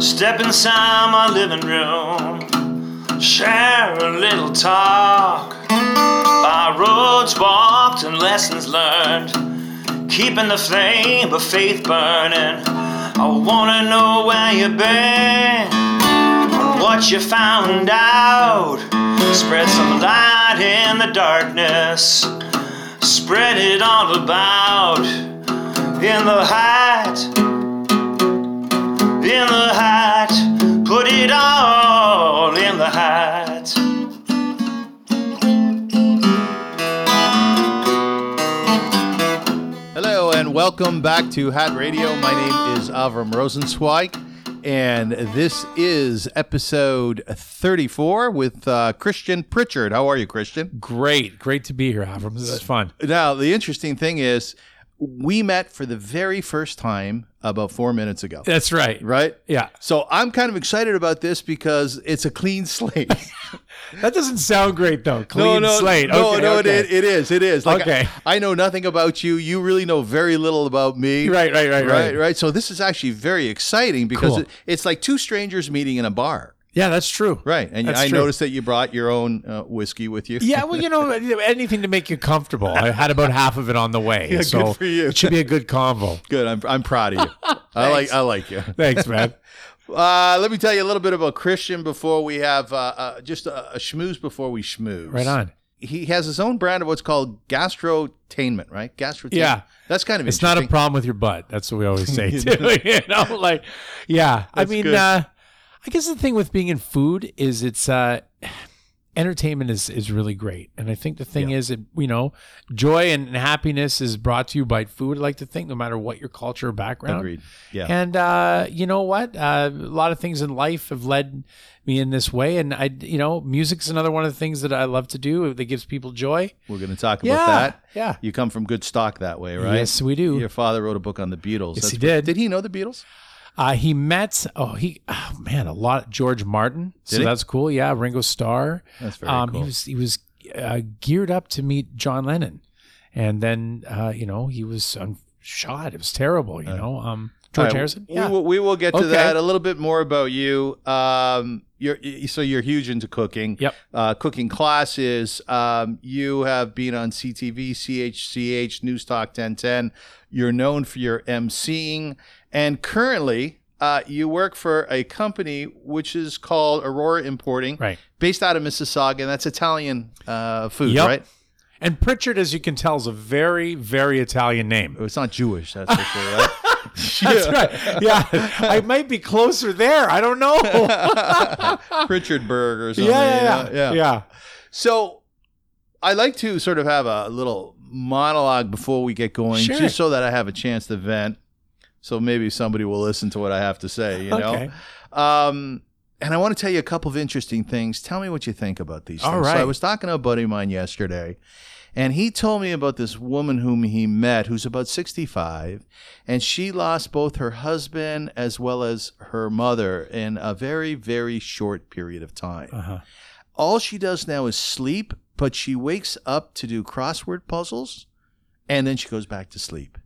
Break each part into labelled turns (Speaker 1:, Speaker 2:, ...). Speaker 1: Step inside my living room, share a little talk. By roads walked and lessons learned, keeping the flame of faith burning. I wanna know where you've been, and what you found out. Spread some light in the darkness, spread it all about. In the height in the hat, put it all in the hat.
Speaker 2: Hello and welcome back to Hat Radio. My name is Avram Rosenzweig, and this is episode 34 with uh, Christian Pritchard. How are you, Christian?
Speaker 3: Great, great to be here, Avram. This is fun.
Speaker 2: Now, the interesting thing is, we met for the very first time about four minutes ago,
Speaker 3: That's right.
Speaker 2: right?
Speaker 3: Yeah,
Speaker 2: So I'm kind of excited about this because it's a clean slate.
Speaker 3: that doesn't sound great though. Clean slate.
Speaker 2: No,
Speaker 3: okay,
Speaker 2: no,
Speaker 3: okay.
Speaker 2: It, it is. It is. Like,
Speaker 3: Okay.
Speaker 2: I, I know nothing about you. You really know very little about me.
Speaker 3: Right, right, right,
Speaker 2: right,
Speaker 3: right,
Speaker 2: right. So this is actually very exciting because
Speaker 3: Cool.
Speaker 2: it, it's like two strangers meeting in a bar,
Speaker 3: Yeah, that's true.
Speaker 2: right? And
Speaker 3: That's
Speaker 2: I
Speaker 3: true.
Speaker 2: noticed that you brought your own uh, whiskey with you.
Speaker 3: Yeah, well, you know, anything to make you comfortable. I had about half of it on the way, yeah, so
Speaker 2: good for you.
Speaker 3: it should be a good combo.
Speaker 2: good. I'm, I'm proud of you. I like I like you.
Speaker 3: Thanks, man.
Speaker 2: Uh, let me tell you a little bit about Christian before we have uh, uh, just a, a schmooze before we schmooze.
Speaker 3: Right on.
Speaker 2: He has his own brand of what's called gastrotainment, right? Gastrotainment.
Speaker 3: Yeah.
Speaker 2: That's kind of
Speaker 3: It's not a
Speaker 2: interesting.
Speaker 3: problem with your butt. That's what we always say too. you know, like yeah. I
Speaker 2: That's
Speaker 3: mean,
Speaker 2: good.
Speaker 3: uh, I guess the thing with being in food is it's uh, entertainment is is really great, and I think the thing is it you know joy and happiness is brought to you by food. I like to think no matter what your culture or background.
Speaker 2: Agreed. Yeah.
Speaker 3: And uh, you know what? Uh, a lot of things in life have led me in this way, and I, you know, music's another one of the things that I love to do that gives people joy.
Speaker 2: We're going to talk about
Speaker 3: Yeah,
Speaker 2: that.
Speaker 3: yeah.
Speaker 2: You come from good stock that way, right?
Speaker 3: Yes, we do.
Speaker 2: Your father wrote a book on the Beatles.
Speaker 3: Yes, he
Speaker 2: what-
Speaker 3: did.
Speaker 2: Did he know the Beatles?
Speaker 3: Uh, he met oh he oh man a lot George Martin so
Speaker 2: Did he?
Speaker 3: that's cool yeah Ringo Starr
Speaker 2: That's very cool.
Speaker 3: Um, he was he was uh, geared up to meet John Lennon and then uh, you know he was um, shot it was terrible you know um George
Speaker 2: Uh, All right,
Speaker 3: Harrison
Speaker 2: We, will, we will get to
Speaker 3: Okay.
Speaker 2: that a little bit more about you. Um, you're y- so you're huge into cooking.
Speaker 3: Yep.
Speaker 2: Uh, cooking classes. Um, you have been on CTV, CHCH, News Talk 1010. You're known for your emceeing, and currently. Uh, you work for a company which is called Aurora Importing,
Speaker 3: Right.
Speaker 2: based out of Mississauga, and that's Italian uh, food,
Speaker 3: Yep.
Speaker 2: right?
Speaker 3: and Pritchard as you can tell is a very very Italian name
Speaker 2: Oh, It's not Jewish, that's for sure, right?
Speaker 3: that's right yeah I might be closer there I don't know yeah
Speaker 2: Pritchard Burger or something.
Speaker 3: yeah
Speaker 2: you know?
Speaker 3: yeah, yeah.
Speaker 2: So I like to sort of have a little monologue before we get going,
Speaker 3: Sure.
Speaker 2: just so that I have a chance to vent. So maybe somebody will listen to what I have to say, you know?
Speaker 3: Okay.
Speaker 2: Um, and I want to tell you a couple of interesting things. Tell me what you think about these
Speaker 3: All
Speaker 2: things. So I
Speaker 3: right.
Speaker 2: was talking to a buddy of mine yesterday, and he told me about this woman whom he met who's about 65, and she lost both her husband as well as her mother in a very, very short period of time.
Speaker 3: Uh-huh.
Speaker 2: All she does now is sleep, but she wakes up to do crossword puzzles, and then she goes back to sleep.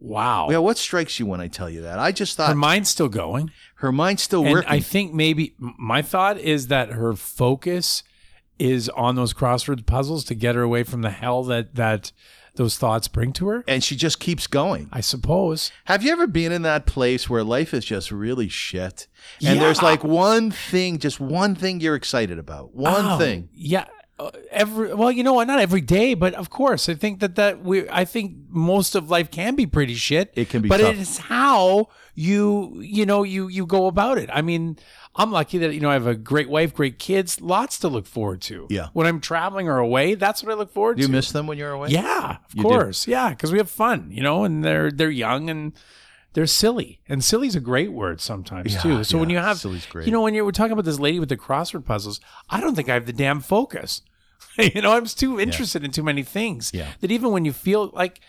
Speaker 3: wow
Speaker 2: Yeah, what strikes you when I tell you that? I just thought
Speaker 3: her
Speaker 2: her,
Speaker 3: mind's still going
Speaker 2: mind's still
Speaker 3: and
Speaker 2: working.
Speaker 3: I think maybe m- my thought is that her focus is on those crossword puzzles to get her away from the hell that that those thoughts bring to her.
Speaker 2: and she just keeps going.
Speaker 3: I suppose.
Speaker 2: Have you ever been in that place where life is just really shit? And
Speaker 3: Yeah.
Speaker 2: there's like one thing, just one thing you're excited about. One
Speaker 3: Oh,
Speaker 2: thing.
Speaker 3: Yeah. Uh, Every well, you know what? Not every day, but of course, I think that that we. I think most of life can be pretty shit.
Speaker 2: It can be
Speaker 3: but
Speaker 2: tough.
Speaker 3: it is how you you know you you go about it. I mean, I'm lucky that you know I have a great wife, great kids, lots to look forward to.
Speaker 2: Yeah.
Speaker 3: When I'm traveling or away, that's what I look forward
Speaker 2: Do you
Speaker 3: to.
Speaker 2: miss them when you're away?
Speaker 3: Yeah, of
Speaker 2: You do.
Speaker 3: course. Yeah, because we have fun, you know, and they're they're young and they're silly, and silly's a great word sometimes
Speaker 2: Yeah,
Speaker 3: too. So when
Speaker 2: yeah,
Speaker 3: you have,
Speaker 2: silly's great.
Speaker 3: you know, when you're we're talking about this lady with the crossword puzzles, I don't think I have the damn focus. you know, I'm just too interested in too many things
Speaker 2: Yeah.
Speaker 3: that even when you feel like,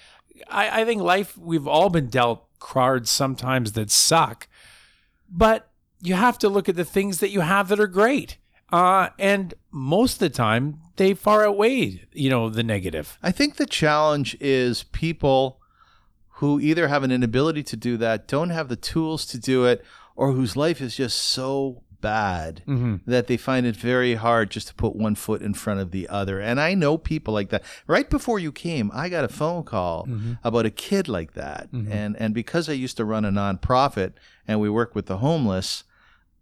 Speaker 3: I, I think life we've all been dealt cards sometimes that suck, but you have to look at the things that you have that are great. Uh, and most of the time, they far outweigh, you know, the negative.
Speaker 2: I think the challenge is people who either have an inability to do that, don't have the tools to do it, or whose life is just so bad
Speaker 3: Mm-hmm.
Speaker 2: that they find it very hard just to put one foot in front of the other. And I know people like that. Right before you came, I got a phone call
Speaker 3: Mm-hmm.
Speaker 2: about a kid like that.
Speaker 3: Mhm.
Speaker 2: And and because I used to run a nonprofit and we work with the homeless,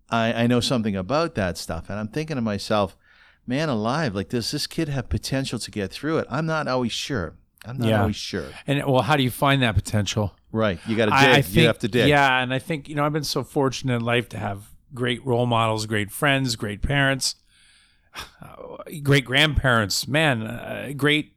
Speaker 2: I, I know something about that stuff. And I'm thinking to myself, man alive, like does this kid have potential to get through it? I'm not always sure. I'm not
Speaker 3: Yeah.
Speaker 2: always sure.
Speaker 3: And well, how do you find that potential?
Speaker 2: Right. You gotta dig.
Speaker 3: I, I
Speaker 2: you
Speaker 3: think-
Speaker 2: have to dig.
Speaker 3: Yeah, and I think you know I've been so fortunate in life to have great role models, great friends, great parents, great grandparents. Man, uh, great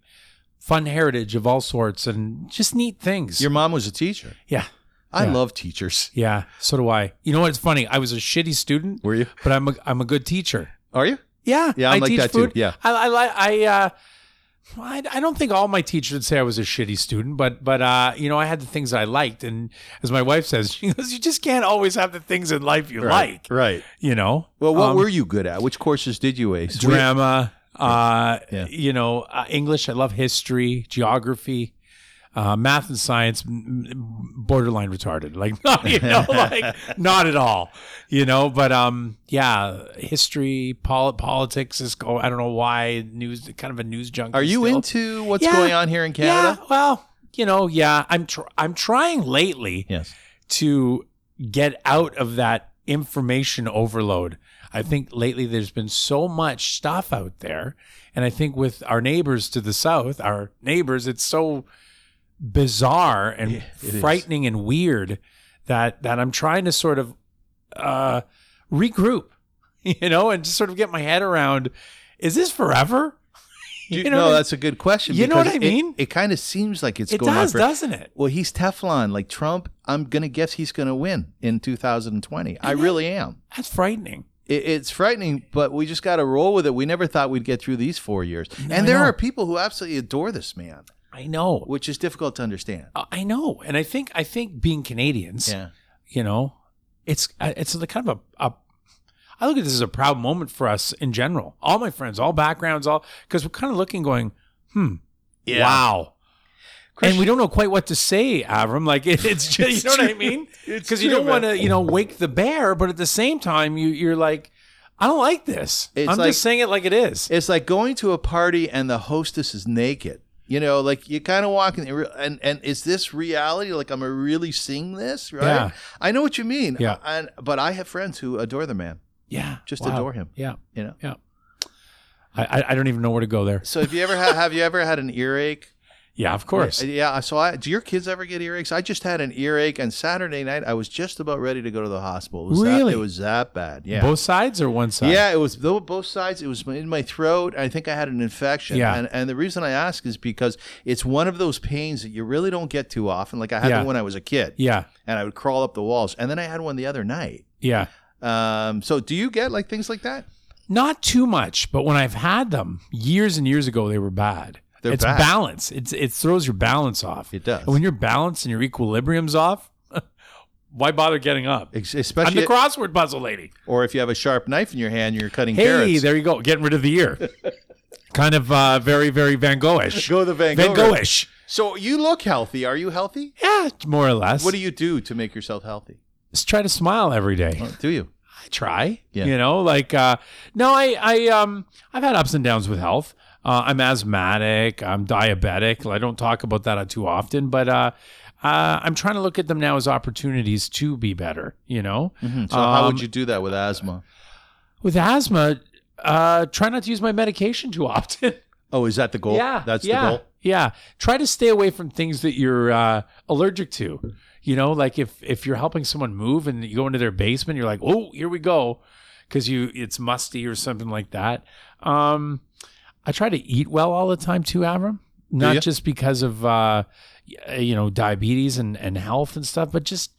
Speaker 3: fun heritage of all sorts, and just neat things.
Speaker 2: Your mom was a teacher.
Speaker 3: yeah,
Speaker 2: I
Speaker 3: Yeah.
Speaker 2: love teachers.
Speaker 3: yeah. So do I. You know what's funny? I was a shitty student,
Speaker 2: Were you?
Speaker 3: but I'm a I'm a good teacher.
Speaker 2: Are you?
Speaker 3: Yeah,
Speaker 2: Yeah, I'm
Speaker 3: I
Speaker 2: like
Speaker 3: teach
Speaker 2: that too.
Speaker 3: food.
Speaker 2: Yeah.
Speaker 3: I I li- I, uh, I I don't think all my teachers would say I was a shitty student, but but uh, you know I had the things I liked, and as my wife says, she goes, you just can't always have the things in life you like,
Speaker 2: Right.
Speaker 3: you know.
Speaker 2: Well, what
Speaker 3: Um,
Speaker 2: were you good at? Which courses did you ace?
Speaker 3: drama? Uh,
Speaker 2: Yeah.
Speaker 3: you know, uh, English. I love history, geography. Uh, math and science, m- m- borderline retarded, like you know, like not at all, you know. But um, yeah, history, pol- politics is. Oh, I don't know why news, kind of a news junkie.
Speaker 2: Are you
Speaker 3: still.
Speaker 2: into what's
Speaker 3: Yeah.
Speaker 2: going on here in Canada?
Speaker 3: Yeah, well, you know, yeah, I'm tr- I'm trying lately
Speaker 2: Yes.
Speaker 3: to get out of that information overload. I
Speaker 2: Mm-hmm.
Speaker 3: think lately there's been so much stuff out there. And I think with our neighbors to the south, our neighbors, it's so bizarre and
Speaker 2: Yeah, it is.
Speaker 3: frightening and weird that that I'm trying to sort of uh regroup, you know, and just sort of get my head around is this forever?
Speaker 2: Do you-
Speaker 3: You know
Speaker 2: no,
Speaker 3: what I-
Speaker 2: that's a good question.
Speaker 3: You know what
Speaker 2: because
Speaker 3: I
Speaker 2: it-
Speaker 3: mean?
Speaker 2: It, kind of seems like it's
Speaker 3: it
Speaker 2: going
Speaker 3: does,
Speaker 2: on. For,
Speaker 3: doesn't it?
Speaker 2: well, he's Teflon, like Trump. I'm gonna guess he's gonna win in 2020. I really am.
Speaker 3: That's frightening.
Speaker 2: It, it's frightening, but we just got to roll with it. We never thought we'd get through these four years, and
Speaker 3: I
Speaker 2: there
Speaker 3: know.
Speaker 2: are people who absolutely adore this man,
Speaker 3: I know.
Speaker 2: which is difficult to understand.
Speaker 3: I I know, and I think I think being Canadians,
Speaker 2: Yeah,
Speaker 3: you know, it's uh, it's the kind of a, a I look at this as a proud moment for us in general. All my friends, all backgrounds, all because we're kind of looking, going, hmm, wow. and we don't know quite what to say, Avram. Like it, it's just, you know what I mean? Because you
Speaker 2: true,
Speaker 3: don't want to, you know, wake the bear, but at the same time, you you're like, I don't like this.
Speaker 2: It's
Speaker 3: I'm
Speaker 2: like-
Speaker 3: just saying it like it is.
Speaker 2: It's like going to a party and the hostess is naked. You know, like you kind of walk in, and and is this reality? Like, am I really seeing this? Right?
Speaker 3: Yeah.
Speaker 2: I know what you mean. Uh,
Speaker 3: Yeah.
Speaker 2: And but I have friends who adore the man.
Speaker 3: yeah,
Speaker 2: Just adore him,
Speaker 3: Yeah,
Speaker 2: you know?
Speaker 3: yeah. I, I I don't even know where to go there.
Speaker 2: So have you ever ha- have you ever had an earache?
Speaker 3: Yeah, of course.
Speaker 2: Yeah. So I do your kids ever get earaches? I just had an earache, and Saturday night I was just about ready to go to the hospital. It was
Speaker 3: Really?
Speaker 2: That, it was that bad. Yeah.
Speaker 3: Both sides or one side?
Speaker 2: Yeah, it was though both sides. It was in my throat. I think I had an infection.
Speaker 3: Yeah.
Speaker 2: And, and the reason I ask is because it's one of those pains that you really don't get too often. Like I had
Speaker 3: Yeah.
Speaker 2: one when I was a kid,
Speaker 3: Yeah.
Speaker 2: and I would crawl up the walls, and then I had one the other night.
Speaker 3: Yeah.
Speaker 2: Um, so do you get like things like that?
Speaker 3: Not too much, but when I've had them years and years ago, they were bad.
Speaker 2: They're
Speaker 3: it's
Speaker 2: bad.
Speaker 3: balance. It's it throws your balance off.
Speaker 2: It does.
Speaker 3: And when your balance and your equilibrium's off, why bother getting up?
Speaker 2: Ex-
Speaker 3: I'm the
Speaker 2: Especially,
Speaker 3: crossword puzzle lady.
Speaker 2: or if you have a sharp knife in your hand, you're cutting
Speaker 3: Hey,
Speaker 2: carrots.
Speaker 3: there you go. Getting rid of the ear. kind of uh, very, very Van Goghish.
Speaker 2: Go the Van Gogh.
Speaker 3: Van Goghish.
Speaker 2: So you look healthy. Are you healthy?
Speaker 3: Yeah, more or less.
Speaker 2: What do you do to make yourself healthy?
Speaker 3: Just try to smile every day.
Speaker 2: Well, Uh, do you?
Speaker 3: I try.
Speaker 2: Yeah.
Speaker 3: You know, like uh no, I I um I've had ups and downs with health. Uh, I'm asthmatic. I'm diabetic. I don't talk about that too often, but uh, uh, I'm trying to look at them now as opportunities to be better. You know,
Speaker 2: Mm-hmm. So how
Speaker 3: Um,
Speaker 2: would you do that with asthma?
Speaker 3: with asthma, uh, try not to use my medication too often.
Speaker 2: Oh, is that the goal?
Speaker 3: yeah,
Speaker 2: that's
Speaker 3: yeah,
Speaker 2: the goal.
Speaker 3: Yeah, try to stay away from things that you're uh, allergic to. You know, like if if you're helping someone move and you go into their basement, you're like, oh, here we go, because you it's musty or something like that. Um, I try to eat well all the time too, Avram. Not
Speaker 2: ya?
Speaker 3: just because of uh, y- you know diabetes and and health and stuff, but just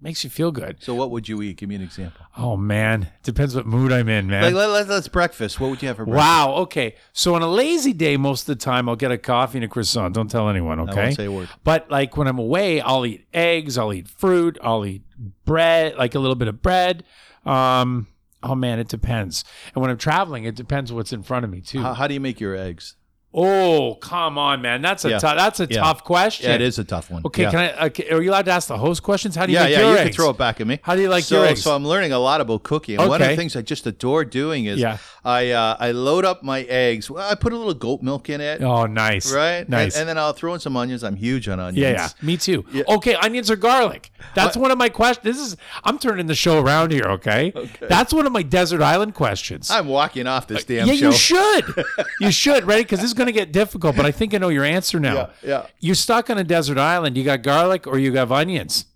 Speaker 3: makes you feel good.
Speaker 2: So what would you eat? Give me an example.
Speaker 3: Oh man, depends what mood I'm in, man.
Speaker 2: Like, let, let, let's breakfast. What would you have for breakfast?
Speaker 3: Wow. Okay. So on a lazy day, most of the time I'll get a coffee and a croissant. Don't tell anyone.
Speaker 2: I
Speaker 3: Okay.
Speaker 2: won't say a word.
Speaker 3: But like when I'm away, I'll eat eggs, I'll eat fruit, I'll eat bread, like a little bit of bread. Um, oh man, it depends. And when I'm traveling, it depends what's in front of me too.
Speaker 2: Uh-huh. How, how do you make your eggs?
Speaker 3: Oh, come on, man. That's a
Speaker 2: Yeah.
Speaker 3: tou- that's a
Speaker 2: Yeah.
Speaker 3: tough question.
Speaker 2: Yeah, it is a tough one.
Speaker 3: Okay,
Speaker 2: yeah.
Speaker 3: can I? Okay, are you allowed to ask the host questions? How do you
Speaker 2: yeah,
Speaker 3: make
Speaker 2: yeah,
Speaker 3: your
Speaker 2: you
Speaker 3: eggs?
Speaker 2: can throw it back at me.
Speaker 3: How do you like
Speaker 2: so,
Speaker 3: your eggs?
Speaker 2: So I'm learning a lot about cooking. And One of the
Speaker 3: Okay.
Speaker 2: things I just adore doing is
Speaker 3: Yeah.
Speaker 2: I uh, I load up my eggs. Well, I put a little goat milk in it,
Speaker 3: oh, nice.
Speaker 2: right? And-
Speaker 3: Nice.
Speaker 2: And, then I'll throw in some onions. I'm huge on onions.
Speaker 3: yeah, yeah, me too. Okay, onions or garlic? That's one of my questions. This is I'm turning the show around here. Okay, okay. that's one of my desert island questions.
Speaker 2: I'm walking off this damn
Speaker 3: Uh, yeah,
Speaker 2: show.
Speaker 3: you should. you should, right? Because this is going to get difficult. But I think I know your answer now.
Speaker 2: Yeah, yeah.
Speaker 3: You're stuck on a desert island. You got garlic or you got onions,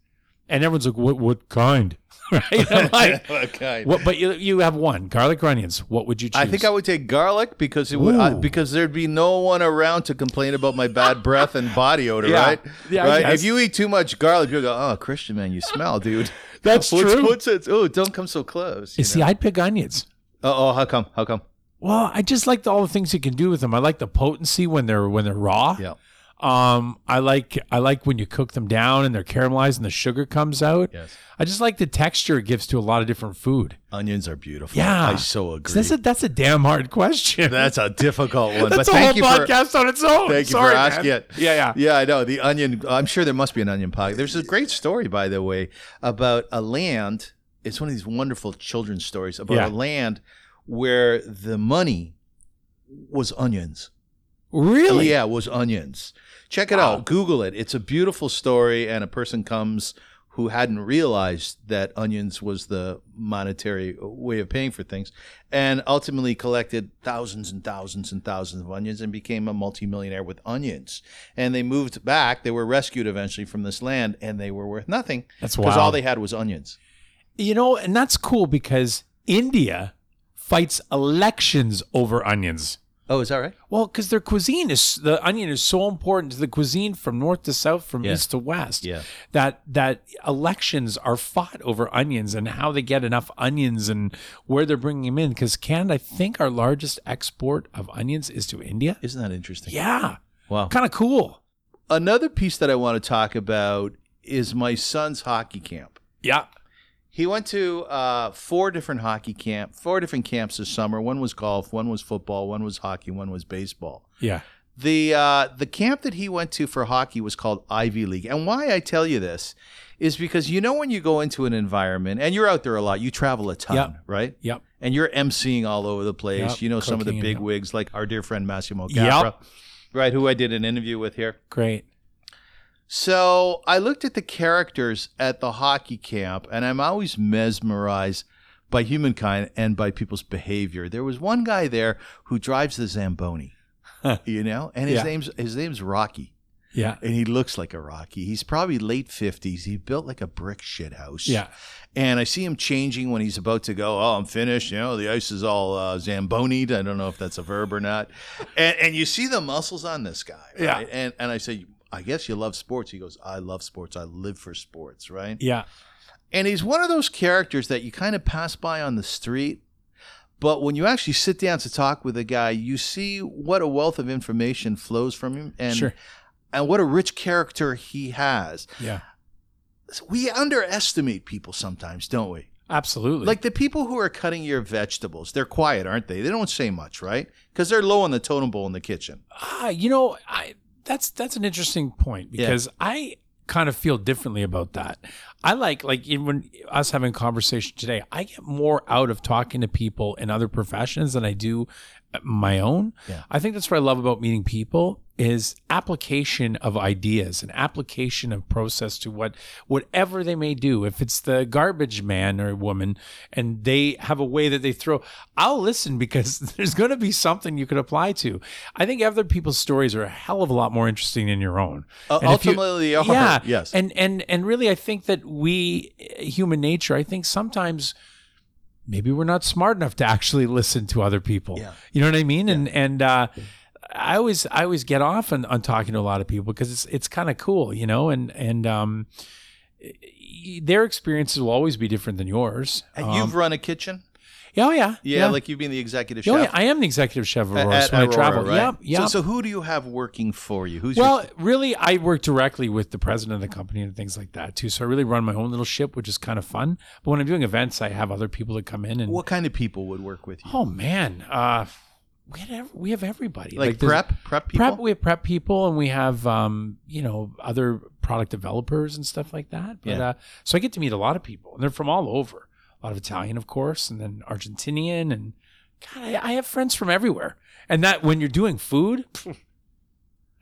Speaker 3: and everyone's like, "What? What kind?" right? I'm like,
Speaker 2: okay.
Speaker 3: what, but you you have one garlic or onions. What would you choose?
Speaker 2: I think I would take garlic because it would I,
Speaker 3: Ooh.
Speaker 2: because there'd be no one around to complain about my bad breath and body odor,
Speaker 3: Yeah.
Speaker 2: right?
Speaker 3: Yeah, I
Speaker 2: right?
Speaker 3: guess.
Speaker 2: If you eat too much garlic, you'll go, "Oh, Christian man, you smell, dude."
Speaker 3: That's
Speaker 2: What's-
Speaker 3: true.
Speaker 2: What's it? Oh, don't come so close.
Speaker 3: You
Speaker 2: you
Speaker 3: see,
Speaker 2: know?
Speaker 3: I'd pick onions.
Speaker 2: oh, oh, how come? How come?
Speaker 3: Well, I just like the- all the things you can do with them. I like the potency when they're when they're raw.
Speaker 2: Yeah.
Speaker 3: Um, I like I like when you cook them down and they're caramelized and the sugar comes out.
Speaker 2: Yes.
Speaker 3: I just like the texture it gives to a lot of different food.
Speaker 2: Onions are beautiful.
Speaker 3: Yeah.
Speaker 2: I so agree.
Speaker 3: That's a that's a damn hard question.
Speaker 2: That's a difficult one.
Speaker 3: That's
Speaker 2: but
Speaker 3: a whole
Speaker 2: thank you for
Speaker 3: podcast on its own.
Speaker 2: thank you
Speaker 3: Oh, Sorry,
Speaker 2: for
Speaker 3: man.
Speaker 2: asking it.
Speaker 3: Yeah, yeah.
Speaker 2: yeah. I know the onion. I'm sure there must be an onion podcast. There's a great story, by the way, about a land. It's one of these wonderful children's stories about
Speaker 3: Yeah.
Speaker 2: a land where the money was onions.
Speaker 3: Really?
Speaker 2: Oh, Yeah, it was onions. Check it
Speaker 3: Wow.
Speaker 2: out. Google it. It's a beautiful story, and a person comes who hadn't realized that onions was the monetary way of paying for things, and ultimately collected thousands and thousands and thousands of onions and became a multimillionaire with onions. And they moved back. They were rescued eventually from this land, and they were worth nothing
Speaker 3: That's
Speaker 2: because
Speaker 3: wild.
Speaker 2: all they had was onions.
Speaker 3: You know, and that's cool because India fights elections over onions.
Speaker 2: Oh, is that right?
Speaker 3: Well, because their cuisine is the onion is so important to the cuisine from north to south, from
Speaker 2: Yeah.
Speaker 3: east to west.
Speaker 2: Yeah.
Speaker 3: That that elections are fought over onions and how they get enough onions and where they're bringing them in. Because Canada, I think, our largest export of onions is to India.
Speaker 2: Isn't that interesting?
Speaker 3: Yeah,
Speaker 2: Wow.
Speaker 3: kind of cool.
Speaker 2: Another piece that I want to talk about is my son's hockey camp.
Speaker 3: Yeah.
Speaker 2: He went to uh, four different hockey camp, four different camps this summer. One was golf, one was football, one was hockey, one was baseball.
Speaker 3: Yeah.
Speaker 2: The uh, the camp that he went to for hockey was called Ivy League. And why I tell you this is because you know when you go into an environment and you're out there a lot, you travel a ton,
Speaker 3: Yep.
Speaker 2: right?
Speaker 3: Yep.
Speaker 2: And you're emceeing all over the place.
Speaker 3: Yep,
Speaker 2: You know some of the
Speaker 3: cooking and-
Speaker 2: big wigs like our dear friend Massimo
Speaker 3: Yep.
Speaker 2: Capra, right? Who I did an interview with here.
Speaker 3: Great.
Speaker 2: So I looked at the characters at the hockey camp, and I'm always mesmerized by humankind and by people's behavior. There was one guy there who drives the Zamboni, you know, and his
Speaker 3: Yeah.
Speaker 2: name's his name's Rocky,
Speaker 3: Yeah.
Speaker 2: and he looks like a Rocky. He's probably late fifties. He built like a brick shit house.
Speaker 3: Yeah.
Speaker 2: and I see him changing when he's about to go. Oh, I'm finished. You know, the ice is all uh, zambonied. I don't know if that's a verb or not. And and you see the muscles on this guy.
Speaker 3: Yeah.
Speaker 2: right? and and I say. I guess you love sports. He goes, I love sports. I live for sports, right?
Speaker 3: Yeah.
Speaker 2: And he's one of those characters that you kind of pass by on the street, but when you actually sit down to talk with a guy, you see what a wealth of information flows from him and
Speaker 3: sure.
Speaker 2: and what a rich character he has.
Speaker 3: Yeah.
Speaker 2: We underestimate people sometimes, don't we?
Speaker 3: Absolutely.
Speaker 2: Like the people who are cutting your vegetables, they're quiet, aren't they? They don't say much, right? Because they're low on the totem pole in the kitchen.
Speaker 3: Ah, you know, I that's that's an interesting point
Speaker 2: Yeah.
Speaker 3: because I kind of feel differently about that. I like like even when us having a conversation today, I get more out of talking to people in other professions than I do my own.
Speaker 2: Yeah.
Speaker 3: I think that's what I love about meeting people is application of ideas and application of process to what whatever they may do. If it's the garbage man or woman and they have a way that they throw, I'll listen because there's going to be something you could apply to. I think other people's stories are a hell of a lot more interesting than your own.
Speaker 2: Uh,
Speaker 3: And if you-
Speaker 2: ultimately, they are.
Speaker 3: yeah,
Speaker 2: Yes.
Speaker 3: and and and really, I think that we uh, human nature. I think sometimes maybe we're not smart enough to actually listen to other people.
Speaker 2: Yeah.
Speaker 3: You know what I mean? And and uh, I always I always get off on, on talking to a lot of people because it's it's kind of cool, you know. And and um, y- their experiences will always be different than yours.
Speaker 2: And
Speaker 3: Um,
Speaker 2: you've run a kitchen?
Speaker 3: yeah, oh yeah,
Speaker 2: Yeah, like you've been the executive
Speaker 3: Oh,
Speaker 2: chef.
Speaker 3: yeah, I am the executive chef of
Speaker 2: at-
Speaker 3: Aurora,
Speaker 2: at
Speaker 3: so when I
Speaker 2: Aurora,
Speaker 3: travel.
Speaker 2: right?
Speaker 3: Yep, yep.
Speaker 2: So, so who do you have working for you? Who's
Speaker 3: Well,
Speaker 2: your,
Speaker 3: really, I work directly with the president of the company and things like that too. So I really run my own little ship, which is kind of fun. But when I'm doing events, I have other people that come in and
Speaker 2: what kind of people would work with you?
Speaker 3: oh man, uh, we had ev- we have everybody
Speaker 2: Like,
Speaker 3: there's-
Speaker 2: prep, prep people.
Speaker 3: Prep, we have prep people, and we have um, you know other product developers and stuff like that. But
Speaker 2: Yeah.
Speaker 3: uh, so I get to meet a lot of people, and they're from all over. A lot of Italian, of course, and then Argentinian, and God, I, I have friends from everywhere. And that when you're doing food,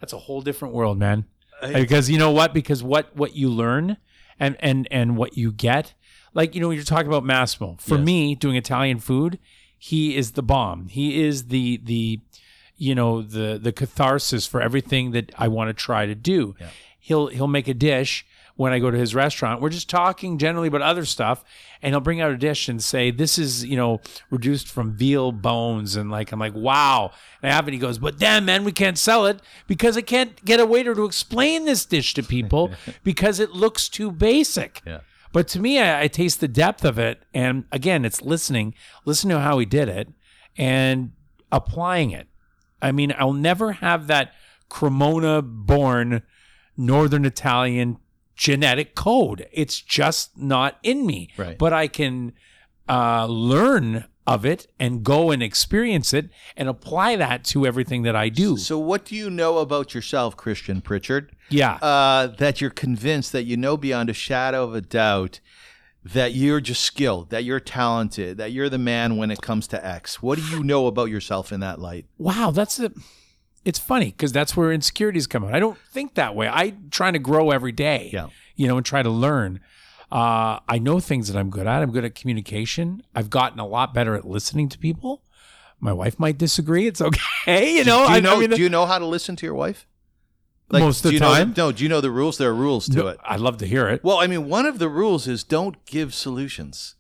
Speaker 3: that's a whole different world, man. Because you know what? Because what what you learn and and and what you get, like you know, you're talking about Massimo. For
Speaker 2: Yes.
Speaker 3: me, doing Italian food, he is the bomb. He is the the you know the the catharsis for everything that I want to try to do.
Speaker 2: Yeah.
Speaker 3: He'll he'll make a dish when I go to his restaurant. We're just talking generally about other stuff, and he'll bring out a dish and say, "This is you know reduced from veal bones," and like I'm like, "Wow!" And I have it. He goes, "But damn, man, we can't sell it because I can't get a waiter to explain this dish to people because it looks too basic."
Speaker 2: Yeah.
Speaker 3: But to me, I, I taste the depth of it. And again, it's listening, listen to how he did it and applying it. I mean, I'll never have that Cremona born Northern Italian genetic code. It's just not in me.
Speaker 2: Right.
Speaker 3: But I can uh, learn of it and go and experience it and apply that to everything that I do.
Speaker 2: So, what do you know about yourself, Christian Pritchard,
Speaker 3: yeah.
Speaker 2: uh, that you're convinced that you know beyond a shadow of a doubt that you're just skilled, that you're talented, that you're the man when it comes to X? What do you know about yourself in that light?
Speaker 3: wow, that's a. It's funny because that's where insecurities come out. I don't think that way. I trying to grow every day.
Speaker 2: Yeah.
Speaker 3: you know, and try to learn. Uh, I know things that I'm good at. I'm good at communication. I've gotten a lot better at listening to people. My wife might disagree. It's okay. You know,
Speaker 2: do
Speaker 3: Oh, I-
Speaker 2: you know,
Speaker 3: I mean,
Speaker 2: do you know how to listen to your wife?
Speaker 3: Most of
Speaker 2: do
Speaker 3: the
Speaker 2: you know
Speaker 3: time.
Speaker 2: no, do you know the rules? There are rules to
Speaker 3: no,
Speaker 2: it.
Speaker 3: I'd love to hear it.
Speaker 2: Well, I mean, one of the rules is don't give solutions.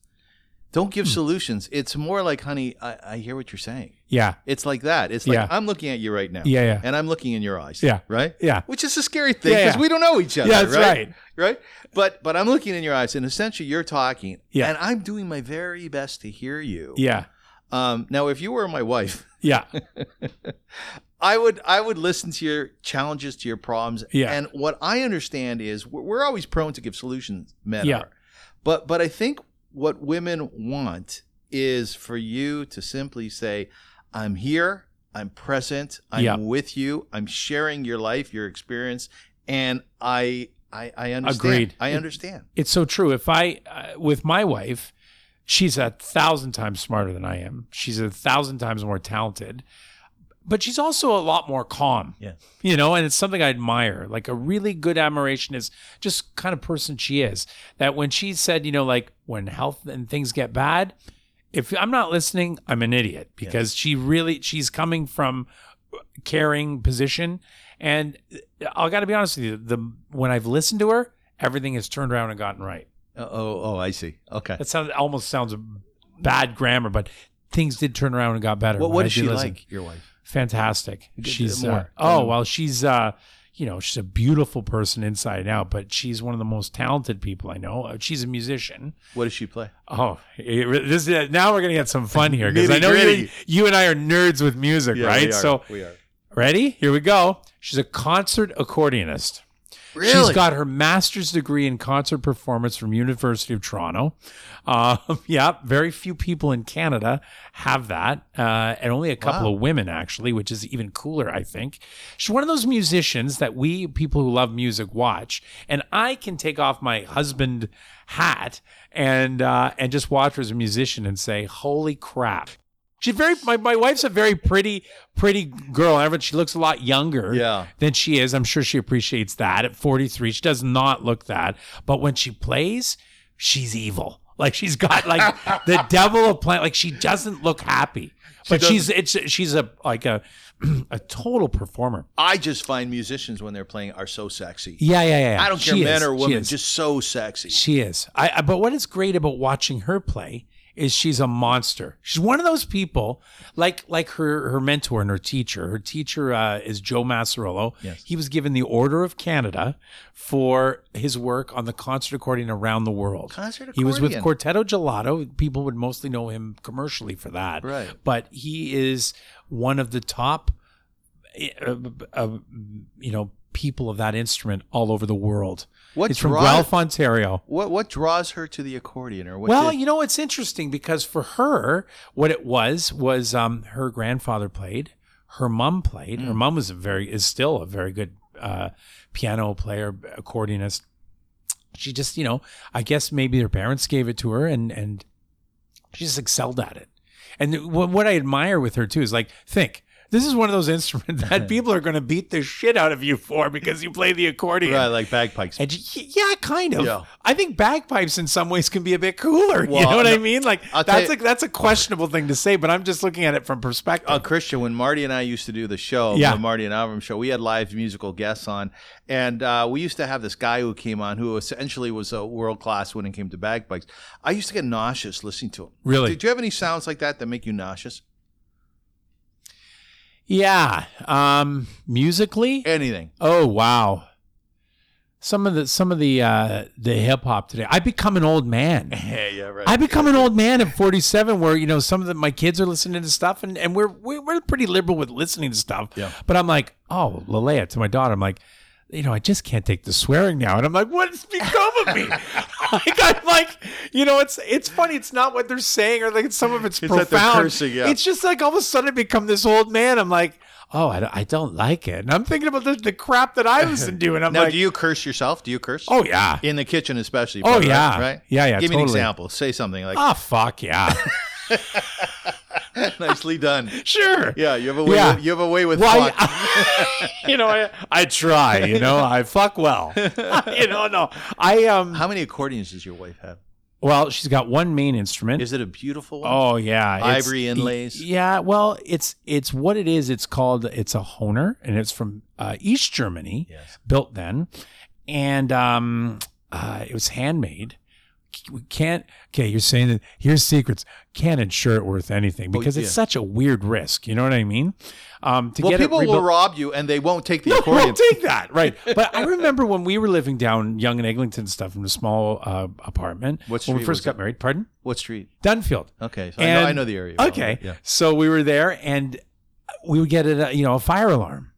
Speaker 2: Don't give
Speaker 3: Hmm.
Speaker 2: solutions. It's more like, honey, I, I hear what you're saying.
Speaker 3: Yeah.
Speaker 2: It's like that. It's like
Speaker 3: Yeah.
Speaker 2: I'm looking at you right now.
Speaker 3: Yeah, yeah.
Speaker 2: And I'm looking in your eyes.
Speaker 3: Yeah.
Speaker 2: Right?
Speaker 3: Yeah.
Speaker 2: Which is a scary thing
Speaker 3: Yeah,
Speaker 2: because
Speaker 3: yeah.
Speaker 2: we don't know each other.
Speaker 3: Yeah, that's
Speaker 2: right.
Speaker 3: right.
Speaker 2: Right? But but I'm looking in your eyes and essentially you're talking.
Speaker 3: Yeah.
Speaker 2: And I'm doing my very best to hear you.
Speaker 3: Yeah.
Speaker 2: Um now if you were my wife,
Speaker 3: Yeah.
Speaker 2: I would I would listen to your challenges to your problems.
Speaker 3: Yeah.
Speaker 2: And what I understand is we're, we're always prone to give solutions, men
Speaker 3: Yeah.
Speaker 2: are. But but I think what women want is for you to simply say, "I'm here, I'm present, I'm
Speaker 3: Yeah.
Speaker 2: with you, I'm sharing your life, your experience, and I I, I understand.
Speaker 3: Agreed.
Speaker 2: I understand.
Speaker 3: It's so true. If I, uh, with my wife, she's a thousand times smarter than I am. She's a thousand times more talented, but she's also a lot more calm.
Speaker 2: Yeah.
Speaker 3: You know, and it's something I admire. Like a really good admiration is just kind of person she is. That when she said, you know, like when health and things get bad, if I'm not listening, I'm an idiot because she really she's coming from caring position and I got to be honest with you, the when I've listened to her, everything has turned around and gotten right.
Speaker 2: Oh oh, oh I see. Okay.
Speaker 3: That sounds almost sounds bad grammar, but things did turn around and got better.
Speaker 2: Well,
Speaker 3: when
Speaker 2: what
Speaker 3: I
Speaker 2: is
Speaker 3: did
Speaker 2: she
Speaker 3: listen.
Speaker 2: like? Your wife.
Speaker 3: Fantastic.
Speaker 2: Good-
Speaker 3: She's
Speaker 2: more.
Speaker 3: uh, oh well, she's uh, you know she's a beautiful person inside and out, but she's one of the most talented people I know. Uh, She's a musician.
Speaker 2: What does she play?
Speaker 3: Oh, it, re- this is- now we're gonna get some fun here because I know
Speaker 2: Nitty-gritty.
Speaker 3: you, you and I are nerds with music, right?
Speaker 2: we are.
Speaker 3: So
Speaker 2: we are.
Speaker 3: ready? Here we go. She's a concert accordionist. She's got her master's degree in concert performance from University of Toronto. Um, yeah, very few people in Canada have that, uh, and only a couple
Speaker 2: Wow.
Speaker 3: of women actually, which is even cooler, I think. She's one of those musicians that we people who love music watch, and I can take off my husband hat and uh, and just watch her as a musician and say, "Holy crap!" She's very my, my wife's a very pretty pretty girl. Everyone, she looks a lot younger
Speaker 2: Yeah.
Speaker 3: than she is. I'm sure she appreciates that. At 43, she does not look that. But when she plays, she's evil. Like she's got like the devil of plan. Like she doesn't look happy. But she's it's she's a like a a total performer.
Speaker 2: I just find musicians when they're playing are so sexy.
Speaker 3: Yeah, yeah, yeah. yeah.
Speaker 2: I don't care
Speaker 3: She
Speaker 2: men
Speaker 3: is.
Speaker 2: or
Speaker 3: She
Speaker 2: women,
Speaker 3: is.
Speaker 2: just so sexy.
Speaker 3: She is. I, I but what is great about watching her play is she's a monster. She's one of those people like like her her mentor and her teacher. Her teacher uh, is Joe Masarolo.
Speaker 2: Yes.
Speaker 3: He was given the Order of Canada for his work on the concert accordion around the world.
Speaker 2: Concert
Speaker 3: He was with
Speaker 2: accordion.
Speaker 3: Quartetto Gelato. People would mostly know him commercially for that.
Speaker 2: Right.
Speaker 3: But he is one of the top uh, uh, eh, you know people of that instrument all over the world.
Speaker 2: What
Speaker 3: it's from
Speaker 2: draw-
Speaker 3: Guelph, Ontario.
Speaker 2: What what draws her to the accordion, or what?
Speaker 3: Well,
Speaker 2: did-
Speaker 3: you know, it's interesting because for her, what it was was um, her grandfather played, her mom played.
Speaker 2: Mm.
Speaker 3: Her mom was a very is still a very good uh, piano player, accordionist. She just, you know, I guess maybe her parents gave it to her, and and she just excelled at it. And what, what I admire with her too is like, think this is one of those instruments that people are going to beat the shit out of you for because you play the accordion.
Speaker 2: right, like bagpipes.
Speaker 3: And she- yeah, kind of.
Speaker 2: Yeah.
Speaker 3: I think bagpipes in some ways can be a bit cooler.
Speaker 2: Well,
Speaker 3: you know what I
Speaker 2: no,
Speaker 3: mean? Like
Speaker 2: I'll tell
Speaker 3: that's
Speaker 2: you-
Speaker 3: a, that's a questionable thing to say, but I'm just looking at it from perspective.
Speaker 2: Uh, Christian, when Marty and I used to do the show,
Speaker 3: Yeah.
Speaker 2: the Marty and Avram show, we had live musical guests on, and uh, we used to have this guy who came on who essentially was a world class when it came to bagpipes. I used to get nauseous listening to him.
Speaker 3: Really?
Speaker 2: Did you have any sounds like that that make you nauseous?
Speaker 3: yeah. Um, musically.
Speaker 2: Anything?
Speaker 3: Oh wow. Some of the some of the uh, the hip hop today. I become an old man.
Speaker 2: Yeah, yeah, right.
Speaker 3: I become an old man at 47, where you know some of the, my kids are listening to stuff, and, and we're we're we're pretty liberal with listening to stuff.
Speaker 2: Yeah.
Speaker 3: But I'm like, oh, Lalea, to my daughter, I'm like, you know, I just can't take the swearing now, and I'm like, what's become of me? like, I'm like, you know, it's it's funny. It's not what they're saying, or like some of it's,
Speaker 2: It's that they're
Speaker 3: profound.
Speaker 2: cursing, yeah.
Speaker 3: It's just like all of a sudden I become this old man. I'm like. Oh, I don't, I don't like it. And I'm thinking about the, the crap that I listen to, and I'm
Speaker 2: now,
Speaker 3: like,
Speaker 2: do you curse yourself? Do you curse?
Speaker 3: oh, yeah.
Speaker 2: in the kitchen, especially.
Speaker 3: Oh,
Speaker 2: probably,
Speaker 3: yeah.
Speaker 2: right?
Speaker 3: Yeah, yeah,
Speaker 2: Give me an
Speaker 3: totally.
Speaker 2: example. Say something like
Speaker 3: Oh, fuck, yeah.
Speaker 2: "Nicely done."
Speaker 3: sure.
Speaker 2: Yeah, you have a way.
Speaker 3: Yeah.
Speaker 2: With, you have a way with
Speaker 3: Why?
Speaker 2: fuck.
Speaker 3: you know, I, I try. You know, I fuck well. you know, no, I um.
Speaker 2: How many accordions does your wife have?
Speaker 3: Well, she's got one main instrument.
Speaker 2: Is it a beautiful one?
Speaker 3: oh yeah, it's-
Speaker 2: Ivory inlays?
Speaker 3: Yeah, well, it's it's what it is. It's called it's a Honer, and it's from uh, East Germany,
Speaker 2: Yes.
Speaker 3: built then, and um, uh, it was handmade. We can't. Okay, you're saying that here's secrets. Can't insure it worth anything because
Speaker 2: yeah.
Speaker 3: it's such a weird risk. You know what I mean? Um, to
Speaker 2: Well,
Speaker 3: get
Speaker 2: people
Speaker 3: it
Speaker 2: will
Speaker 3: rebuilt-
Speaker 2: rob you, and they won't take the
Speaker 3: No,
Speaker 2: accordion.
Speaker 3: We'll take that, right? But I remember when we were living down Young and Eglinton stuff in a small uh, apartment
Speaker 2: What
Speaker 3: when we
Speaker 2: street
Speaker 3: first
Speaker 2: was
Speaker 3: got married. Pardon,
Speaker 2: what street?
Speaker 3: Dunfield.
Speaker 2: Okay, so I, know, I
Speaker 3: And-
Speaker 2: know the area. well.
Speaker 3: Okay,
Speaker 2: Yeah.
Speaker 3: so we were there, and we would get a you know a fire alarm,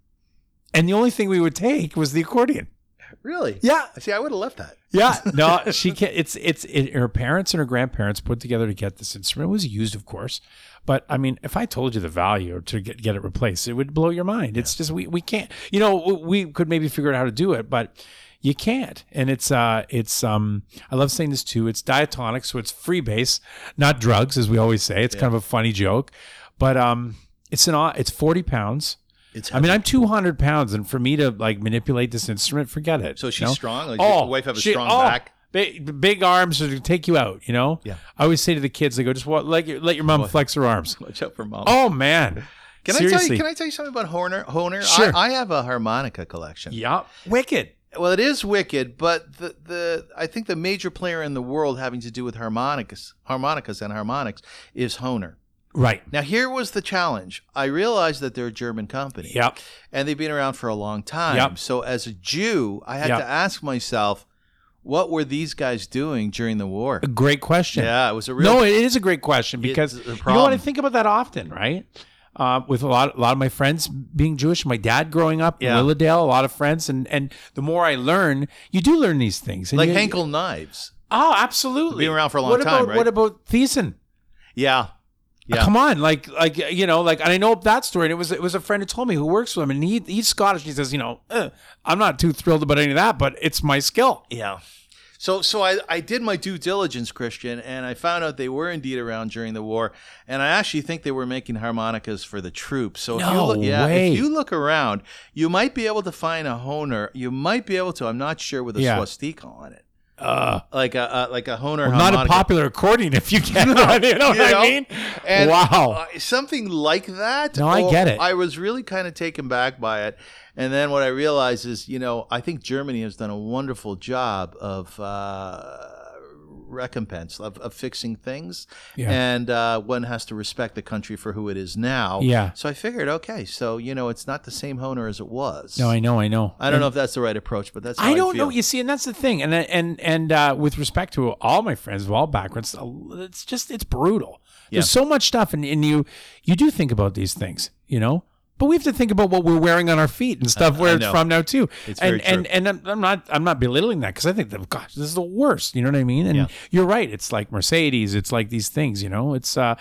Speaker 3: and the only thing we would take was the accordion.
Speaker 2: Really?
Speaker 3: Yeah,
Speaker 2: See, I would have left that.
Speaker 3: yeah. No, she can't. It's it's it, her parents and her grandparents put together to get this instrument. It was used, of course, but I mean, if I told you the value to get get it replaced, it would blow your mind. It's just we we can't. You know, w- we could maybe figure out how to do it, but you can't. And it's uh it's um I love saying this too. It's diatonic, so it's free base, not drugs, as we always say. It's kind of a funny joke, but um it's an au- it's forty pounds.
Speaker 2: It's.
Speaker 3: I mean, I'm 200 pounds, and for me to like manipulate this instrument, forget it.
Speaker 2: so she's
Speaker 3: you know?
Speaker 2: strong. Like,
Speaker 3: Oh,
Speaker 2: your wife have a
Speaker 3: she-
Speaker 2: strong
Speaker 3: oh,
Speaker 2: back.
Speaker 3: Big, big arms to take you out, you know?
Speaker 2: Yeah.
Speaker 3: I always say to the kids, they go, just wa- let, your, let your mom flex her arms.
Speaker 2: Watch out for mom.
Speaker 3: Oh, man.
Speaker 2: can I tell
Speaker 3: Seriously.
Speaker 2: you? Can I tell you something about Horner? Horner.
Speaker 3: Sure.
Speaker 2: I, I have a harmonica collection.
Speaker 3: Yeah. Wicked.
Speaker 2: Well, it is wicked, but the, the I think the major player in the world having to do with harmonicas, harmonicas and harmonics is Honer.
Speaker 3: Right.
Speaker 2: Now, here was the challenge. I realized that they're a German company.
Speaker 3: Yep.
Speaker 2: and they've been around for a long time.
Speaker 3: Yep.
Speaker 2: So as a Jew, I had
Speaker 3: Yep.
Speaker 2: to ask myself, what were these guys doing during the war?
Speaker 3: A great question.
Speaker 2: Yeah, it was a real
Speaker 3: No, it is a great question because
Speaker 2: It's a
Speaker 3: you know what? I
Speaker 2: problem.
Speaker 3: think about that often, right? Uh, with a lot, a lot of my friends being Jewish, my dad growing up, in
Speaker 2: Yeah.
Speaker 3: Willowdale, a lot of friends, and and the more I learn, you do learn these things. And
Speaker 2: like
Speaker 3: you-
Speaker 2: Henkel knives.
Speaker 3: oh, absolutely,
Speaker 2: Been around for a long
Speaker 3: what
Speaker 2: time,
Speaker 3: About,
Speaker 2: right?
Speaker 3: What about Thiessen?
Speaker 2: Yeah, Yeah.
Speaker 3: Come on, like like you know, like and I know that story. And it was it was a friend who told me who works with him, and he he's Scottish. And he says, you know, "Eh, I'm not too thrilled about any of that, but it's my skill.
Speaker 2: yeah. So so I, I did my due diligence, Christian, and I found out they were indeed around during the war, and I actually think they were making harmonicas for the troops. So if you
Speaker 3: No
Speaker 2: look, yeah,
Speaker 3: way.
Speaker 2: if you look around, you might be able to find a honer. You might be able to. I'm not sure with a
Speaker 3: Yeah.
Speaker 2: swastika on it,
Speaker 3: Uh,
Speaker 2: like a uh, like a honer.
Speaker 3: not a
Speaker 2: harmonica.
Speaker 3: popular accordion if you can. you know what
Speaker 2: You know?
Speaker 3: I mean?
Speaker 2: And,
Speaker 3: wow.
Speaker 2: uh, something like that.
Speaker 3: No, I
Speaker 2: or-
Speaker 3: get it.
Speaker 2: I was really kind of taken back by it, and then what I realized is, you know, I think Germany has done a wonderful job of uh, recompense of, of fixing things,
Speaker 3: Yeah.
Speaker 2: and uh, one has to respect the country for who it is now.
Speaker 3: Yeah.
Speaker 2: So I figured, okay, so you know, it's not the same honer as it was.
Speaker 3: no, I know, I know.
Speaker 2: I don't know if that's the right approach, but that's how I,
Speaker 3: I don't
Speaker 2: feel.
Speaker 3: know. You see, and that's the thing. And and and uh, with respect to all my friends of all backgrounds, it's just it's brutal. There's so much stuff, and, and you you do think about these things. You know, But we have to think about what we're wearing on our feet and stuff
Speaker 2: I
Speaker 3: where it's
Speaker 2: know.
Speaker 3: from now too.
Speaker 2: It's very
Speaker 3: and
Speaker 2: true.
Speaker 3: and and I'm, I'm not I'm not belittling that because I think that gosh this is the worst. You know what I mean? And
Speaker 2: Yeah.
Speaker 3: you're right. It's like Mercedes. It's like these things. You know. It's uh,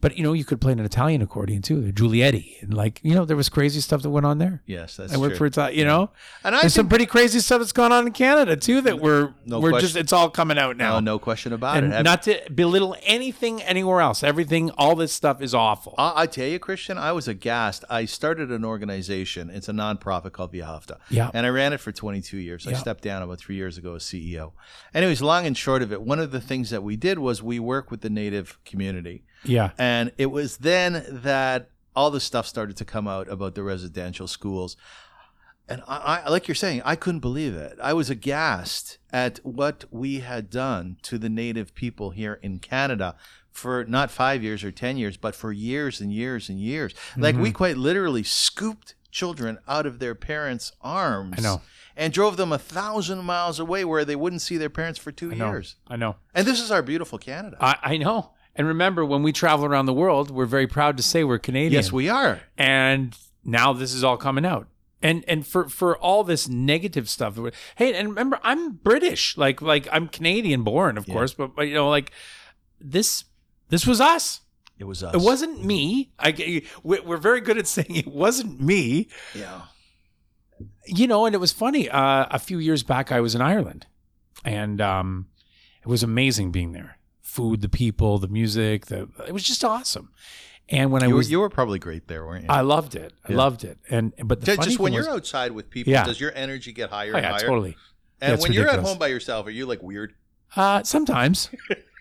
Speaker 3: but you know you could play an Italian accordion too, the Giulietti, and like you know there was crazy stuff that went on there.
Speaker 2: Yes, that's
Speaker 3: I worked for
Speaker 2: true.
Speaker 3: Italian. You know.
Speaker 2: and I
Speaker 3: There's some
Speaker 2: think,
Speaker 3: pretty crazy stuff that's gone on in Canada too that we're
Speaker 2: No
Speaker 3: we're
Speaker 2: question.
Speaker 3: just it's all coming out now.
Speaker 2: no, no question about
Speaker 3: and
Speaker 2: it. Have-
Speaker 3: not to belittle anything anywhere else. Everything, all this stuff is awful.
Speaker 2: I, I tell you, Christian, I was aghast. I started an organization. It's a nonprofit called Via Hafta.
Speaker 3: Yeah.
Speaker 2: And I ran it for 22 years. I
Speaker 3: Yeah.
Speaker 2: stepped down about three years ago as CEO. Anyways, long and short of it, one of the things that we did was we work with the native community.
Speaker 3: yeah.
Speaker 2: And it was then that all the stuff started to come out about the residential schools. And I, I like you're saying, I couldn't believe it. I was aghast at what we had done to the native people here in Canada for not five years or 10 years, but for years and years and years. Like
Speaker 3: Mm-hmm.
Speaker 2: we quite literally scooped children out of their parents' arms.
Speaker 3: I know.
Speaker 2: And drove them a thousand miles away where they wouldn't see their parents for two
Speaker 3: I know.
Speaker 2: years.
Speaker 3: I know.
Speaker 2: And this is our beautiful Canada.
Speaker 3: I, I know. And remember, when we travel around the world, we're very proud to say we're Canadian.
Speaker 2: yes, we are.
Speaker 3: And now this is all coming out. And and for for all this negative stuff. that we're- Hey, and remember, I'm British. Like like I'm Canadian born, of
Speaker 2: Yeah.
Speaker 3: course. But but you know, like this this was us.
Speaker 2: It was us.
Speaker 3: It wasn't me. I g- we- we're very good at saying it wasn't me.
Speaker 2: Yeah.
Speaker 3: you know, and it was funny. Uh, a few years back, I was in Ireland, and um, it was amazing being there. Food, the people, the music, the it was just awesome. And when I
Speaker 2: You were,
Speaker 3: was,
Speaker 2: you were probably great there, weren't you?
Speaker 3: I loved it. I
Speaker 2: Yeah.
Speaker 3: loved it. And but the
Speaker 2: Ju-
Speaker 3: funny
Speaker 2: just when
Speaker 3: thing
Speaker 2: you're
Speaker 3: was,
Speaker 2: outside with people,
Speaker 3: Yeah.
Speaker 2: does your energy get higher
Speaker 3: oh,
Speaker 2: and
Speaker 3: yeah,
Speaker 2: higher?
Speaker 3: totally.
Speaker 2: And
Speaker 3: That's
Speaker 2: when you're at
Speaker 3: ridiculous.
Speaker 2: home by yourself, are you like weird?
Speaker 3: Uh, sometimes,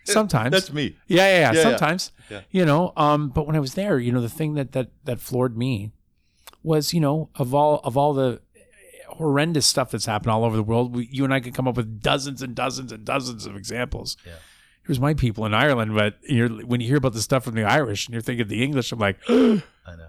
Speaker 3: sometimes
Speaker 2: That's me.
Speaker 3: Yeah, yeah, yeah.
Speaker 2: Yeah, yeah.
Speaker 3: Sometimes,
Speaker 2: Yeah.
Speaker 3: you know. Um, but when I was there, you know, the thing that that that floored me was, you know, of all of all the horrendous stuff that's happened all over the world, we, you and I could come up with dozens and dozens and dozens of examples.
Speaker 2: Yeah.
Speaker 3: Here's my people in Ireland, but you're when you hear about the stuff from the Irish and you're thinking the English, I'm like,
Speaker 2: I know.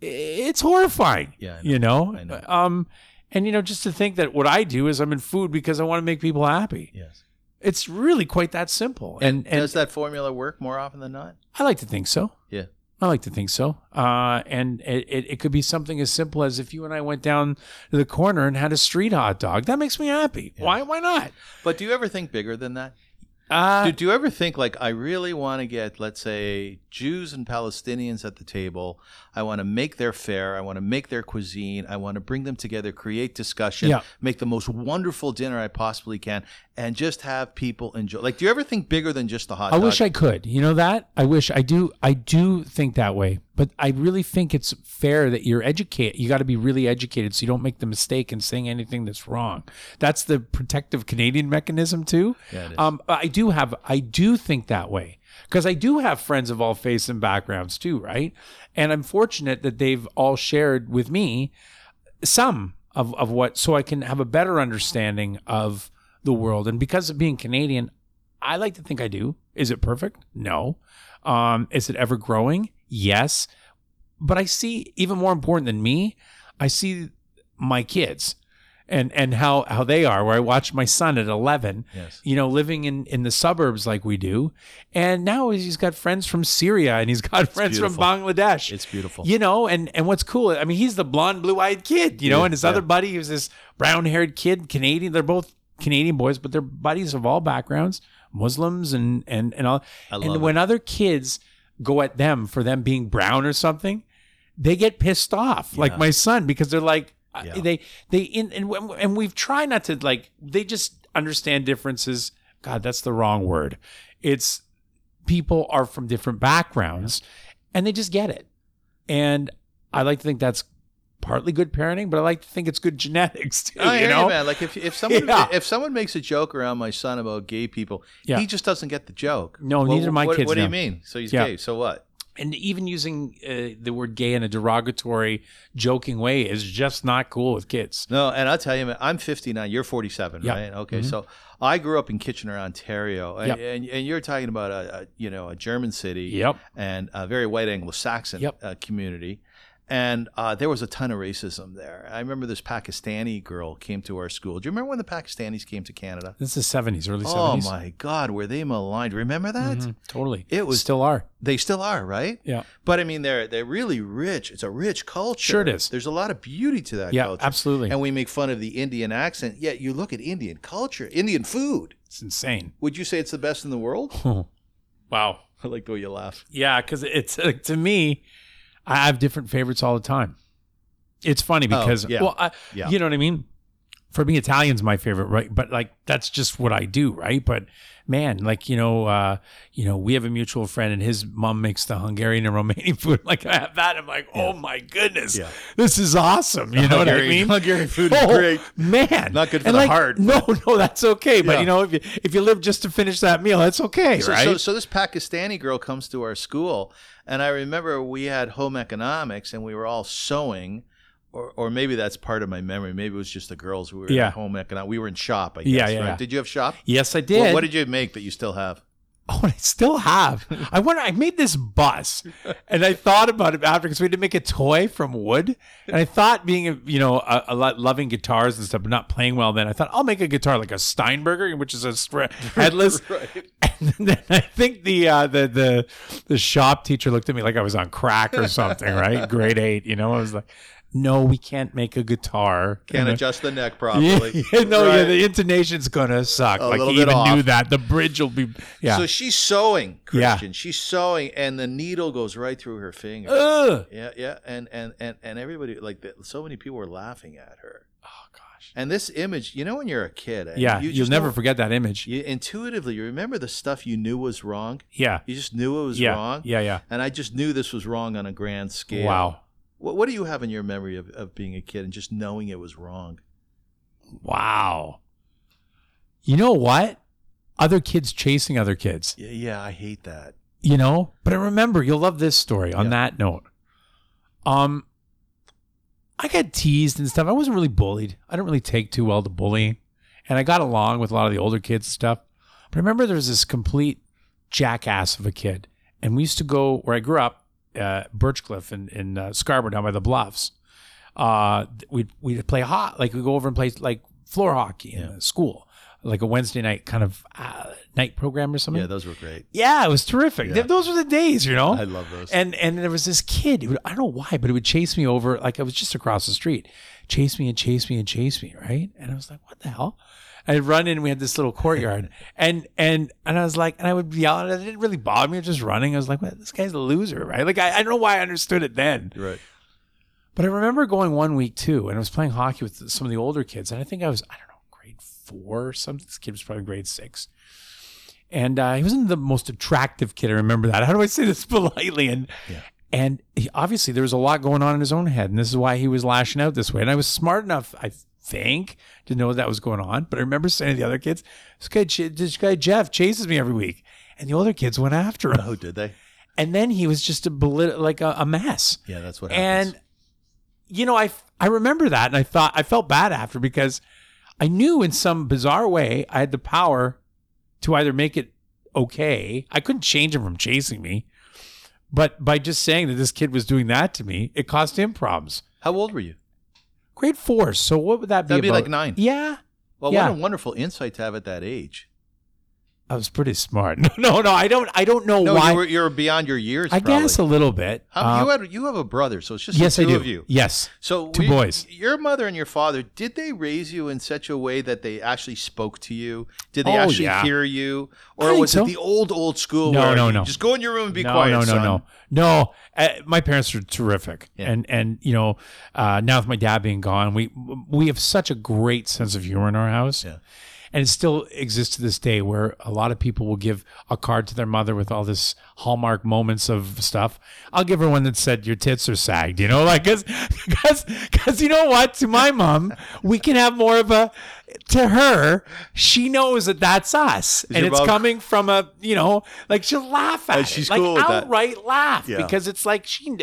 Speaker 3: it's horrifying.
Speaker 2: Yeah, I know.
Speaker 3: You know.
Speaker 2: I know.
Speaker 3: Um, and you know, just to think that what I do is I'm in food because I want to make people happy.
Speaker 2: Yes.
Speaker 3: It's really quite that simple. And and
Speaker 2: Does that formula work more often than not?
Speaker 3: I like to think so.
Speaker 2: Yeah.
Speaker 3: I like to think so. Uh, and it, it, it could be something as simple as if you and I went down to the corner and had a street hot dog. That makes me happy.
Speaker 2: Yeah.
Speaker 3: Why? Why not?
Speaker 2: But do you ever think bigger than that?
Speaker 3: Uh,
Speaker 2: do, do you ever think like I really want to get, let's say, Jews and Palestinians at the table? I want to make their fare. I want to make their cuisine. I want to bring them together, create discussion,
Speaker 3: Yeah.
Speaker 2: make the most wonderful dinner I possibly can, and just have people enjoy. Like, do you ever think bigger than just the hot
Speaker 3: I
Speaker 2: dog?
Speaker 3: wish I could. You know that? I wish I do. I do think that way. But I really think it's fair that you're educated. You got to be really educated so you don't make the mistake in saying anything that's wrong. That's the protective Canadian mechanism too.
Speaker 2: Yeah, it is.
Speaker 3: Um, I do have. I do think that way because I do have friends of all faiths and backgrounds too, right? And I'm fortunate that they've all shared with me some of, of what so I can have a better understanding of the world. And because of being Canadian, I like to think I do. Is it perfect? No. Um, is it ever growing? Yes. But I see even more important than me, I see my kids and and how how they are where I watch my son at 11
Speaker 2: Yes.
Speaker 3: you know, living in, in the suburbs like we do. And now he's got friends from Syria and he's got friends
Speaker 2: beautiful.
Speaker 3: from Bangladesh.
Speaker 2: It's beautiful.
Speaker 3: You know, and and what's cool, I mean, he's the blonde, blue eyed kid, you know,
Speaker 2: Yeah,
Speaker 3: and his
Speaker 2: yeah.
Speaker 3: other buddy he was this brown haired kid, Canadian. They're both Canadian boys, but they're buddies of all backgrounds, Muslims and and and all.
Speaker 2: I love
Speaker 3: and when other kids go at them for them being brown or something, they get pissed off,
Speaker 2: Yeah.
Speaker 3: like my son, because they're like I-
Speaker 2: Yeah.
Speaker 3: they they in and when- and we've tried not to like they just understand differences. God, that's the wrong word. It's people are from different backgrounds and they just get it. And I like to think that's partly good parenting, but I like to think it's good genetics too.
Speaker 2: I
Speaker 3: you
Speaker 2: hear
Speaker 3: know,
Speaker 2: Oh, man. Like if if someone
Speaker 3: Yeah.
Speaker 2: if someone makes a joke around my son about gay people,
Speaker 3: Yeah.
Speaker 2: he just doesn't get the joke.
Speaker 3: No, neither do my
Speaker 2: what,
Speaker 3: kids
Speaker 2: What do you
Speaker 3: now.
Speaker 2: mean? So he's
Speaker 3: Yeah.
Speaker 2: gay. So what?
Speaker 3: and even using uh, the word gay in a derogatory, joking way is just not cool with kids.
Speaker 2: No, and I'll tell you, man, I'm 59. You're 47,
Speaker 3: Yeah. Mm-hmm.
Speaker 2: right? Okay, so I grew up in Kitchener, Ontario, and
Speaker 3: Yeah.
Speaker 2: and, and you're talking about a, a you know a German city
Speaker 3: Yep.
Speaker 2: and a very white Anglo-Saxon
Speaker 3: Yep.
Speaker 2: uh, community. and uh, there was a ton of racism there. I remember this Pakistani girl came to our school. Do you remember when the Pakistanis came to Canada?
Speaker 3: This is seventies, early
Speaker 2: Oh
Speaker 3: seventies.
Speaker 2: my God, were they maligned? Remember
Speaker 3: Mm-hmm.
Speaker 2: that?
Speaker 3: Totally.
Speaker 2: It was-
Speaker 3: still are.
Speaker 2: They still are, right?
Speaker 3: Yeah.
Speaker 2: But I mean, they're they're really rich. It's a rich culture.
Speaker 3: Sure it is.
Speaker 2: There's a lot of beauty to that
Speaker 3: Yeah,
Speaker 2: culture.
Speaker 3: absolutely.
Speaker 2: And we make fun of the Indian accent. Yet you look at Indian culture, Indian food.
Speaker 3: It's insane.
Speaker 2: Would you say it's the best in the world?
Speaker 3: Wow.
Speaker 2: I like the way you laugh.
Speaker 3: Yeah, because it's like, to me, I have different favorites all the time. It's funny
Speaker 2: Oh,
Speaker 3: because
Speaker 2: yeah.
Speaker 3: well, I,
Speaker 2: Yeah.
Speaker 3: you know what I mean. For me, Italian's my favorite, right? But like that's just what I do, right? But man, like you know, uh, you know, we have a mutual friend, and his mom makes the Hungarian and Romanian food. Like I have that, I'm like, oh my goodness,
Speaker 2: Yeah.
Speaker 3: this is awesome. You know what I
Speaker 2: Hungarian-
Speaker 3: mean? Oh,
Speaker 2: Hungarian food is great.
Speaker 3: man.
Speaker 2: Not good for
Speaker 3: And,
Speaker 2: the
Speaker 3: like,
Speaker 2: heart,
Speaker 3: No, no, that's okay. But
Speaker 2: Yeah.
Speaker 3: you know, if you if you live just to finish that meal, that's okay,
Speaker 2: So,
Speaker 3: right?
Speaker 2: so, so this Pakistani girl comes to our school, and I remember we had home economics, and we were all sewing, or, or maybe that's part of my memory. Maybe it was just the girls. We were
Speaker 3: Yeah.
Speaker 2: at home economics. We were in shop. I guess.
Speaker 3: Yeah, yeah,
Speaker 2: right?
Speaker 3: yeah.
Speaker 2: Did you have shop?
Speaker 3: yes, I did.
Speaker 2: Well, what did you make that you still have?
Speaker 3: Oh, and I still have. I wonder. I made this bus, and I thought about it after because we had to make a toy from wood. And I thought, being a, you know a, a lot loving guitars and stuff, but not playing well, then I thought I'll make a guitar like a Steinberger, which is a stra- headless. And then I think the uh, the the the shop teacher looked at me like I was on crack or something, right? Grade eight, you know. I was like, no, we can't make a guitar.
Speaker 2: Can't
Speaker 3: And I-
Speaker 2: adjust the neck
Speaker 3: yeah,
Speaker 2: properly.
Speaker 3: yeah, no, yeah,
Speaker 2: Right.
Speaker 3: the intonation's gonna suck. like
Speaker 2: little
Speaker 3: he
Speaker 2: bit
Speaker 3: even
Speaker 2: off.
Speaker 3: knew that the bridge will be. Yeah.
Speaker 2: So she's sewing,
Speaker 3: Yeah.
Speaker 2: Christian. She's sewing, and the needle goes right through her finger.
Speaker 3: Ugh.
Speaker 2: Yeah, yeah, and and and and everybody like the, so many people were laughing at her.
Speaker 3: Oh gosh.
Speaker 2: And this image, you know, when you're a kid, eh,
Speaker 3: Yeah,
Speaker 2: you
Speaker 3: you will
Speaker 2: just
Speaker 3: never
Speaker 2: don't-
Speaker 3: forget that image.
Speaker 2: you intuitively you remember the stuff you knew was wrong.
Speaker 3: Yeah.
Speaker 2: You just knew it was
Speaker 3: yeah.
Speaker 2: wrong.
Speaker 3: Yeah, yeah.
Speaker 2: And I just knew this was wrong on a grand scale.
Speaker 3: Wow.
Speaker 2: What, what do you have in your memory of, of being a kid and just knowing it was wrong?
Speaker 3: Wow. You know what? Other kids chasing other kids.
Speaker 2: Yeah, yeah, I hate that.
Speaker 3: You know? But I remember, you'll love this story on
Speaker 2: Yeah.
Speaker 3: that note. Um I got teased and stuff. I wasn't really bullied. I didn't really take too well to bullying. And I got along with a lot of the older kids and stuff. But I remember there was this complete jackass of a kid. And we used to go where I grew up, uh, Birchcliff in, in uh, Scarborough down by the Bluffs. Uh, th- we'd, we'd play hot, like we'd go over and play like floor hockey in the school, like a Wednesday night kind of uh, night program or something.
Speaker 2: Yeah, those were great.
Speaker 3: Yeah, it was terrific.
Speaker 2: Yeah.
Speaker 3: Th- Those were the days, you know.
Speaker 2: I love those.
Speaker 3: And and there was this kid. Who, I don't know why, but it would chase me over. Like I was just across the street, chase me and chase me and chase me, right? And I was like, what the hell? I'd run in. We had this little courtyard, and and and I was like, and I would yell, and it didn't really bother me. I was just running. I was like, what? This guy's a loser, right? Like I, I don't know why I understood it then.
Speaker 2: right.
Speaker 3: But I remember going one week too, and I was playing hockey with some of the older kids, and I think I was I don't know grade four or something. This kid was probably grade six, and uh, he wasn't the most attractive kid. I remember that. How do I say this politely? And
Speaker 2: Yeah.
Speaker 3: and he, obviously there was a lot going on in his own head, and this is why he was lashing out this way. And I was smart enough, I think, to know that was going on. But I remember saying to the other kids, "This guy, Ch- this guy Jeff chases me every week," and the older kids went after him.
Speaker 2: Oh, did they?
Speaker 3: And then he was just a belit- like a, a mess
Speaker 2: Yeah, that's what happens.
Speaker 3: and you know i i remember that and i thought i felt bad after because i knew in some bizarre way i had the power to either make it okay i couldn't change him from chasing me but by just saying that this kid was doing that to me it caused him problems
Speaker 2: How old were you?
Speaker 3: grade four so what would that be
Speaker 2: That'd be
Speaker 3: about?
Speaker 2: like nine.
Speaker 3: yeah
Speaker 2: Well,
Speaker 3: Yeah.
Speaker 2: what a wonderful insight to have at that age.
Speaker 3: i was pretty smart no no no i don't i don't know
Speaker 2: No,
Speaker 3: Oh, why
Speaker 2: you were you're beyond your years.
Speaker 3: i
Speaker 2: probably.
Speaker 3: guess a little bit
Speaker 2: How, you
Speaker 3: Uh,
Speaker 2: had you have a brother, so it's just
Speaker 3: yes
Speaker 2: the
Speaker 3: i
Speaker 2: two
Speaker 3: do
Speaker 2: of you.
Speaker 3: yes
Speaker 2: So
Speaker 3: Two
Speaker 2: we-
Speaker 3: boys.
Speaker 2: Your mother and your father, did they raise you in such a way that they actually spoke to you? Did they
Speaker 3: Oh,
Speaker 2: actually
Speaker 3: yeah.
Speaker 2: hear you?
Speaker 3: I
Speaker 2: Or
Speaker 3: think
Speaker 2: was
Speaker 3: so.
Speaker 2: it the old old school?
Speaker 3: No,
Speaker 2: where
Speaker 3: no,
Speaker 2: you
Speaker 3: no.
Speaker 2: Just go in your room and be
Speaker 3: no,
Speaker 2: quiet.
Speaker 3: No, no,
Speaker 2: son?
Speaker 3: no, no. Uh, my parents are terrific,
Speaker 2: Yeah.
Speaker 3: and and you know, uh, now with my dad being gone, we we have such a great sense of humor in our house.
Speaker 2: Yeah.
Speaker 3: And it still exists to this day, where a lot of people will give a card to their mother with all this hallmark moments of stuff. I'll give her one that said, "Your tits are sagged," you know, like because because you know what? To my mom, we can have more of a. To her, she knows that that's us, and
Speaker 2: your
Speaker 3: it's
Speaker 2: mom-
Speaker 3: coming from a you know, like she'll laugh at
Speaker 2: And
Speaker 3: it,
Speaker 2: she's
Speaker 3: like
Speaker 2: cool with that.
Speaker 3: outright outright laugh
Speaker 2: Yeah.
Speaker 3: because it's like she.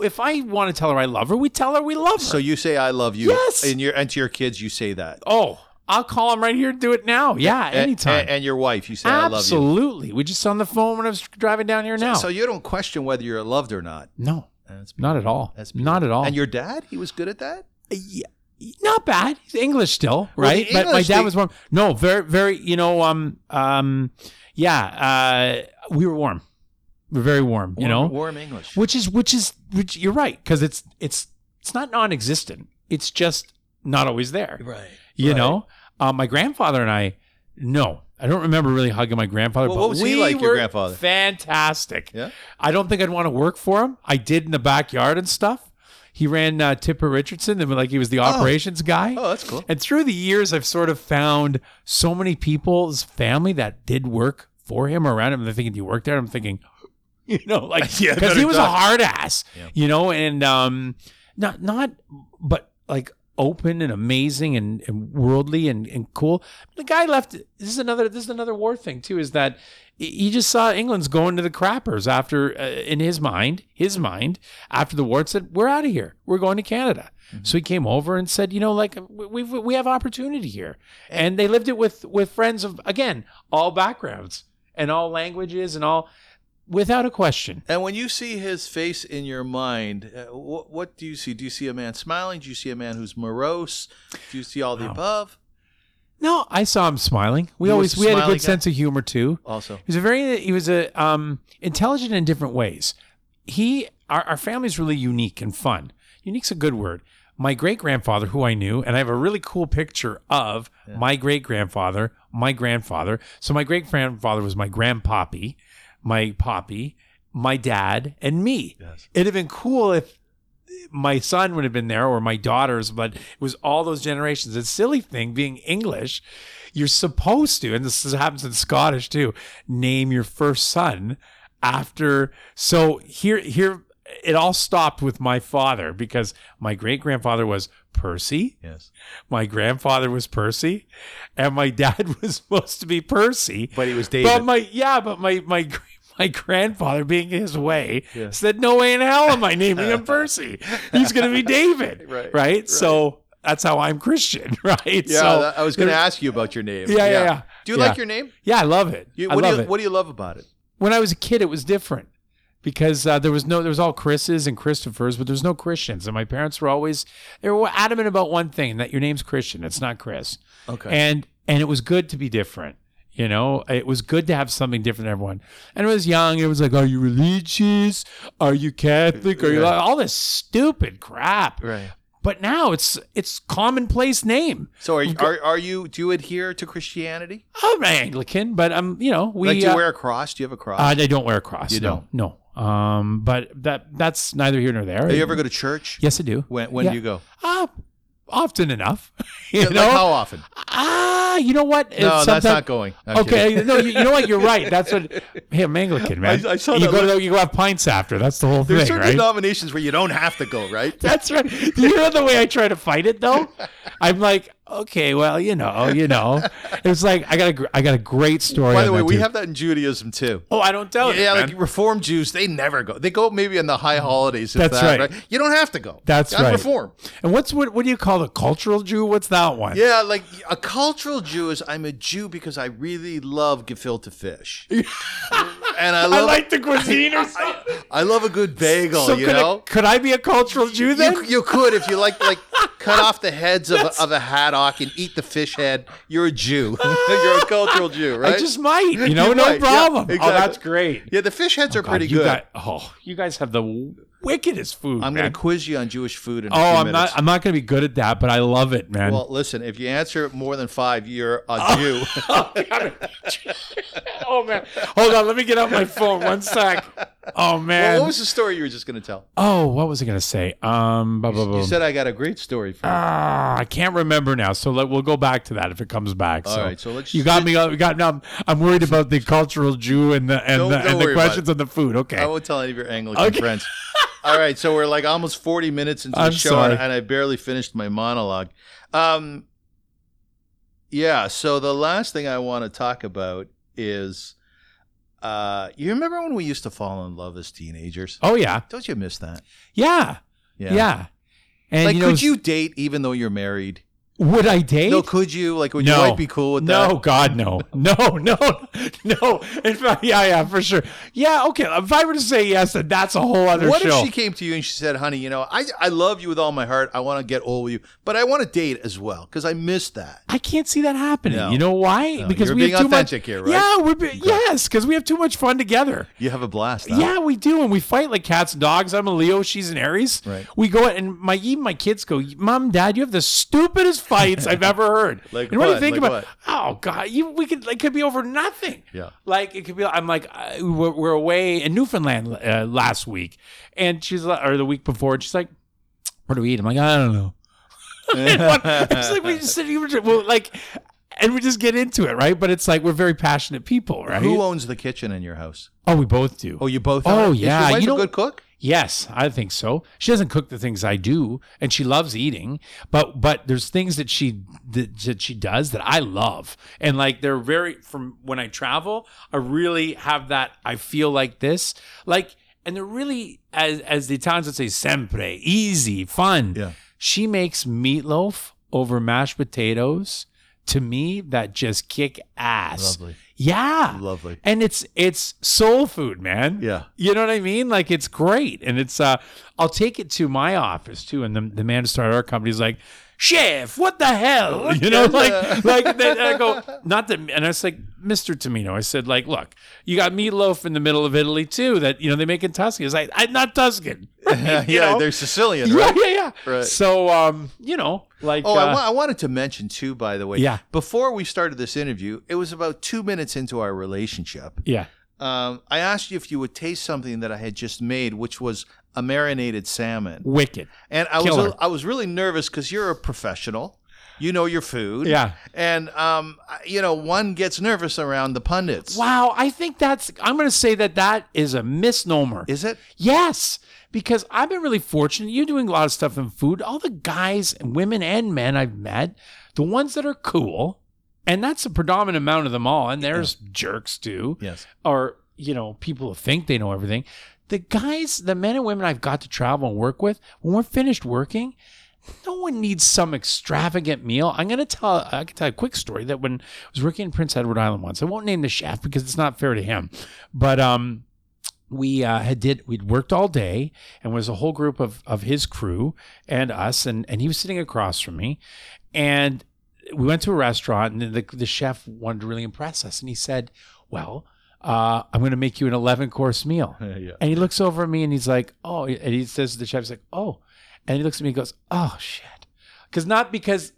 Speaker 3: If I want to tell her I love her, we tell her we love her.
Speaker 2: So you say I love you.
Speaker 3: Yes.
Speaker 2: And your and to your kids you say that.
Speaker 3: oh, I'll call him right here. Do it now. Yeah,
Speaker 2: A- a-
Speaker 3: anytime.
Speaker 2: And, your wife, you say eh, I love
Speaker 3: Absolutely. We just on the phone when I was driving down here now.
Speaker 2: you. So you don't question whether you're loved or not.
Speaker 3: no,
Speaker 2: That's
Speaker 3: Not at all.
Speaker 2: That's
Speaker 3: not at all.
Speaker 2: And your dad, he was good at that.
Speaker 3: Yeah, not bad. He's English still,
Speaker 2: Well, the
Speaker 3: right? but my
Speaker 2: English
Speaker 3: dad
Speaker 2: thing-
Speaker 3: was warm. No, very, very. You know, um, um, yeah. Uh, we were warm. We were very warm. you
Speaker 2: Warm-
Speaker 3: know,
Speaker 2: warm English.
Speaker 3: which is which is which. You're right because it's it's it's not non-existent. It's just not always there.
Speaker 2: Right.
Speaker 3: You
Speaker 2: Right.
Speaker 3: know, um, my grandfather and I. No, I don't remember really hugging my grandfather.
Speaker 2: Well,
Speaker 3: but
Speaker 2: what was he
Speaker 3: we
Speaker 2: like, your
Speaker 3: were
Speaker 2: grandfather?
Speaker 3: Fantastic.
Speaker 2: Yeah.
Speaker 3: I don't think I'd want to work for him. I did in the backyard and stuff. He ran uh, Tipper Richardson, and like he was the operations guy.
Speaker 2: Oh, that's cool.
Speaker 3: And through the years, I've sort of found so many people's family that did work for him or around him. They're thinking, "Do you work there?" I'm thinking, you know, like
Speaker 2: Yeah,
Speaker 3: because he
Speaker 2: better
Speaker 3: was a
Speaker 2: duck.
Speaker 3: hard ass,
Speaker 2: Yeah.
Speaker 3: you know, and um, not not, but like open and amazing and, and worldly and, and cool. The guy left. This is another. This is another war thing too. Is that he just saw England's going to the crappers after, uh, in his mind, his mind after the war and said, "We're out of here. We're going to Canada."
Speaker 2: Mm-hmm.
Speaker 3: So he came over and said, "You know, like we we we have opportunity here." And they lived it with with friends of again all backgrounds and all languages and all without a question.
Speaker 2: And when you see his face in your mind, uh, what, what do you see? Do you see a man smiling? Do you see a man who's morose? Do you see all the
Speaker 3: Wow.
Speaker 2: above?
Speaker 3: No, I saw him smiling. We
Speaker 2: He
Speaker 3: always
Speaker 2: was a
Speaker 3: we had a
Speaker 2: smiley
Speaker 3: good
Speaker 2: guy?
Speaker 3: sense of humor too.
Speaker 2: Also,
Speaker 3: He was a very he was a um, intelligent in different ways. He our our family's really unique and fun. Unique's a good word. My great grandfather, who I knew, and I have a really cool picture of my great grandfather, my grandfather. So my great grandfather was my grandpappy, my poppy, my dad, and me.
Speaker 2: Yes.
Speaker 3: It'd have been cool if my son would have been there or my daughters, but it was all those generations. It's a silly thing being English. You're supposed to, and this is- happens in Scottish too, name your first son after. So here, here, it all stopped with my father because my great grandfather was Percy.
Speaker 2: yes.
Speaker 3: My grandfather was Percy, and my dad was supposed to be Percy.
Speaker 2: But he was
Speaker 3: But my yeah, but my my gr- my grandfather, being his way,
Speaker 2: Yeah.
Speaker 3: said, "No way in hell am I naming him Percy. He's going to be David,
Speaker 2: Right,
Speaker 3: right? So that's how I'm Christian, right?
Speaker 2: yeah,
Speaker 3: so,
Speaker 2: that- I was going to
Speaker 3: there-
Speaker 2: ask you about your name.
Speaker 3: Yeah, yeah, yeah.
Speaker 2: Do you
Speaker 3: Yeah.
Speaker 2: like your name?
Speaker 3: yeah, I love it.
Speaker 2: You,
Speaker 3: I
Speaker 2: what
Speaker 3: love
Speaker 2: do you,
Speaker 3: it.
Speaker 2: What do you love about it?
Speaker 3: when I was a kid, it was different because uh, there was no, there was all Chris's and Christophers, but there's no Christians. And my parents were always, they were adamant about one thing that your name's Christian. It's not Chris.
Speaker 2: Okay.
Speaker 3: And, and it was good to be different. You know, it was good to have something different than everyone. And when I was young, it was like, are you religious? Are you Catholic? Are you
Speaker 2: Right.
Speaker 3: all this stupid crap?
Speaker 2: right.
Speaker 3: But now it's, it's commonplace name.
Speaker 2: So are, you- are are you do you adhere to Christianity?
Speaker 3: I'm an Anglican, but I'm, you know, we
Speaker 2: like do you
Speaker 3: uh,
Speaker 2: wear a cross? Do you have a cross?
Speaker 3: Uh, they don't wear a cross.
Speaker 2: You
Speaker 3: no, No. Um, but that that's neither here nor there.
Speaker 2: do you ever go to church?
Speaker 3: Yes, I do.
Speaker 2: When when
Speaker 3: Yeah.
Speaker 2: do you go?
Speaker 3: Ah, often enough. you
Speaker 2: Yeah, like
Speaker 3: know.
Speaker 2: how often?
Speaker 3: ah, you know what?
Speaker 2: No,
Speaker 3: It's
Speaker 2: that's
Speaker 3: sometime-
Speaker 2: not going. I'm kidding.
Speaker 3: Okay, no, you, you know what? You're right. That's what. Hey, I'm Anglican, man.
Speaker 2: I- I saw
Speaker 3: you
Speaker 2: that
Speaker 3: go
Speaker 2: look.
Speaker 3: to, you go have pints after. That's the whole
Speaker 2: There's
Speaker 3: thing,
Speaker 2: certain
Speaker 3: right?
Speaker 2: denominations where you don't have to go, right?
Speaker 3: That's right. Do you know the way I try to fight it though? I'm like, okay, well, you know, you know. It was like I got a gr- I got a great story.
Speaker 2: By
Speaker 3: on
Speaker 2: the way,
Speaker 3: that,
Speaker 2: we
Speaker 3: too.
Speaker 2: have that in Judaism too.
Speaker 3: Oh, I don't tell you.
Speaker 2: Yeah,
Speaker 3: man.
Speaker 2: like Reform Jews, they never go. They go maybe on the high holidays. if
Speaker 3: That's
Speaker 2: that,
Speaker 3: right.
Speaker 2: You don't have to go.
Speaker 3: That's
Speaker 2: I'm
Speaker 3: right.
Speaker 2: Reform.
Speaker 3: And what's what? What do you call the cultural Jew? What's that one?
Speaker 2: Yeah, like a cultural Jew is I'm a Jew because I really love gefilte fish, and I
Speaker 3: I
Speaker 2: love
Speaker 3: like the cuisine or something.
Speaker 2: I love a good bagel.
Speaker 3: so
Speaker 2: you
Speaker 3: could, I-
Speaker 2: know,
Speaker 3: could I be a cultural Jew then?
Speaker 2: you, you could if you like like cut off the heads of a, of a haddock and eat the fish head. You're a Jew. you're a cultural Jew, right?
Speaker 3: I just might. You know,
Speaker 2: You
Speaker 3: no
Speaker 2: might, yeah,
Speaker 3: problem.
Speaker 2: exactly.
Speaker 3: Oh, that's great.
Speaker 2: yeah, the fish heads are
Speaker 3: God,
Speaker 2: pretty
Speaker 3: you
Speaker 2: good.
Speaker 3: got- oh, you guys have the wickedest food.
Speaker 2: I'm
Speaker 3: man.
Speaker 2: going to quiz you on Jewish food in a
Speaker 3: Oh,
Speaker 2: few
Speaker 3: I'm
Speaker 2: minutes.
Speaker 3: not. I'm not going to be good at that, but I love it, man.
Speaker 2: Well, listen, if you answer more than five, you're a Jew.
Speaker 3: oh man, hold on. Let me get out my phone. One sec. Oh man.
Speaker 2: well, what was the story you were just going to tell?
Speaker 3: oh, what was I going to say? Um, blah, blah, blah.
Speaker 2: You said I got a great story for you.
Speaker 3: Ah, I can't remember now. So let, we'll go back to that if it comes back.
Speaker 2: All
Speaker 3: so.
Speaker 2: right, so let's-
Speaker 3: You got me. You got now. I'm, I'm worried about the cultural Jew and the and
Speaker 2: Don't-
Speaker 3: the,
Speaker 2: don't
Speaker 3: and the
Speaker 2: worry about
Speaker 3: questions on the food.
Speaker 2: I
Speaker 3: Okay.
Speaker 2: won't tell any of your Anglican
Speaker 3: Okay.
Speaker 2: friends. All right, so we're like almost 40 minutes into
Speaker 3: I'm
Speaker 2: the show,
Speaker 3: sorry.
Speaker 2: And, and I barely finished my monologue. Um, yeah, so the last thing I want to talk about is uh, you remember when we used to fall in love as teenagers?
Speaker 3: Oh yeah,
Speaker 2: Don't you miss that?
Speaker 3: yeah, yeah. And
Speaker 2: like,
Speaker 3: you know,
Speaker 2: could you date even though you're married?
Speaker 3: Would I date?
Speaker 2: No, could you? Like, would
Speaker 3: No.
Speaker 2: you might be cool with
Speaker 3: no,
Speaker 2: that?
Speaker 3: God, no, no, no, no. In fact, yeah, yeah, for sure. Yeah, okay. If I were to say yes, then that's a whole other
Speaker 2: What
Speaker 3: show.
Speaker 2: if she came to you and she said, "Honey, you know, I I love you with all my heart. I want to get old with you, but I want to date as well because I miss that."
Speaker 3: I can't see that happening.
Speaker 2: No.
Speaker 3: You know why?
Speaker 2: you're
Speaker 3: we
Speaker 2: being
Speaker 3: have too
Speaker 2: authentic
Speaker 3: much,
Speaker 2: here, right?
Speaker 3: Yeah, we're be, yes, because we have too much fun together.
Speaker 2: You have a blast. Huh?
Speaker 3: Yeah, we do, and we fight like cats and dogs. I'm a Leo, she's an Aries.
Speaker 2: Right.
Speaker 3: We go out, and my even my kids go, "Mom, Dad, you have the stupidest fights I've ever heard."
Speaker 2: Like
Speaker 3: and do
Speaker 2: what?
Speaker 3: you think
Speaker 2: Like
Speaker 3: about? Oh God, you we could like could be over nothing.
Speaker 2: Yeah.
Speaker 3: like it could be. I'm like I, we're, we're away in Newfoundland uh, last week, and she's like, or the week before, and she's like, "What do we eat?" I'm like, "I don't know." it's like we just sit here, well, like, and we just get into it, right? But it's like we're very passionate people, right?
Speaker 2: Who owns the kitchen in your house?
Speaker 3: oh, we both do.
Speaker 2: Oh, you both.
Speaker 3: Oh,
Speaker 2: own it? Is
Speaker 3: yeah,
Speaker 2: Your wife
Speaker 3: you
Speaker 2: a
Speaker 3: know-
Speaker 2: good cook.
Speaker 3: Yes, I think so. She doesn't cook the things I do, and she loves eating. But but there's things that she that, that she does that I love, and like they're very from when I travel, I really have that. I feel like this, like, and they're really as as the Italians would say, sempre easy, fun.
Speaker 2: Yeah.
Speaker 3: She makes meatloaf over mashed potatoes. To me, that just kick ass.
Speaker 2: Lovely.
Speaker 3: Yeah.
Speaker 2: Lovely.
Speaker 3: And it's it's soul food, man.
Speaker 2: Yeah.
Speaker 3: You know what I mean? Like it's great. And it's uh I'll take it to my office too. And the, the man who started our company is like, Chef, what the hell? you know, like like they, and I go, not that and I was like, Mr. Tomino, I said, like, look, you got meatloaf in the middle of Italy too, that you know they make in Tuscany. It's like, I'm not Tuscan.
Speaker 2: yeah,
Speaker 3: You know?
Speaker 2: they're Sicilian,
Speaker 3: Yeah,
Speaker 2: right?
Speaker 3: yeah, yeah.
Speaker 2: Right.
Speaker 3: So um, you know, like
Speaker 2: Oh,
Speaker 3: uh,
Speaker 2: I, wa- I wanted to mention too, by the way.
Speaker 3: Yeah.
Speaker 2: Before we started this interview, it was about two minutes into our relationship.
Speaker 3: yeah.
Speaker 2: Um, I asked you if you would taste something that I had just made, which was a marinated salmon,
Speaker 3: Wicked.
Speaker 2: and I was
Speaker 3: Killer.
Speaker 2: I was really nervous because you're a professional, you know your food,
Speaker 3: Yeah.
Speaker 2: and um, I- you know one gets nervous around the pundits.
Speaker 3: Wow, I think that's. I'm going to say that that is a misnomer.
Speaker 2: Is it?
Speaker 3: yes, because I've been really fortunate. You're doing a lot of stuff in food. All the guys and women and men I've met, the ones that are cool, and that's a predominant amount of them all. And there's jerks too,
Speaker 2: Yes.
Speaker 3: or you know, people who think they know everything. The guys, the men and women I've got to travel and work with, when we're finished working, no one needs some extravagant meal. I'm gonna tell I can tell a quick story that when I was working in Prince Edward Island once, I won't name the chef because it's not fair to him. But um we uh, had did we'd worked all day and was a whole group of of his crew and us and and he was sitting across from me and we went to a restaurant and the, the chef wanted to really impress us and he said well uh, i'm going to make you an 11 course meal
Speaker 2: yeah.
Speaker 3: and he looks over at me and he's like, oh, and he says to the chef, he's like, oh. And he looks at me and goes, oh, shit. Because not because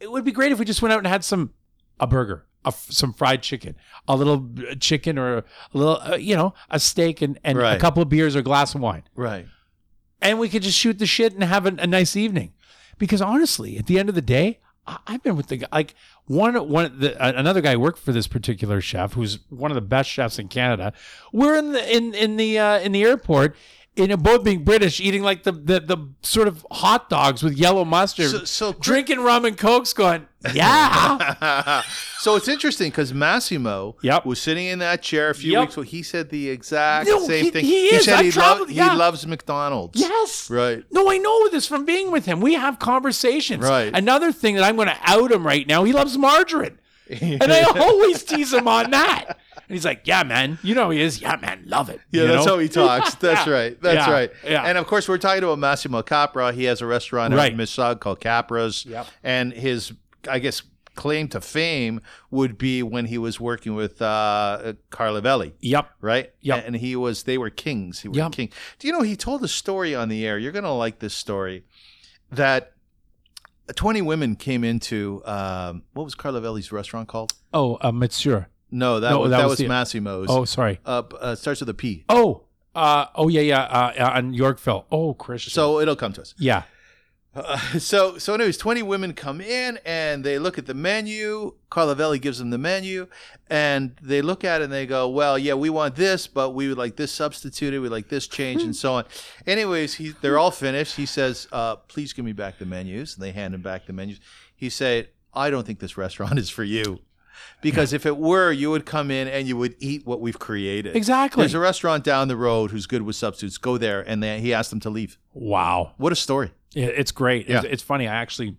Speaker 3: it would be great if we just went out and had some, a burger, a f some fried chicken, a little uh, chicken or a little, uh, you know, a steak and, and
Speaker 2: Right.
Speaker 3: a couple of beers or a glass of wine.
Speaker 2: Right.
Speaker 3: And we could just shoot the shit and have a, a nice evening. Because honestly, at the end of the day, I- I've been with the guy, like one, one, the, uh, another guy who worked for this particular chef, who's one of the best chefs in Canada. We're in the, in, in the, uh, in the airport, in a boat being British, eating like the, the, the sort of hot dogs with yellow mustard,
Speaker 2: So- so-
Speaker 3: drinking rum and cokes going, yeah,
Speaker 2: so it's interesting because Massimo
Speaker 3: Yep.
Speaker 2: was sitting in that chair a few
Speaker 3: Yep.
Speaker 2: weeks ago. He said the exact
Speaker 3: No,
Speaker 2: same
Speaker 3: he-
Speaker 2: thing.
Speaker 3: he is.
Speaker 2: said
Speaker 3: I
Speaker 2: he,
Speaker 3: traveled- yeah.
Speaker 2: he loves McDonald's.
Speaker 3: yes.
Speaker 2: Right.
Speaker 3: No, I know this from being with him. We have conversations.
Speaker 2: Right.
Speaker 3: Another thing that I'm going to out him right now, he loves margarine. and I always tease him on that. And he's like, yeah, man. You know how he is. Yeah, man. Love it.
Speaker 2: Yeah,
Speaker 3: you
Speaker 2: that's
Speaker 3: know?
Speaker 2: how he talks. That's
Speaker 3: Yeah.
Speaker 2: right. That's
Speaker 3: Yeah.
Speaker 2: right.
Speaker 3: Yeah.
Speaker 2: And of course, we're talking about Massimo Capra. He has a restaurant out
Speaker 3: Right.
Speaker 2: in Mississauga called Capra's.
Speaker 3: Yep.
Speaker 2: And his, I guess, claim to fame would be when he was working with uh, Carlavelli.
Speaker 3: Yep.
Speaker 2: right?
Speaker 3: Yep.
Speaker 2: And he was they were kings. He was
Speaker 3: Yep.
Speaker 2: king. Do you know he told a story on the air? You're gonna like this story. That twenty women came into um, what was Carlavelli's restaurant called?
Speaker 3: Oh, uh, Matsura.
Speaker 2: No, that
Speaker 3: No,
Speaker 2: was,
Speaker 3: that
Speaker 2: that was,
Speaker 3: was the-
Speaker 2: Massimo's.
Speaker 3: Oh, sorry.
Speaker 2: Uh, uh, starts with a P.
Speaker 3: Oh, uh, oh, yeah, yeah. Uh, uh, on Yorkville. Oh, Christian.
Speaker 2: So it'll come to us.
Speaker 3: yeah.
Speaker 2: Uh, so so anyways, twenty women come in and they look at the menu. Carlavelli gives them the menu, and they look at it and they go, "Well, yeah, we want this, but we would like this substituted. We like this change, and so on." Anyways, he, they're all finished. He says, uh, "Please give me back the menus," and they hand him back the menus. He said, "I don't think this restaurant is for you." Because if it were, you would come in and you would eat what we've created.
Speaker 3: Exactly.
Speaker 2: There's a restaurant down the road who's good with substitutes. Go there, and then he asked them to leave.
Speaker 3: Wow.
Speaker 2: What a story!
Speaker 3: Yeah, it's great.
Speaker 2: Yeah.
Speaker 3: It's, it's funny. I actually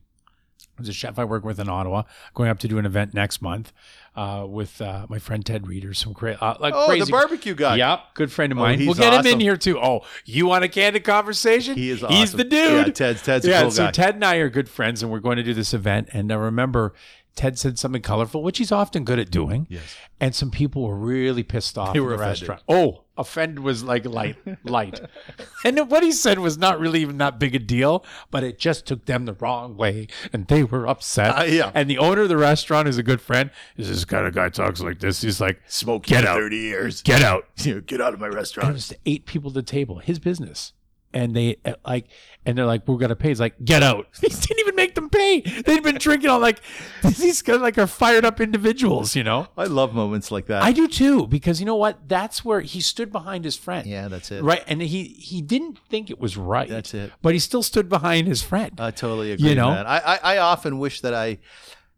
Speaker 3: There's a chef I work with in Ottawa, going up to do an event next month uh, with uh, my friend Ted Reeder. Some cra- uh, like
Speaker 2: Oh,
Speaker 3: crazy.
Speaker 2: the barbecue guy. Oh,
Speaker 3: Yep, good friend of mine.
Speaker 2: he's
Speaker 3: we'll get him in
Speaker 2: awesome.
Speaker 3: here too. Oh, you want a candid conversation?
Speaker 2: He is
Speaker 3: He's
Speaker 2: awesome.
Speaker 3: the dude.
Speaker 2: Yeah, Ted's- Ted's a
Speaker 3: yeah,
Speaker 2: cool
Speaker 3: so
Speaker 2: guy.
Speaker 3: Ted and I are good friends, and we're going to do this event. And I remember Ted said something colorful, which he's often good at doing.
Speaker 2: Yes.
Speaker 3: And some people were really pissed off.
Speaker 2: They
Speaker 3: in
Speaker 2: were
Speaker 3: the
Speaker 2: offended.
Speaker 3: restaurant. Oh, offend was like light, light. and then what he said was not really even that big a deal, but it just took them the wrong way, and they were upset.
Speaker 2: Uh, yeah.
Speaker 3: And the owner of the restaurant is a good friend. Is this kind of guy talks like this? He's like,
Speaker 2: Smoke
Speaker 3: Get out.
Speaker 2: years.
Speaker 3: get out.
Speaker 2: Get out of my
Speaker 3: And it
Speaker 2: restaurant.
Speaker 3: was eight people at the table, his business. And they uh, like, and they're like, we're gonna pay. He's like, get out. He didn't even make them pay. They'd been drinking all like, these guys like are fired up individuals, you know.
Speaker 2: I love moments like that.
Speaker 3: I do too because you know what? That's where he stood behind his friend.
Speaker 2: yeah, that's it.
Speaker 3: Right, and he he didn't think it was right.
Speaker 2: That's it. Uh,
Speaker 3: But he still stood behind his friend.
Speaker 2: I totally agree.
Speaker 3: You know?
Speaker 2: man. I, I I often wish that I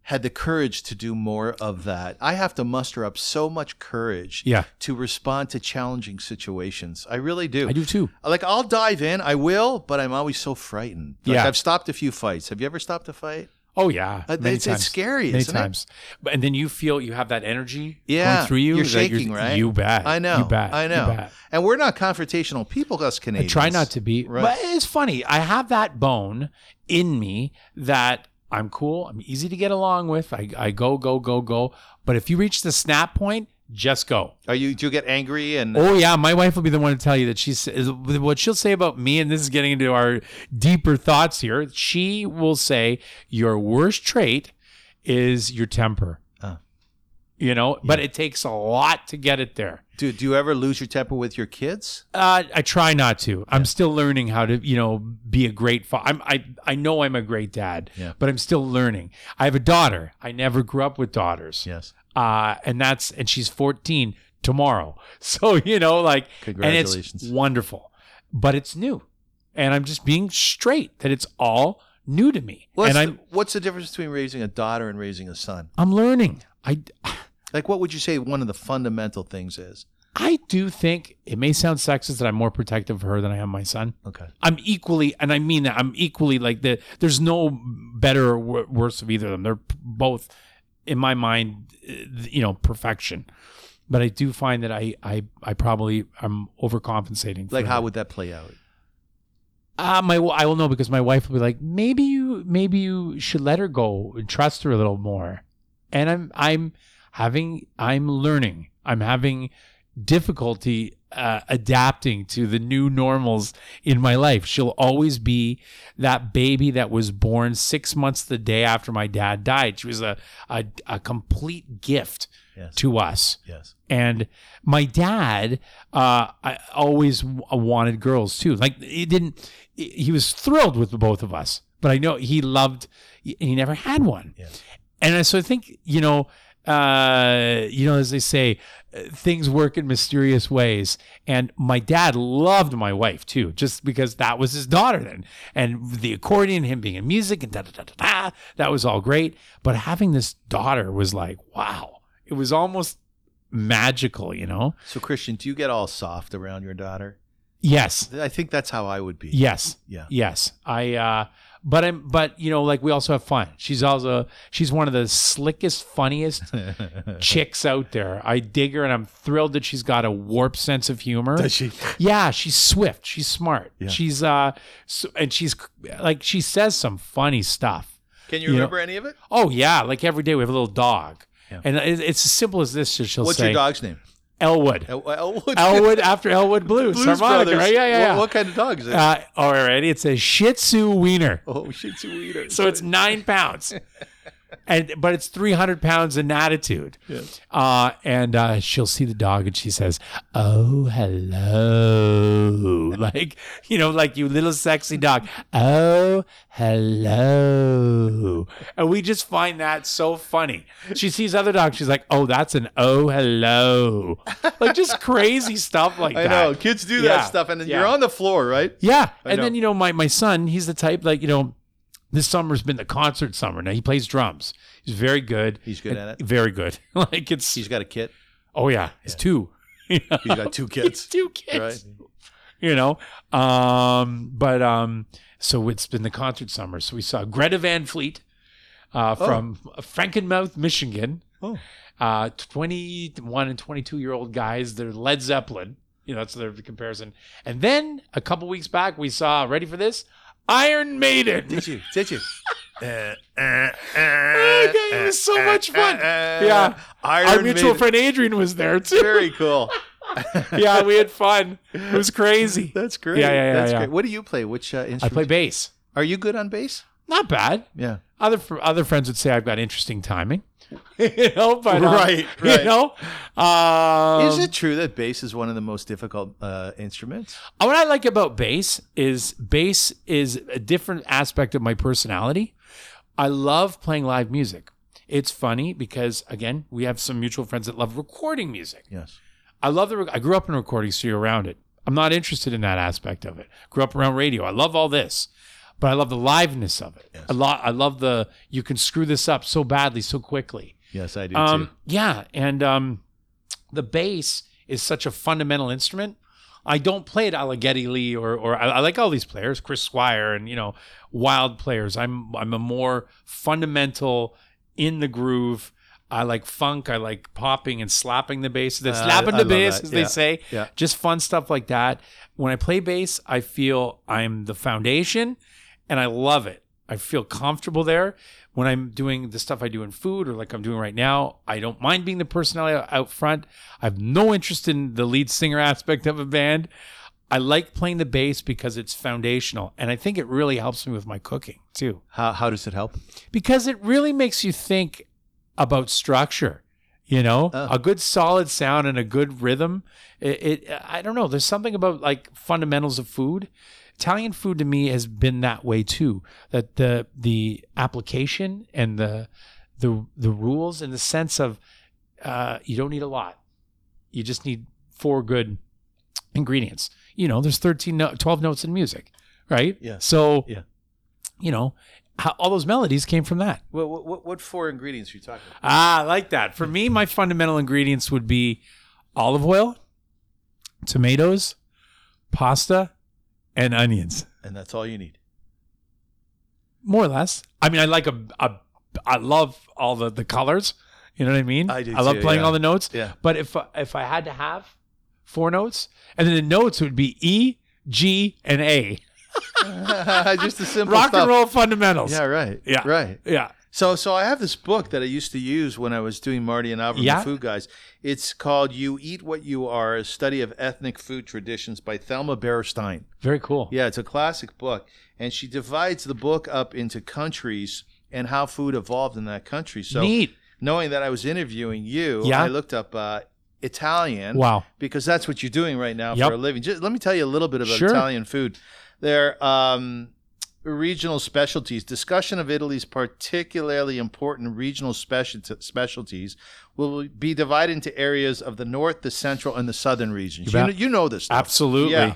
Speaker 2: had the courage to do more of that. I have to muster up so much courage
Speaker 3: Yeah.
Speaker 2: to respond to challenging situations. I really do.
Speaker 3: I do too.
Speaker 2: Like I'll dive in, I will, but I'm always so frightened. Like
Speaker 3: Yeah.
Speaker 2: I've stopped a few fights. Have you ever stopped a fight?
Speaker 3: Oh yeah,
Speaker 2: Uh,
Speaker 3: many
Speaker 2: it's- it's
Speaker 3: times.
Speaker 2: scary,
Speaker 3: Many
Speaker 2: isn't it?
Speaker 3: times, but and then you feel you have that energy
Speaker 2: Yeah,
Speaker 3: going through you.
Speaker 2: you're
Speaker 3: that
Speaker 2: shaking, right?
Speaker 3: You bet.
Speaker 2: I know.
Speaker 3: You bet.
Speaker 2: I know.
Speaker 3: You bet.
Speaker 2: And we're not confrontational people, us
Speaker 3: I
Speaker 2: Canadians.
Speaker 3: try not to be.
Speaker 2: Right.
Speaker 3: But it's funny. I have that bone in me that I'm cool. I'm easy to get along with. I, I go, go, go, go. But if you reach the snap point, just go.
Speaker 2: Are you? Do you get angry and?
Speaker 3: Oh yeah, my wife will be the one to tell you that she's what she'll say about me, and this is getting into our deeper thoughts here. She will say your worst trait is your temper.
Speaker 2: Oh.
Speaker 3: You know, but it takes a lot to get it there.
Speaker 2: Do, do you ever lose your temper with your kids?
Speaker 3: Uh, I try not to. I'm still learning how to, you know, be a great father. I'm, I, I know I'm a great dad,
Speaker 2: Yeah.
Speaker 3: but I'm still learning. I have a daughter. I never grew up with daughters.
Speaker 2: Yes.
Speaker 3: Uh, and that's, and she's 14 tomorrow. So, you know, like, and
Speaker 2: Congratulations.
Speaker 3: it's wonderful, but it's new. And I'm just being straight that it's all new to me.
Speaker 2: What's,
Speaker 3: and
Speaker 2: the,
Speaker 3: I'm,
Speaker 2: what's the difference between raising a daughter and raising a son?
Speaker 3: I'm learning. I,
Speaker 2: Like, what would you say one of the fundamental things is?
Speaker 3: I do think it may sound sexist that I'm more protective of her than I am my son.
Speaker 2: Okay.
Speaker 3: I'm equally, and I mean that I'm equally like the. There's no better or wor- worse of either of them. They're p- both, in my mind, uh, you know, perfection. But I do find that I I I probably I'm overcompensating. for
Speaker 2: Like,
Speaker 3: her.
Speaker 2: how would that play out?
Speaker 3: Uh, my I will know because my wife will be like, maybe you maybe you should let her go and trust her a little more. And I'm I'm having I'm learning. I'm having difficulty uh, adapting to the new normals in my life. She'll always be that baby that was born six months the day after my dad died. She was a a, a complete gift
Speaker 2: Yes.
Speaker 3: to us.
Speaker 2: Yes.
Speaker 3: And my dad, uh, I always w- uh, wanted girls too. Like he didn't, he was thrilled with the both of us. But I know he loved, and he never had one.
Speaker 2: Yeah.
Speaker 3: And I, so I think you know, uh, you know, as they say, uh, things work in mysterious ways. And my dad loved my wife too, just because that was his daughter then, and the accordion, him being in music, and da da da da da. That was all great. But having this daughter was like, wow, it was almost magical, you know?
Speaker 2: So, Christian, do you get all soft around your daughter?
Speaker 3: Yes.
Speaker 2: I think that's how I would be.
Speaker 3: Yes.
Speaker 2: Yeah.
Speaker 3: Yes. I uh but I'm but you know, like we also have fun. She's also she's one of the slickest, funniest chicks out there. I dig her and I'm thrilled that she's got a warped sense of humor.
Speaker 2: she?
Speaker 3: Yeah, she's swift, she's smart.
Speaker 2: Yeah.
Speaker 3: She's uh so, and she's like she says some funny stuff.
Speaker 2: Can you
Speaker 3: You know-
Speaker 2: remember any of it?
Speaker 3: Oh yeah, like every day we have a little dog.
Speaker 2: Yeah.
Speaker 3: And it- it's as simple as this. She'll
Speaker 2: What's
Speaker 3: say,
Speaker 2: your dog's name?
Speaker 3: Elwood.
Speaker 2: El- Elwood.
Speaker 3: Elwood after Elwood Blues.
Speaker 2: Blues
Speaker 3: harmonica,
Speaker 2: Brothers.
Speaker 3: right? Yeah, yeah,
Speaker 2: What-
Speaker 3: yeah.
Speaker 2: What, kind of dog is it?
Speaker 3: Uh, alrighty, it's a Shih Tzu wiener,
Speaker 2: oh, Shih Tzu Eater.
Speaker 3: so it's nine pounds, and but it's three hundred pounds in attitude. Uh, and uh, she'll see the dog and she says, "Oh, hello," like you know, like you little sexy dog. Oh, hello, and we just find that so funny. She sees other dogs, she's like, "Oh, that's an oh hello," like just crazy stuff like
Speaker 2: I
Speaker 3: that.
Speaker 2: know. Kids do
Speaker 3: Yeah.
Speaker 2: that stuff, and then
Speaker 3: Yeah.
Speaker 2: you're on the floor, right?
Speaker 3: Yeah.
Speaker 2: I
Speaker 3: and
Speaker 2: know.
Speaker 3: then, you know, my, my son, he's the type, like, you know, this summer's been the concert summer. Now he plays drums. He's very good.
Speaker 2: He's good at it.
Speaker 3: Very good. like, it's,
Speaker 2: He's got a kid.
Speaker 3: oh, yeah, it's two.
Speaker 2: He's got two
Speaker 3: It's
Speaker 2: kids.
Speaker 3: two kids.
Speaker 2: Right.
Speaker 3: You know, um, but um, so it's been the concert summer. So we saw Greta Van Fleet. uh, from Frankenmouth, Michigan.
Speaker 2: Oh.
Speaker 3: Uh, 21 and 22 year old guys. They're Led Zeppelin. You know, that's their comparison. And then a couple weeks back, we saw, ready for this? Iron Maiden.
Speaker 2: Did you? Did you? Uh, uh, uh,
Speaker 3: God, it was so much fun. Yeah.
Speaker 2: Iron
Speaker 3: Our mutual
Speaker 2: Maiden.
Speaker 3: friend Adrian was there too.
Speaker 2: Very cool.
Speaker 3: yeah, we had fun. It was crazy.
Speaker 2: That's great.
Speaker 3: Yeah, yeah, yeah,
Speaker 2: That's
Speaker 3: yeah.
Speaker 2: great. What do you play? Which uh, instrument?
Speaker 3: I play bass.
Speaker 2: Are you good on bass?
Speaker 3: Not bad.
Speaker 2: Yeah.
Speaker 3: Other fr- other friends would say I've got interesting timing. you know, but uh,
Speaker 2: Right, right.
Speaker 3: You know, um,
Speaker 2: is it true that bass is one of the most difficult uh, instruments?
Speaker 3: What I like about bass is bass is a different aspect of my personality. I love playing live music. It's funny because again, we have some mutual friends that love recording music.
Speaker 2: Yes.
Speaker 3: I love the. I grew up in a recording studio around it. I'm not interested in that aspect of it. Grew up around radio. I love all this, but I love the liveness of it. I, lo- I love the. You can screw this up so badly, so quickly.
Speaker 2: Yes, I do
Speaker 3: Um, yeah, and um, the bass is such a fundamental instrument. I don't play it Alleghetti Lee or or I, I like all these players, Chris Squire and you know wild players. I'm I'm a more fundamental in the groove. I like funk. I like popping and slapping the bass. The
Speaker 2: Uh,
Speaker 3: slapping
Speaker 2: I
Speaker 3: the
Speaker 2: love
Speaker 3: bass,
Speaker 2: that.
Speaker 3: as
Speaker 2: Yeah.
Speaker 3: they say.
Speaker 2: Yeah.
Speaker 3: Just fun stuff like that. When I play bass, I feel I'm the foundation, and I love it. I feel comfortable there. When I'm doing the stuff I do in food or like I'm doing right now, I don't mind being the personality out front. I have no interest in the lead singer aspect of a band. I like playing the bass because it's foundational. And I think it really helps me with my cooking too,
Speaker 2: How, how does it help?
Speaker 3: because it really makes you think about structure. You know,
Speaker 2: Oh.
Speaker 3: a good solid sound and a good rhythm. It, it, I don't know. There's something about like fundamentals of food. Italian food to me has been that way too. That the the application and the the the rules in the sense of uh, you don't need a lot. You just need four good ingredients. You know, there's 13, no- 12 notes in music, right?
Speaker 2: Yeah.
Speaker 3: So,
Speaker 2: Yeah.
Speaker 3: you know, how, all those melodies came from that.
Speaker 2: Well, what, what, what four ingredients are you talking about?
Speaker 3: Ah, I like that. For me, my fundamental ingredients would be olive oil, tomatoes, pasta, and onions.
Speaker 2: And that's all you need.
Speaker 3: More or less. I mean, I like a, a I love all the the colors. You know what I mean?
Speaker 2: I do
Speaker 3: I love
Speaker 2: too,
Speaker 3: playing
Speaker 2: yeah.
Speaker 3: all the notes.
Speaker 2: Yeah.
Speaker 3: But if if I had to have four notes, and then the notes would be E, G, and A.
Speaker 2: Just the simple
Speaker 3: Rock
Speaker 2: stuff.
Speaker 3: and roll fundamentals.
Speaker 2: Yeah, right.
Speaker 3: Yeah.
Speaker 2: Right.
Speaker 3: Yeah.
Speaker 2: So, so I have this book that I used to use when I was doing Marty and Avram,
Speaker 3: Yeah.
Speaker 2: the food guys. It's called "You Eat What You Are: A Study of Ethnic Food Traditions" by Thelma Berestein.
Speaker 3: Very cool.
Speaker 2: Yeah, it's a classic book, and she divides the book up into countries and how food evolved in that country. So,
Speaker 3: Neat.
Speaker 2: knowing that I was interviewing you,
Speaker 3: Yeah.
Speaker 2: I looked up uh, Italian
Speaker 3: Wow.
Speaker 2: because that's what you're doing right now
Speaker 3: Yep.
Speaker 2: for a living. Just let me tell you a little bit about
Speaker 3: Sure.
Speaker 2: Italian food. Their um, regional specialties. Discussion of Italy's particularly important regional special- specialties will be divided into areas of the north, the central, and the southern regions. You,
Speaker 3: bet.
Speaker 2: know, you know this. Stuff.
Speaker 3: Absolutely.
Speaker 2: Yeah.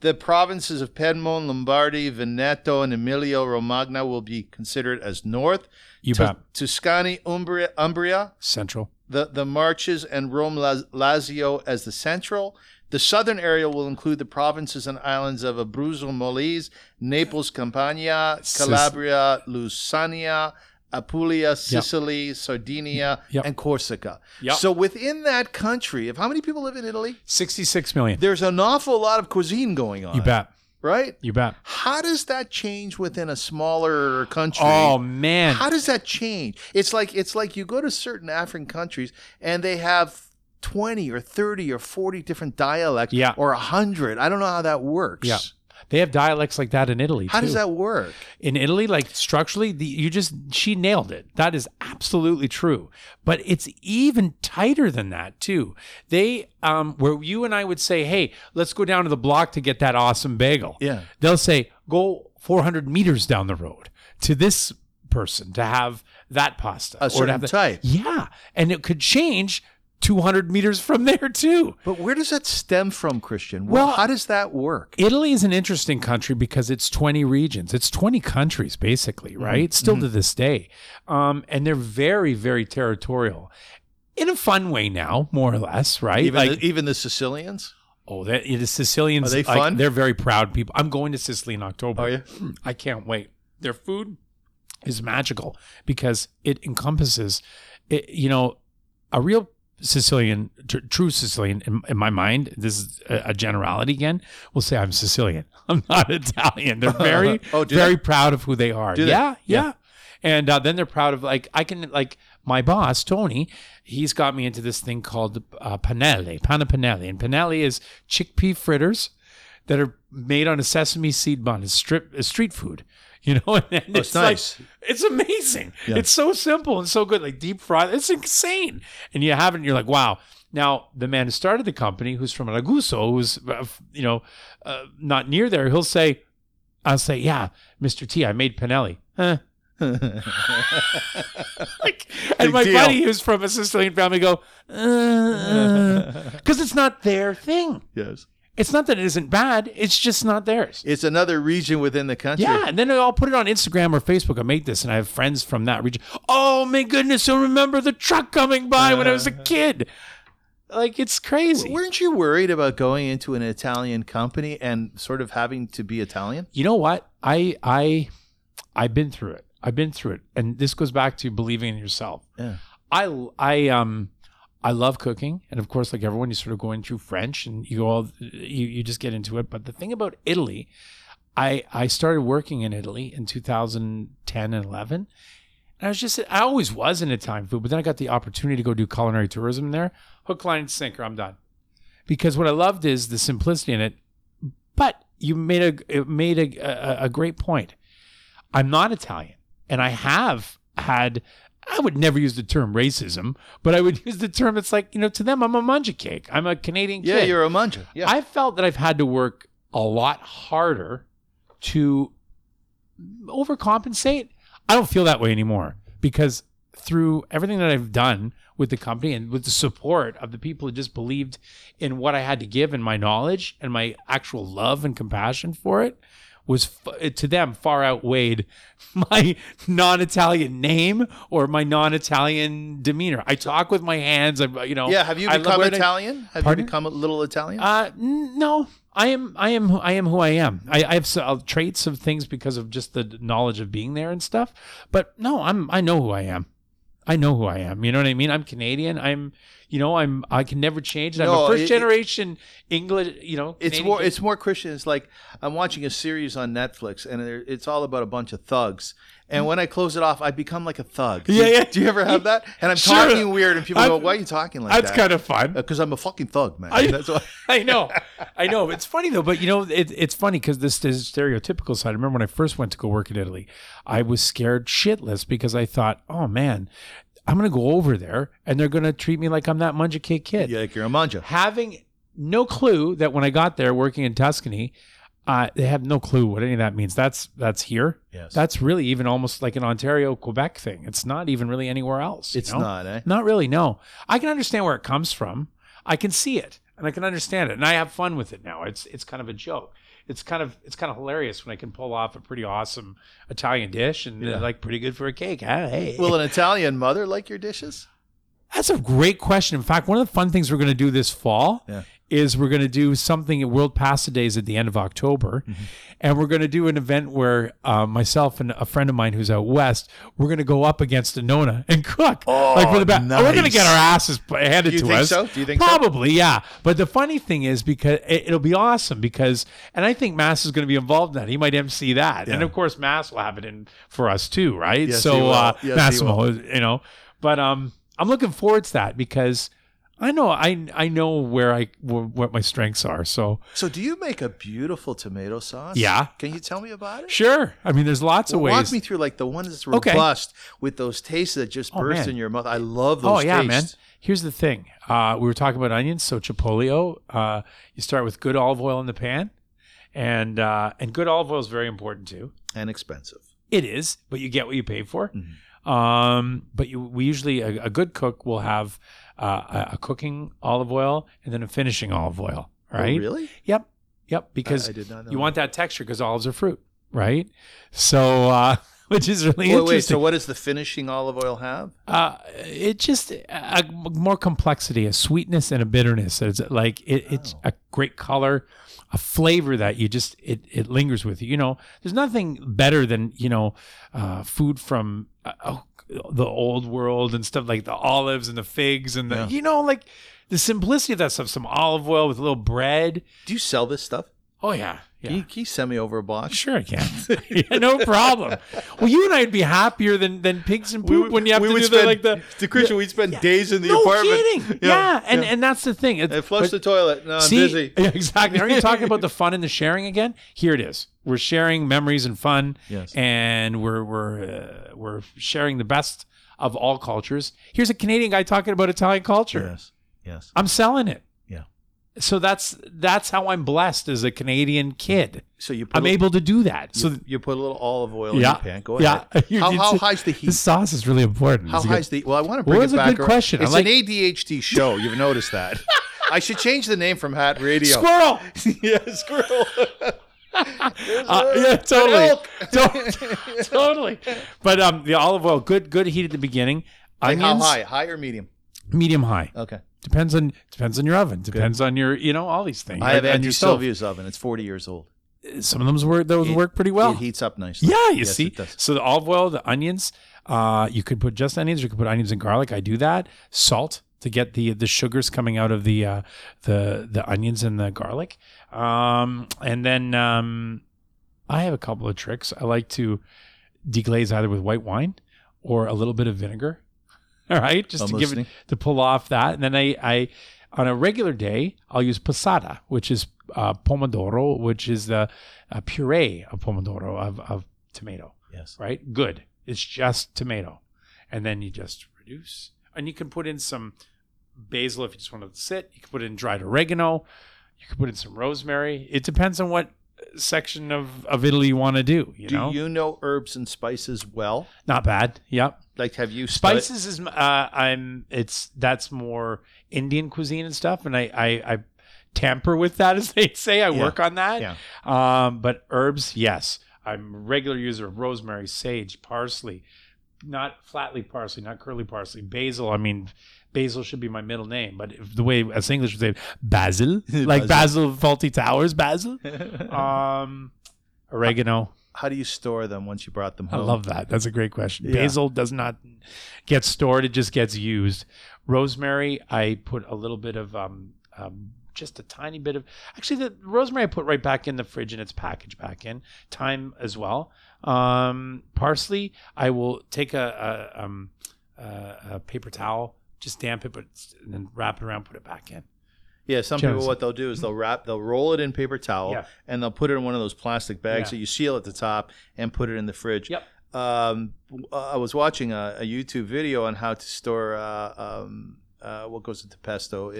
Speaker 2: The provinces of Piedmont, Lombardy, Veneto, and Emilia Romagna will be considered as north.
Speaker 3: You
Speaker 2: Tu-
Speaker 3: bet.
Speaker 2: Tuscany, Umbria, Umbria
Speaker 3: Central.
Speaker 2: the, the marches and Rome La- Lazio as the central. The southern area will include the provinces and islands of Abruzzo, Molise, Naples, Campania,
Speaker 3: Sis-
Speaker 2: Calabria, Lusania, Apulia, Sicily, Sardinia,
Speaker 3: Yep.
Speaker 2: and Corsica.
Speaker 3: Yep.
Speaker 2: So within that country, of how many people live in Italy?
Speaker 3: 66 million.
Speaker 2: There's an awful lot of cuisine going on.
Speaker 3: You bet.
Speaker 2: Right?
Speaker 3: You bet.
Speaker 2: How does that change within a smaller country?
Speaker 3: Oh man.
Speaker 2: How does that change? It's like it's like you go to certain African countries and they have twenty or thirty or forty different dialects,
Speaker 3: Yeah.
Speaker 2: or hundred. I don't know how that works.
Speaker 3: Yeah. They have dialects like that in Italy.
Speaker 2: How
Speaker 3: too.
Speaker 2: does that work?
Speaker 3: in Italy, like structurally, the, you just she nailed it. That is absolutely true. But it's even tighter than that too. They um, where you and I would say, "Hey, let's go down to the block to get that awesome bagel."
Speaker 2: Yeah.
Speaker 3: they'll say, "Go 400 meters down the road to this person to have that pasta
Speaker 2: A
Speaker 3: to
Speaker 2: certain
Speaker 3: have that-
Speaker 2: type.
Speaker 3: Yeah, and it could change 200 meters from there too.
Speaker 2: But where does that stem from, Christian?
Speaker 3: Well-
Speaker 2: how does that work?
Speaker 3: Italy is an interesting country because it's 20 regions. It's 20 countries,
Speaker 2: Mm-hmm.
Speaker 3: basically, right? Still to this day. Um, and they're very, very territorial in a fun way now, more or less, right?
Speaker 2: Even
Speaker 3: like,
Speaker 2: the, even the Sicilians?
Speaker 3: oh, that, the Sicilians,
Speaker 2: Are they fun?
Speaker 3: like,
Speaker 2: Oh,
Speaker 3: Hmm, they're very proud people. I'm going to Sicily in October.
Speaker 2: Are you?
Speaker 3: I can't wait. Their food is magical because it encompasses, it, you know, a real Sicilian, tr- true Sicilian, in, in my mind, this is a, a generality again, will say I'm Sicilian. I'm not Italian. They're very,
Speaker 2: Oh, do they?
Speaker 3: very proud of who they are.
Speaker 2: Do they?
Speaker 3: yeah,
Speaker 2: Yeah.
Speaker 3: yeah, And uh, then they're proud of like I can like my boss Tony. He's got me into this thing called uh, panelle, panna panelle, and panelle is chickpea fritters that are made on a sesame seed bun. It's strip, it's street food. You know, and it's,
Speaker 2: Oh, it's nice.
Speaker 3: like it's amazing.
Speaker 2: Yeah.
Speaker 3: It's so simple and so good. Like deep fried, it's insane. And you have it, and you're like, wow. Now the man who started the company, who's from Raguso, who's uh, f- you know uh, not near there, he'll say, I'll say, yeah, Mr. T, I made Pinelli. Huh? like, and
Speaker 2: Big
Speaker 3: my
Speaker 2: deal.
Speaker 3: buddy who's from a Sicilian family go, because it's not their thing.
Speaker 2: yes.
Speaker 3: It's not that it isn't bad. It's just not theirs.
Speaker 2: It's another region within the country.
Speaker 3: Yeah, and then I'll put it on Instagram or Facebook. I made this, and I have friends from that region. Oh my goodness! I remember the truck coming by when I was a kid. Like it's crazy.
Speaker 2: Weren't you worried about going into an Italian company and sort of having to be Italian?
Speaker 3: you know what i i i've been through it i've been through it and this goes back to believing in yourself
Speaker 2: Yeah.
Speaker 3: i i um i love cooking and of course like everyone you sort of go into french and you all you, you just get into it but the thing about italy i i started working in italy in 2010 and 11 and i was just i always was in italian food but then i got the opportunity to go do culinary tourism there hook line and sinker i'm done because what i loved is the simplicity in it but you made a it made a, a a great point. I'm not Italian, and I have had. I would never use the term racism, but I would use the term. It's like you know, to them, I'm a munja cake. I'm a Canadian
Speaker 2: Yeah,
Speaker 3: kid.
Speaker 2: you're a manja. Yeah.
Speaker 3: I felt that I've had to work a lot harder to overcompensate. I don't feel that way anymore because through everything that I've done with the company and with the support of the people who just believed in what I had to give and my knowledge and my actual love and compassion for it was f- to them far outweighed my non-Italian name or my non-Italian demeanor. I talk with my hands. I, you know,
Speaker 2: yeah. Have you
Speaker 3: I love
Speaker 2: become
Speaker 3: wearing-
Speaker 2: Italian? Have
Speaker 3: Pardon?
Speaker 2: you become a little Italian?
Speaker 3: uh, n- no, I am. I am. who- I am who I am. I, I have s- uh, traits of things because of just the knowledge of being there and stuff. But no, I'm. I know who I am. I know who I am. You know what I mean? I'm Canadian. I'm. You know, I'm. I can never change. I'm
Speaker 2: No,
Speaker 3: a
Speaker 2: it-
Speaker 3: first generation English. You know,
Speaker 2: it's
Speaker 3: Canadian
Speaker 2: more.
Speaker 3: kid.
Speaker 2: It's more Christian. It's like I'm watching a series on Netflix, and there- it's all about a bunch of thugs. And when I close it off, I become like a thug.
Speaker 3: Yeah,
Speaker 2: Do you-
Speaker 3: yeah.
Speaker 2: Do you ever have that? And I'm
Speaker 3: Sure.
Speaker 2: talking weird, and people
Speaker 3: I'm-
Speaker 2: go, "Why are you talking like
Speaker 3: that's
Speaker 2: that?"
Speaker 3: kind of fun.
Speaker 2: because I'm a fucking thug, man.
Speaker 3: I-
Speaker 2: That's why.
Speaker 3: I know, I know. It's funny though, but you know, it, it's funny because this, this stereotypical side. I remember when I first went to go work in Italy, I was scared shitless because I thought, oh man, I'm gonna go over there and they're gonna treat me like I'm that munja cake kid.
Speaker 2: Yeah, like you're a manja.
Speaker 3: Having no clue that when I got there working in Tuscany, uh, they have no clue what any of that means. That's that's here.
Speaker 2: Yes.
Speaker 3: That's really even almost like an Ontario Quebec thing. It's not even really anywhere else. you
Speaker 2: It's
Speaker 3: know?
Speaker 2: not, eh?
Speaker 3: Not really, no. I can understand where it comes from. I can see it and I can understand it. And I have fun with it now. It's it's kind of a joke. It's kind of it's kind of hilarious when I can pull off a pretty awesome Italian dish and uh,
Speaker 2: Yeah.
Speaker 3: like pretty good for a cake. Ah, hey.
Speaker 2: Will an Italian mother like your dishes?
Speaker 3: That's a great question. In fact, one of the fun things we're going to do this fall
Speaker 2: Yeah.
Speaker 3: is we're going to do something at World Pasta Days at the end of October.
Speaker 2: Mm-hmm.
Speaker 3: And we're going to do an event where uh, myself and a friend of mine who's out west, we're going to go up against Anona and cook.
Speaker 2: Oh,
Speaker 3: like for the ba- We're going to
Speaker 2: nice.
Speaker 3: get our asses p- handed
Speaker 2: Do you
Speaker 3: to
Speaker 2: think
Speaker 3: us.
Speaker 2: so? Do you think so?
Speaker 3: Probably, yeah. But the funny thing is because it, it'll be awesome because, and I think Mass is going to be involved in that. He might MC that. And of course, Mass will have it in for us too, right?
Speaker 2: Yes, he
Speaker 3: so,
Speaker 2: will.
Speaker 3: uh,
Speaker 2: Yes, he
Speaker 3: Massimo,
Speaker 2: will.
Speaker 3: you know. But um, I'm looking forward to that because I know I I know where I wh- what my strengths are. So
Speaker 2: So, do you make a beautiful tomato sauce?
Speaker 3: Yeah.
Speaker 2: Can you tell me about it?
Speaker 3: sure, I mean, there's lots of
Speaker 2: Walk
Speaker 3: ways.
Speaker 2: me through like the one that's
Speaker 3: Okay. Oh,
Speaker 2: robust with those tastes that just burst
Speaker 3: man.
Speaker 2: in your mouth. I love
Speaker 3: oh
Speaker 2: those.
Speaker 3: yeah,
Speaker 2: tastes.
Speaker 3: man. Here's the thing. Uh, we were talking about onions, so chipolio. Uh, you start with good olive oil in the pan, and uh, and good olive oil is very important too.
Speaker 2: And expensive.
Speaker 3: It is, but you get what you pay for.
Speaker 2: Mm-hmm.
Speaker 3: Um, but you, we usually a, a good cook will have uh, a, a cooking olive oil and then a finishing olive oil.
Speaker 2: Oh,
Speaker 3: Right?
Speaker 2: really?
Speaker 3: Yep. Yep. Because
Speaker 2: I did not know
Speaker 3: you want that texture because olives are fruit, right? So uh, which is really
Speaker 2: Wait, wait,
Speaker 3: interesting.
Speaker 2: so what does the finishing olive oil have?
Speaker 3: uh, it just a, a more complexity, a sweetness and a bitterness. It's like it, it's
Speaker 2: Oh.
Speaker 3: a great color, a flavor that you just it, it lingers with you. You know, there's nothing better than you know uh, food from uh, oh, the old world and stuff like the olives and the figs and the
Speaker 2: Yeah.
Speaker 3: you know like the simplicity of that stuff. Some olive oil with a little bread.
Speaker 2: Do you sell this stuff?
Speaker 3: Oh yeah, yeah.
Speaker 2: Can, you, can you send me over a box?
Speaker 3: Sure, I can. yeah, no problem. Well, you and I would be happier than than pigs and poop when you have
Speaker 2: we
Speaker 3: to
Speaker 2: would
Speaker 3: do
Speaker 2: spend,
Speaker 3: the like the
Speaker 2: to Christian, we'd spend days in the
Speaker 3: no
Speaker 2: apartment.
Speaker 3: kidding. Yeah, and and that's the thing. It's-
Speaker 2: It flushed the
Speaker 3: but-
Speaker 2: toilet. No, I'm
Speaker 3: see, uh,
Speaker 2: busy.
Speaker 3: Yeah, exactly. Are you talking about the fun and the sharing again? Here it is. We're sharing memories and fun,
Speaker 2: Yes.
Speaker 3: and we're we're uh, we're sharing the best of all cultures. Here's a Canadian guy talking about Italian culture.
Speaker 2: Yes.
Speaker 3: I'm selling it.
Speaker 2: Yeah.
Speaker 3: So that's that's how I'm blessed as a Canadian kid.
Speaker 2: So you put
Speaker 3: I'm
Speaker 2: a,
Speaker 3: able to do that.
Speaker 2: so
Speaker 3: So
Speaker 2: you put a little olive oil
Speaker 3: yeah,
Speaker 2: in your pan. Go
Speaker 3: yeah.
Speaker 2: ahead. How, how high's the
Speaker 3: The
Speaker 2: heat?
Speaker 3: sauce is really important.
Speaker 2: How
Speaker 3: It's like-
Speaker 2: high's the? Well, I want to
Speaker 3: Well,
Speaker 2: bring
Speaker 3: that's
Speaker 2: it
Speaker 3: a
Speaker 2: back.
Speaker 3: good
Speaker 2: around.
Speaker 3: question. I
Speaker 2: It's
Speaker 3: like-
Speaker 2: an ADHD show. You've noticed that. I should change the name from Hat Radio.
Speaker 3: squirrel?
Speaker 2: yeah, squirrel.
Speaker 3: Uh, yeah, totally,
Speaker 2: elk.
Speaker 3: To- totally. But um, the olive oil, good, good heat at the beginning.
Speaker 2: Like how
Speaker 3: Onions,
Speaker 2: high? High or medium?
Speaker 3: medium high.
Speaker 2: Okay.
Speaker 3: Depends on depends on your oven. Depends on your you know all these things.
Speaker 2: I have
Speaker 3: on
Speaker 2: Auntie
Speaker 3: your stove.
Speaker 2: Sylvia's oven. It's 40 years old.
Speaker 3: Some of them's work those
Speaker 2: It-
Speaker 3: work pretty well.
Speaker 2: it heats up nicely.
Speaker 3: yeah, you
Speaker 2: Yes,
Speaker 3: see.
Speaker 2: it does.
Speaker 3: So the olive oil, the onions. Uh, you could put just onions. You could put onions and garlic. I do that. Salt to get the the sugars coming out of the uh, the the onions and the garlic. Um, and then um, I have a couple of tricks. I like to deglaze either with white wine or a little bit of vinegar. All right, just
Speaker 2: I'm
Speaker 3: to give
Speaker 2: listening.
Speaker 3: it to pull off that. And then I, I on a regular day, I'll use passata, which is uh, pomodoro, which is the uh, puree of pomodoro of, of tomato.
Speaker 2: Yes.
Speaker 3: Right, good. It's just tomato, and then you just reduce, and you can put in some basil if you just want to sit. You can put in dried oregano. You can put in some rosemary. It depends on what section of, of Italy you want to do. You
Speaker 2: Do
Speaker 3: know,
Speaker 2: you know herbs and spices well?
Speaker 3: not bad. Yep.
Speaker 2: Like, have you spi-
Speaker 3: spices is uh, I'm it's that's more Indian cuisine and stuff, and I I, I tamper with that as they say. I
Speaker 2: Yeah.
Speaker 3: work on that.
Speaker 2: Yeah.
Speaker 3: Um, but herbs, yes, I'm a regular user of rosemary, sage, parsley, not flatly parsley, not curly parsley, basil. I mean. Basil should be my middle name, but if the way us English would say it, basil, like basil, of faulty towers, basil, um, oregano.
Speaker 2: How do you store them once you brought them
Speaker 3: I
Speaker 2: home?
Speaker 3: love that. That's a great question.
Speaker 2: Yeah.
Speaker 3: Basil does not get stored; it just gets used. Rosemary, I put a little bit of, um, um, just a tiny bit of. Actually, the rosemary I put right back in the fridge and it's packaged back in. Thyme as well. Um, parsley, I will take a, a, um, a, a paper towel, just damp it, but and then wrap it around, put it back in.
Speaker 2: Yeah, some
Speaker 3: Jones.
Speaker 2: people what they'll do is they'll wrap, they'll roll it in paper towel,
Speaker 3: Yeah.
Speaker 2: and they'll put it in one of those plastic bags
Speaker 3: Yeah.
Speaker 2: so you seal at the top and put it in the fridge.
Speaker 3: Yep.
Speaker 2: Um, w- I was watching a, a YouTube video on how to store uh, um, uh, what goes into pesto,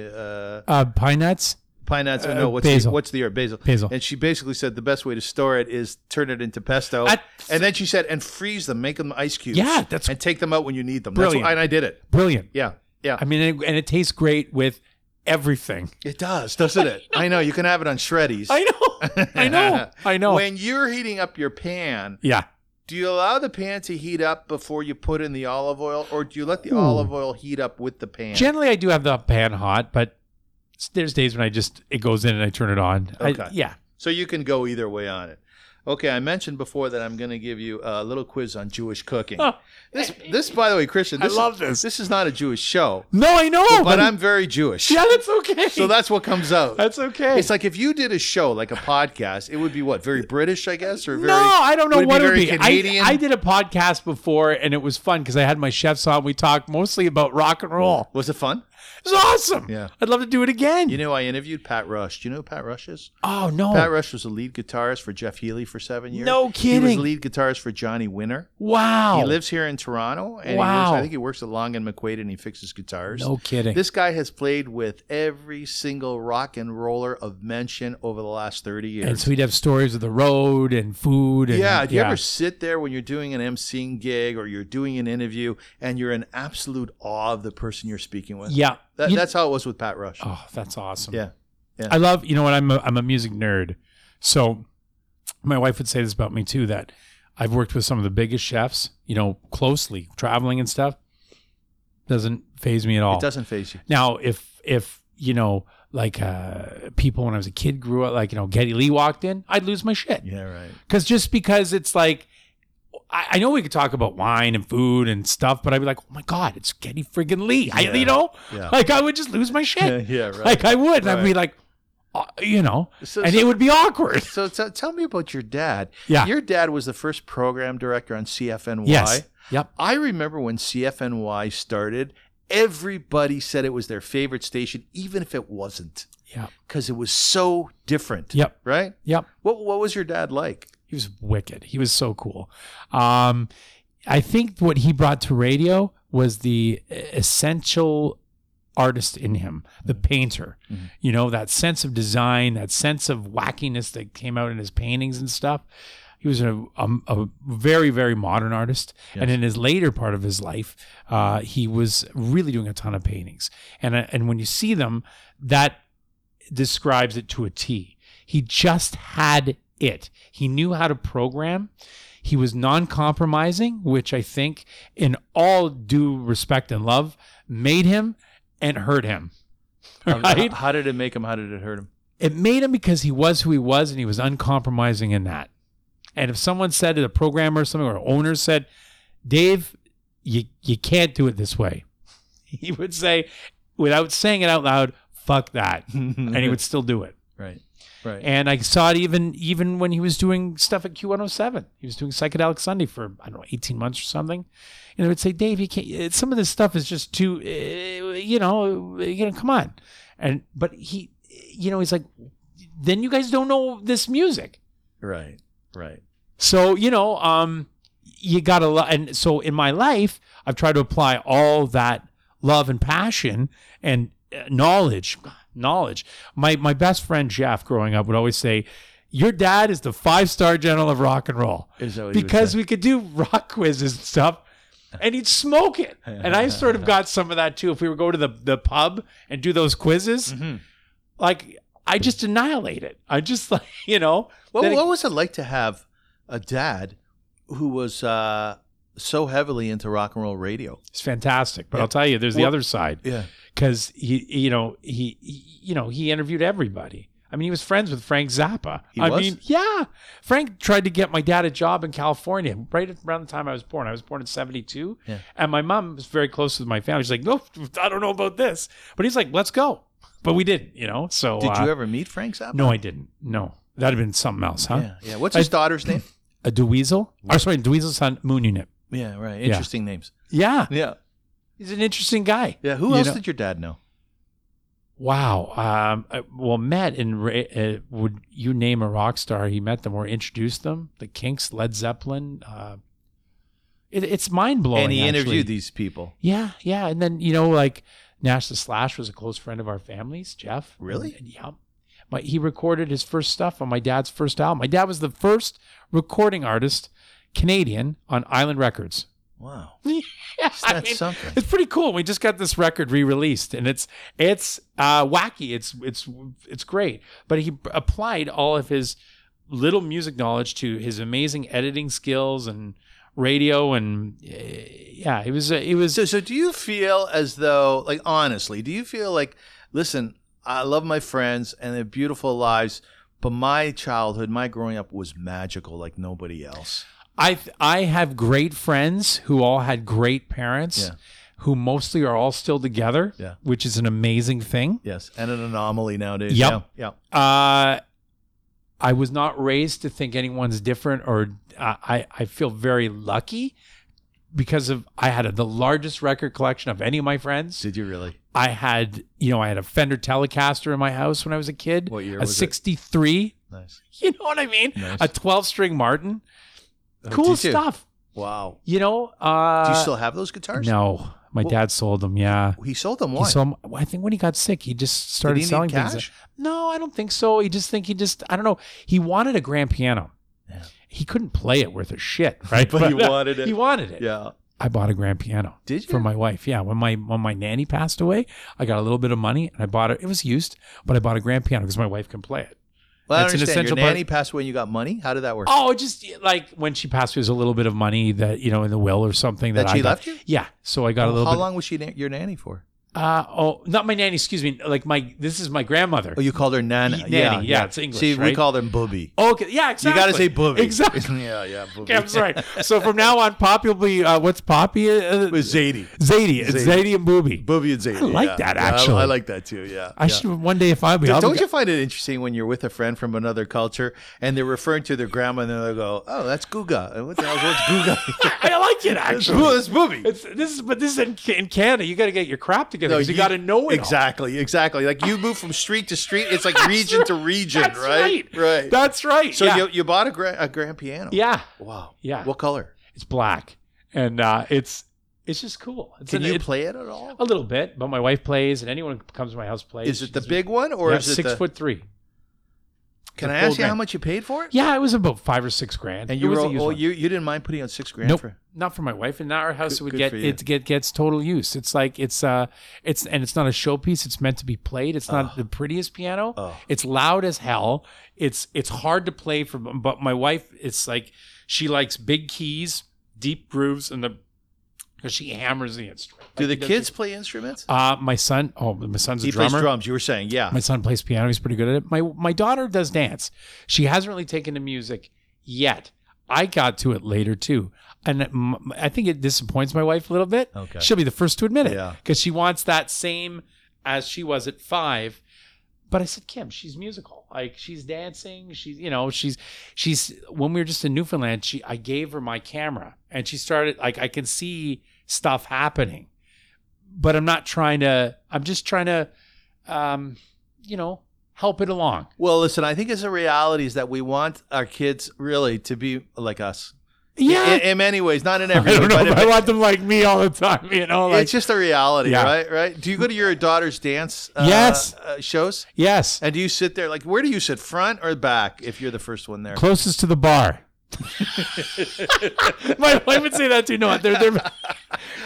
Speaker 2: uh,
Speaker 3: Uh, pine nuts,
Speaker 2: pine nuts.
Speaker 3: Uh,
Speaker 2: no, what's
Speaker 3: basil.
Speaker 2: the what's the herb basil?
Speaker 3: Basil.
Speaker 2: And she basically said the best way to store it is turn it into pesto,
Speaker 3: At-
Speaker 2: and then she said and freeze them, make them ice cubes.
Speaker 3: Yeah, that's-
Speaker 2: and take them out when you need them. That's
Speaker 3: Brilliant.
Speaker 2: what, and I did it.
Speaker 3: brilliant.
Speaker 2: Yeah, yeah.
Speaker 3: I mean, and it, and it tastes great with everything.
Speaker 2: It does, doesn't it? I know you can have it on shreddies.
Speaker 3: I know, I know, I know.
Speaker 2: When you're heating up your pan,
Speaker 3: yeah.
Speaker 2: do you allow the pan to heat up before you put in the olive oil, or do you let the
Speaker 3: Ooh.
Speaker 2: olive oil heat up with the pan?
Speaker 3: Generally, I do have the pan hot, but there's days when I just it goes in and I turn it on. I-
Speaker 2: Okay.
Speaker 3: yeah.
Speaker 2: so you can go either way on it. Okay, I mentioned before that I'm going to give you a little quiz on Jewish cooking.
Speaker 3: Oh.
Speaker 2: This, this, by the way, Christian,
Speaker 3: I
Speaker 2: this
Speaker 3: love
Speaker 2: is,
Speaker 3: this.
Speaker 2: This is not a Jewish show,
Speaker 3: No, I know,
Speaker 2: but, I'm very Jewish,
Speaker 3: yeah, that's okay.
Speaker 2: so that's what comes out.
Speaker 3: that's okay.
Speaker 2: It's like if you did a show, like a podcast, it would be what very British, I guess, or very
Speaker 3: no, I don't know
Speaker 2: would it be
Speaker 3: what it would
Speaker 2: very
Speaker 3: be.
Speaker 2: Canadian?
Speaker 3: I, I did a podcast before and it was fun because I had my chefs on. We talked mostly about rock and roll.
Speaker 2: was it fun?
Speaker 3: It was awesome.
Speaker 2: Yeah.
Speaker 3: I'd love to do it again.
Speaker 2: You know, I interviewed Pat Rush. Do you know who Pat Rush is?
Speaker 3: oh no,
Speaker 2: Pat Rush was the lead guitarist for Jeff Healy for seven years.
Speaker 3: No
Speaker 2: He was
Speaker 3: kidding.
Speaker 2: lead guitarist for Johnny Winter.
Speaker 3: wow.
Speaker 2: He lives here in Toronto, and he works,
Speaker 3: Wow.
Speaker 2: I think he works at Long and McQuaid, and he fixes guitars.
Speaker 3: no kidding.
Speaker 2: This guy has played with every single rock and roller of mention over the last thirty years.
Speaker 3: and so he'd have stories of the road and food. And,
Speaker 2: yeah, do you ever sit there when you're doing an emceeing gig or you're doing an interview and you're in absolute awe of the person you're speaking with?
Speaker 3: Yeah.
Speaker 2: That,
Speaker 3: You-
Speaker 2: that's how it was with Pat Rush.
Speaker 3: Oh, that's awesome.
Speaker 2: Yeah. Yeah.
Speaker 3: I love, you know what? I'm a, I'm a music nerd. So my wife would say this about me too that I've worked with some of the biggest chefs, you know, closely traveling and stuff. Doesn't phase me at all.
Speaker 2: It doesn't phase you.
Speaker 3: Now, if if you know, like uh, people when I was a kid grew up, like you know, Getty Lee walked in, I'd lose my shit
Speaker 2: Yeah, right.
Speaker 3: because just because it's like. I I know we could talk about wine and food and stuff, but I'd be like, "Oh my God, it's Getty friggin' Lee!" I,
Speaker 2: Yeah.
Speaker 3: you know,
Speaker 2: Yeah.
Speaker 3: like I would just lose my shit.
Speaker 2: Yeah, yeah, right.
Speaker 3: Like I would, and I'd
Speaker 2: Right.
Speaker 3: be like, uh, you know,
Speaker 2: So-
Speaker 3: and
Speaker 2: so-
Speaker 3: it would be awkward.
Speaker 2: So t- tell me about your dad.
Speaker 3: Yeah.
Speaker 2: Your dad was the first program director on CFNY.
Speaker 3: Yes. Yep.
Speaker 2: I remember when CFNY started, everybody said it was their favorite station, even if it wasn't,
Speaker 3: Yep.
Speaker 2: because it was so different.
Speaker 3: Yep.
Speaker 2: Right?
Speaker 3: Yep.
Speaker 2: What, what was your dad like?
Speaker 3: He was wicked. He was so cool. Um, I think what he brought to radio was the uh, essential artist in him, the painter.
Speaker 2: Mhm.
Speaker 3: You know, that sense of design, that sense of wackiness that came out in his paintings and stuff. He was a, a, a very, very modern artist. And
Speaker 2: Yes.
Speaker 3: in his later part of his life, uh, he was really doing a ton of paintings. And, uh, and when you see them, that describes it to a T. He just had it. He knew how to program. He was non compromising, which I think, in all due respect and love, made him and hurt him.
Speaker 2: How-
Speaker 3: Right?
Speaker 2: How, how did it make him? How did it hurt him?
Speaker 3: It made him because he was who he was and he was uncompromising in that. And if someone said to the programmer or something or owner said, Dave, you, you can't do it this way, he would say, without saying it out loud, fuck that. And
Speaker 2: Mm-hmm.
Speaker 3: he would still do it.
Speaker 2: Right. Right.
Speaker 3: And I saw it even even when he was doing stuff at Q107. He was doing Psychedelic Sunday for I don't know 18 months or something. And I would say, Dave, you can't. eh, Some of this stuff is just too, eh, you know, eh, you know, come on. And but he, you know, he's like, then you guys don't know this music.
Speaker 2: right. Right.
Speaker 3: So you know, um, you got to. Lo- and so in my life, I've tried to apply all that love and passion and uh, knowledge. Knowledge. My my best friend Jeff, growing up, would always say, "Your dad is the five star general of rock and roll,"
Speaker 2: Is that what he would
Speaker 3: because
Speaker 2: say?
Speaker 3: we could do rock quizzes and stuff. And he'd smoke it. And I sort of got some of that too. If we were go to the, the pub and do those quizzes,
Speaker 2: Mhm.
Speaker 3: like I just annihilate it. I just like, you know.
Speaker 2: What,
Speaker 3: then it-
Speaker 2: what was it like to have a dad who was uh, so heavily into rock and roll radio?
Speaker 3: It's fantastic, but
Speaker 2: Yeah.
Speaker 3: I'll tell you, there's the
Speaker 2: Well-
Speaker 3: other side
Speaker 2: Yeah.
Speaker 3: because he, you know, he, he- you know, he interviewed everybody. I mean, he was friends with Frank Zappa.
Speaker 2: He
Speaker 3: I
Speaker 2: was?
Speaker 3: mean, yeah, Frank tried to get my dad a job in California right around the time I was born. I was born in '72,
Speaker 2: Yeah.
Speaker 3: and my mom was very close with my family. She's like, "No, I don't know about this," but he's like, "Let's go," but we didn't, you know. So
Speaker 2: Did
Speaker 3: uh,
Speaker 2: you ever meet Frank Zappa?
Speaker 3: No, I didn't. No, that'd have been something else, huh?
Speaker 2: Yeah, yeah. What's his
Speaker 3: I-
Speaker 2: daughter's name?
Speaker 3: A Dweezil, or sorry, Dweezil's son, Moon Unit.
Speaker 2: Yeah, right. Interesting names.
Speaker 3: Yeah,
Speaker 2: Yeah,
Speaker 3: he's an interesting guy.
Speaker 2: yeah. Who
Speaker 3: You
Speaker 2: else
Speaker 3: know-
Speaker 2: did your dad know?
Speaker 3: Wow. Um, uh, well, Matt and Ray, uh, would you name a rock star? He met them or introduced them. The Kinks, Led Zeppelin. Uh, it, it's mind blowing.
Speaker 2: and he interviewed these people.
Speaker 3: Yeah, yeah. And then you know, like Nash the Slash was a close friend of our families. Jeff.
Speaker 2: Really?
Speaker 3: And, yeah. My, he recorded his first stuff on my dad's first album. My dad was the first recording artist, Canadian, on Island Records.
Speaker 2: Wow,
Speaker 3: Yes,
Speaker 2: that's something.
Speaker 3: it's pretty cool. We just got this record re-released, and it's it's uh, wacky. It's it's it's great. But he applied all of his little music knowledge to his amazing editing skills and radio, and uh, yeah, it was a- it was
Speaker 2: So, so do you feel as though, like, honestly, do you feel like, listen, I love my friends and their beautiful lives, but my childhood, my growing up was magical, like nobody else.
Speaker 3: I I have great friends who all had great parents.
Speaker 2: Yeah.
Speaker 3: Who mostly are all still together,
Speaker 2: Yeah.
Speaker 3: which is an amazing thing.
Speaker 2: Yes, and an anomaly nowadays.
Speaker 3: Yep.
Speaker 2: Yeah, yeah.
Speaker 3: Uh, I was not raised to think anyone's different, or uh, I I feel very lucky because of I had the largest record collection of any of my friends.
Speaker 2: Did you really?
Speaker 3: I had you know I had a Fender Telecaster in my house when I was a kid,
Speaker 2: What year
Speaker 3: a
Speaker 2: was it?
Speaker 3: '63.
Speaker 2: Nice.
Speaker 3: You know what I mean?
Speaker 2: Nice.
Speaker 3: A 12 string Martin.
Speaker 2: Oh,
Speaker 3: Cool
Speaker 2: did you?
Speaker 3: stuff.
Speaker 2: Wow.
Speaker 3: You know. Uh,
Speaker 2: Do you still have those guitars?
Speaker 3: No, my
Speaker 2: Well-
Speaker 3: dad sold them. Yeah.
Speaker 2: He sold them.
Speaker 3: He
Speaker 2: Why?
Speaker 3: sold 'em- I think when he got sick, he just
Speaker 2: Did
Speaker 3: started
Speaker 2: he need
Speaker 3: selling
Speaker 2: cash?
Speaker 3: things. No, I don't think so. He just think he just I don't know. He wanted a grand piano.
Speaker 2: Yeah.
Speaker 3: He couldn't play it worth a shit, right?
Speaker 2: But he wanted it.
Speaker 3: He wanted it.
Speaker 2: Yeah.
Speaker 3: I bought a grand piano
Speaker 2: Did you?
Speaker 3: for my wife. Yeah, when my when my nanny passed away, I got a little bit of money and I bought it. It was used, but I bought a grand piano because my wife can play it.
Speaker 2: Well, I don't
Speaker 3: It's an
Speaker 2: understand. Your
Speaker 3: essential part-
Speaker 2: nanny passed away and you got money? How did that work?
Speaker 3: Oh, just like when she passed, there's a little bit of money that you know in the will or something that,
Speaker 2: That she
Speaker 3: I got.
Speaker 2: left you? Oh,
Speaker 3: Yeah, so I got a little
Speaker 2: How
Speaker 3: bit.
Speaker 2: long was she na- your nanny for?
Speaker 3: Uh, oh, not my nanny. Excuse me. Like my this is my grandmother.
Speaker 2: Oh, you called her nana.
Speaker 3: Y- nanny, yeah, it's English,
Speaker 2: See, we
Speaker 3: right?
Speaker 2: called them booby.
Speaker 3: okay, yeah, exactly.
Speaker 2: You got to say booby.
Speaker 3: Exactly.
Speaker 2: yeah, yeah, booby.
Speaker 3: Yeah, that's right. So from now on, popularly, uh, what's Poppy? Uh,
Speaker 2: It was Zadie.
Speaker 3: Zadie. It's
Speaker 2: Zadie.
Speaker 3: Zadie and Booby.
Speaker 2: Booby and Zadie.
Speaker 3: I like
Speaker 2: yeah.
Speaker 3: that,
Speaker 2: Yeah, I-
Speaker 3: actually.
Speaker 2: I, like that too, yeah.
Speaker 3: I
Speaker 2: yeah.
Speaker 3: should one day if I be. I'll
Speaker 2: Don't
Speaker 3: be-
Speaker 2: you find it interesting when you're with a friend from another culture and they're referring to their grandma and they'll go, oh, that's Guga. And What the hell what's Guga?
Speaker 3: I like it
Speaker 2: It's Boo-
Speaker 3: actually.
Speaker 2: it's Booby.
Speaker 3: It's, this is but this is in, in Canada. You got to get your crap together.
Speaker 2: No,
Speaker 3: 'cause you, got to know it. all.
Speaker 2: Exactly, exactly. Like you move from street to street, it's like region to region,
Speaker 3: That's
Speaker 2: right?
Speaker 3: right. That's right.
Speaker 2: so
Speaker 3: yeah.
Speaker 2: you, you bought a, gra- a grand piano.
Speaker 3: yeah,
Speaker 2: Wow.
Speaker 3: Yeah.
Speaker 2: What color?
Speaker 3: it's black and uh, it's it's just cool. It's
Speaker 2: Can
Speaker 3: an- Oh,
Speaker 2: you
Speaker 3: it-
Speaker 2: play it at all?
Speaker 3: a little bit? But my wife plays, and anyone who comes to my house plays.
Speaker 2: Is it the
Speaker 3: She's-
Speaker 2: big one or
Speaker 3: yeah,
Speaker 2: is it
Speaker 3: six
Speaker 2: the,
Speaker 3: foot three?
Speaker 2: Can
Speaker 3: the
Speaker 2: I
Speaker 3: full
Speaker 2: ask you how
Speaker 3: grand.
Speaker 2: much you paid for it?
Speaker 3: Yeah, it was about five or six grand.
Speaker 2: And
Speaker 3: It
Speaker 2: you were
Speaker 3: wasn't
Speaker 2: oh
Speaker 3: used one.
Speaker 2: you you didn't mind putting on six grand
Speaker 3: Nope.
Speaker 2: for
Speaker 3: not for my wife and not our house
Speaker 2: Good-
Speaker 3: it would
Speaker 2: good
Speaker 3: get
Speaker 2: for you.
Speaker 3: it get gets total use it's like it's uh it's and it's not a showpiece it's meant to be played it's not the prettiest piano
Speaker 2: Oh.
Speaker 3: it's loud as hell it's it's hard to play for but my wife it's like she likes big keys deep grooves and the because she hammers the instrument
Speaker 2: Do the
Speaker 3: Like,
Speaker 2: kids play instruments?
Speaker 3: uh my son oh my son's a
Speaker 2: he
Speaker 3: drummer
Speaker 2: plays drums. You were saying, yeah.
Speaker 3: my son plays piano. He's pretty good at it. My my daughter does dance. She hasn't really taken to music yet. I got to it later too, and m- I think it disappoints my wife a little bit.
Speaker 2: Okay.
Speaker 3: she'll be the first to admit it
Speaker 2: Yeah.
Speaker 3: because she wants that same as she was at five. But I said, Kim, she's musical. Like she's dancing. She's you know she's she's when we were just in Newfoundland, she I gave her my camera and she started like I can see stuff happening, but I'm not trying to. I'm just trying to um, you know, help it along.
Speaker 2: Well, listen, I think it's a reality is that we want our kids really to be like us. In, in many ways, not in every
Speaker 3: I
Speaker 2: way,
Speaker 3: don't know
Speaker 2: but
Speaker 3: if
Speaker 2: in-
Speaker 3: I want them like me all the time, you know. Like,
Speaker 2: it's just a reality,
Speaker 3: Yeah.
Speaker 2: right? Right? Do you go to your daughter's dance uh,
Speaker 3: Yes.
Speaker 2: uh, shows?
Speaker 3: yes,
Speaker 2: And do you sit there like where do you sit front or back if you're the first one there?
Speaker 3: closest to the bar. My wife would say that too. No, they're they're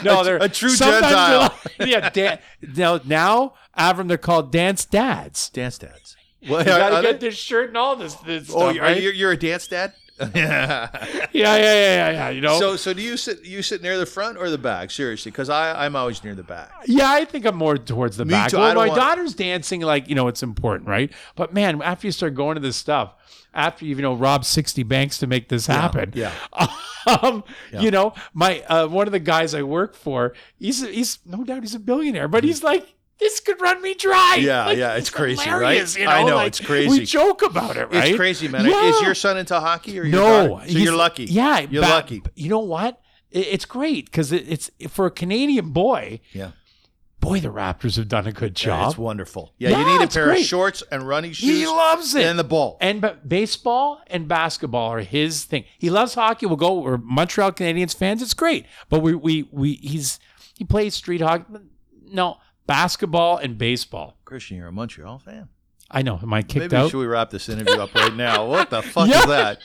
Speaker 3: no, they're
Speaker 2: a true
Speaker 3: sometimes they're
Speaker 2: Gentile.
Speaker 3: like- yeah, dan- now now Avram, they're called dance dads.
Speaker 2: Dance dads. What,
Speaker 3: You
Speaker 2: are-
Speaker 3: gotta
Speaker 2: are
Speaker 3: get
Speaker 2: they-
Speaker 3: this shirt and all this. this
Speaker 2: oh,
Speaker 3: stuff,
Speaker 2: you're,
Speaker 3: right?
Speaker 2: you're, you're a dance dad? yeah.
Speaker 3: yeah, yeah, yeah, yeah, yeah. You know,
Speaker 2: So, so do you sit you sit near the front or the back? Seriously, because I I'm always near the back.
Speaker 3: Yeah, I think I'm more towards the
Speaker 2: Me
Speaker 3: back.
Speaker 2: too. I
Speaker 3: Well,
Speaker 2: don't
Speaker 3: my
Speaker 2: want-
Speaker 3: daughter's dancing, like you know, it's important, right? But man, after you start going to this stuff, after you you know rob sixty banks to make this happen,
Speaker 2: yeah.
Speaker 3: um, you know, my uh, one of the guys I work for, he's he's no doubt he's a billionaire, but he's like. This could run me dry.
Speaker 2: Mm-hmm. Yeah,
Speaker 3: Like,
Speaker 2: yeah, it's crazy, right?
Speaker 3: hilarious, You know?
Speaker 2: I know,
Speaker 3: like,
Speaker 2: it's crazy.
Speaker 3: We joke about it, right?
Speaker 2: It's crazy, man.
Speaker 3: Yeah.
Speaker 2: Is your son into hockey or your
Speaker 3: No,
Speaker 2: daughter? so
Speaker 3: he's-
Speaker 2: you're lucky.
Speaker 3: Yeah,
Speaker 2: you're
Speaker 3: but-
Speaker 2: lucky.
Speaker 3: but You know what? It- It's great because it, it's for a Canadian boy.
Speaker 2: Yeah.
Speaker 3: boy, the Raptors have done a good job.
Speaker 2: It's wonderful. Yeah,
Speaker 3: Yeah,
Speaker 2: you need a
Speaker 3: it's
Speaker 2: pair of
Speaker 3: great.
Speaker 2: shorts and running
Speaker 3: He
Speaker 2: shoes
Speaker 3: loves it.
Speaker 2: and the ball.
Speaker 3: And ba- baseball and basketball are his thing. He loves hockey. We'll go. We're Montreal Canadiens fans. It's great. But we we we he's he plays street hockey. No basketball and baseball.
Speaker 2: Christian, you're a Montreal fan.
Speaker 3: I know. Am I kicked
Speaker 2: Maybe
Speaker 3: out?
Speaker 2: should we wrap this interview up right now? What the fuck
Speaker 3: Yeah.
Speaker 2: is that?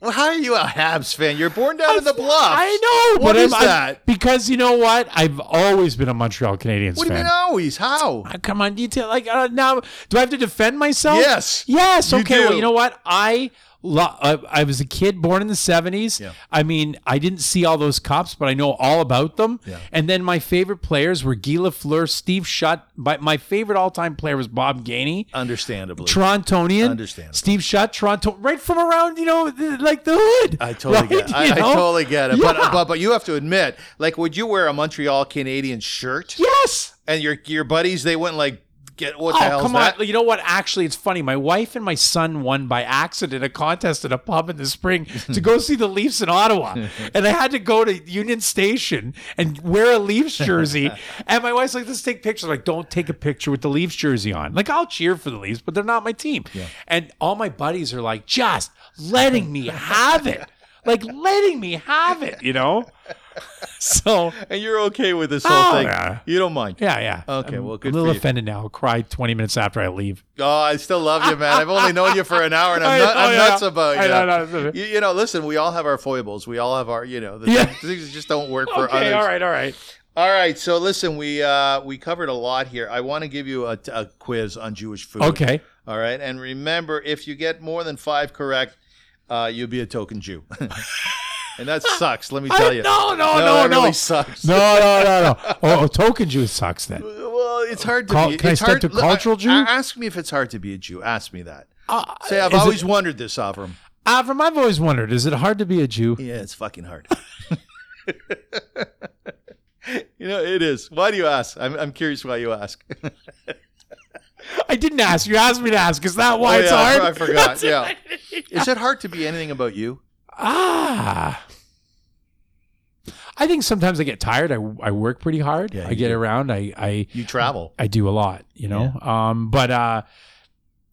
Speaker 2: Well, how are you a Habs fan? You're born down in the bluffs.
Speaker 3: I know.
Speaker 2: What
Speaker 3: but
Speaker 2: is
Speaker 3: I'm- I'm-
Speaker 2: that?
Speaker 3: because you know what? I've always been a Montreal Canadiens
Speaker 2: What do you
Speaker 3: fan.
Speaker 2: mean always? How?
Speaker 3: Uh, Come on, detail. Like uh, now, do I have to defend myself?
Speaker 2: Yes.
Speaker 3: Yes.
Speaker 2: You
Speaker 3: Okay.
Speaker 2: do.
Speaker 3: Well, you know what? I, lo- I I was a kid born in the 70s.
Speaker 2: Yeah.
Speaker 3: I mean, I didn't see all those cops, but I know all about them.
Speaker 2: Yeah.
Speaker 3: And then my favorite players were Guy Lafleur, Steve Shutt. But my favorite all-time player was Bob Gainey.
Speaker 2: Understandably.
Speaker 3: Torontonian,
Speaker 2: Understandable.
Speaker 3: Steve Shutt, Toronto, right from around, you know, th- like the hood.
Speaker 2: I totally
Speaker 3: right?
Speaker 2: get it. I,
Speaker 3: You
Speaker 2: I
Speaker 3: know?
Speaker 2: totally get it. But,
Speaker 3: Yeah.
Speaker 2: but but you have to admit, like, would you wear a Montreal Canadian shirt?
Speaker 3: yes.
Speaker 2: And your your buddies, they wouldn't like get what the
Speaker 3: oh,
Speaker 2: hell
Speaker 3: come
Speaker 2: is that?
Speaker 3: on. You know what? Actually, it's funny. My wife and my son won by accident a contest at a pub in the spring to go see the Leafs in Ottawa. and I had to go to Union Station and wear a Leafs jersey. and my wife's like, let's take pictures. I'm like, don't take a picture with the Leafs jersey on. Like, I'll cheer for the Leafs, but they're not my team. And all my buddies are like, just letting me have it. Like, letting me have it, you know? So,
Speaker 2: And you're okay with this
Speaker 3: Oh,
Speaker 2: whole thing.
Speaker 3: yeah.
Speaker 2: You don't mind.
Speaker 3: yeah, yeah.
Speaker 2: Okay,
Speaker 3: I'm
Speaker 2: well, good
Speaker 3: I'm a little
Speaker 2: for you.
Speaker 3: offended now. I'll cry 20 minutes after I leave.
Speaker 2: Oh, I still love you, man. I've only known you for an hour, and I'm,
Speaker 3: I-
Speaker 2: nut-
Speaker 3: oh,
Speaker 2: I'm
Speaker 3: yeah,
Speaker 2: nuts
Speaker 3: yeah.
Speaker 2: about you.
Speaker 3: I know, no, it's okay.
Speaker 2: you. You know, listen, we all have our foibles. We all have our, you know, the
Speaker 3: Yeah.
Speaker 2: things, things that just don't work for
Speaker 3: Okay,
Speaker 2: others.
Speaker 3: all right, all right.
Speaker 2: All right, so listen, we uh, we covered a lot here. I want to give you a, a quiz on Jewish food.
Speaker 3: Okay.
Speaker 2: All right, and remember, if you get more than five correct, uh, you'll be a token Jew, and that sucks. Let me tell
Speaker 3: I-
Speaker 2: you.
Speaker 3: No, no,
Speaker 2: No,
Speaker 3: no,
Speaker 2: that
Speaker 3: no.
Speaker 2: really sucks.
Speaker 3: No, no, no, no. Oh, oh, token Jews sucks then.
Speaker 2: Well, it's hard to
Speaker 3: Cul-
Speaker 2: be.
Speaker 3: can I
Speaker 2: it's
Speaker 3: step
Speaker 2: hard
Speaker 3: to
Speaker 2: look,
Speaker 3: cultural
Speaker 2: I-
Speaker 3: Jew?
Speaker 2: I- ask me if it's hard to be a Jew. Ask me that.
Speaker 3: Uh,
Speaker 2: Say, I've
Speaker 3: is it-
Speaker 2: always wondered this, Avram.
Speaker 3: Avram, I've always wondered: is it hard to be a Jew?
Speaker 2: Yeah, it's fucking hard. you know, it is. Why do you ask? I'm, I'm curious why you ask.
Speaker 3: I didn't ask. You asked me to ask. Is that why
Speaker 2: Oh,
Speaker 3: it's
Speaker 2: yeah, I-
Speaker 3: hard?
Speaker 2: I forgot. Yeah.
Speaker 3: yeah.
Speaker 2: Is it hard to be anything about you?
Speaker 3: Ah. I think sometimes I get tired. I, I work pretty hard.
Speaker 2: Yeah,
Speaker 3: I
Speaker 2: you
Speaker 3: get
Speaker 2: do.
Speaker 3: around. I, I
Speaker 2: You travel.
Speaker 3: I do a lot, you know. Um, but uh,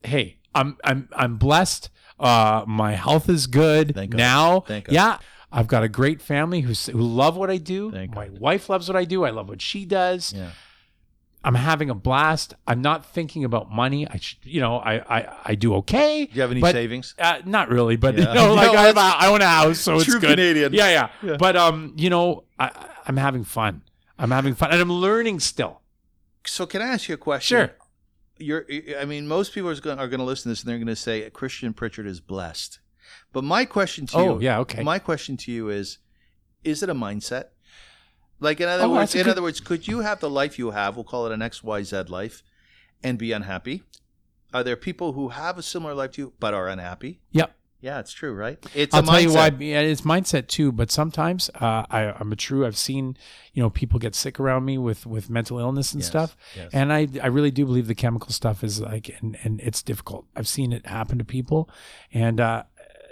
Speaker 3: hey, I'm I'm I'm blessed. Uh, my health is good
Speaker 2: Thank God.
Speaker 3: now.
Speaker 2: Thank God.
Speaker 3: yeah, I've got a great family who who love what I do.
Speaker 2: Thank
Speaker 3: my wife loves what I do. I love what she does.
Speaker 2: Yeah.
Speaker 3: I'm having a blast. I'm not thinking about money. I should, you know, I I, I do okay.
Speaker 2: Do you have any
Speaker 3: But-
Speaker 2: savings?
Speaker 3: Uh, not really, but
Speaker 2: Yeah.
Speaker 3: you know, like
Speaker 2: No,
Speaker 3: I, have a, I own a house, so it's
Speaker 2: True
Speaker 3: good.
Speaker 2: Canadian.
Speaker 3: Yeah, yeah,
Speaker 2: Yeah.
Speaker 3: But um, you know, I, I'm having fun. I'm having fun, and I'm learning still.
Speaker 2: So can I ask you a question?
Speaker 3: Sure.
Speaker 2: You're, I mean, most people are going are going to listen to this and they're going to say Christian Pritchard is blessed. But my question to you,
Speaker 3: Oh, yeah. Okay.
Speaker 2: my question to you is, is it a mindset? Like in other
Speaker 3: Oh,
Speaker 2: words,
Speaker 3: that's a
Speaker 2: in
Speaker 3: good-
Speaker 2: other words, could you have the life you have? We'll call it an X Y Z life, and be unhappy. Are there people who have a similar life to you but are unhappy?
Speaker 3: Yep.
Speaker 2: Yeah, it's true, right? It's
Speaker 3: I'll
Speaker 2: a
Speaker 3: tell
Speaker 2: mindset.
Speaker 3: you why. yeah, It's mindset too, but sometimes uh, I, I'm a true. I've seen you know people get sick around me with with mental illness and
Speaker 2: Yes,
Speaker 3: stuff,
Speaker 2: yes.
Speaker 3: and I I really do believe the chemical stuff is like and and it's difficult. I've seen it happen to people, and uh,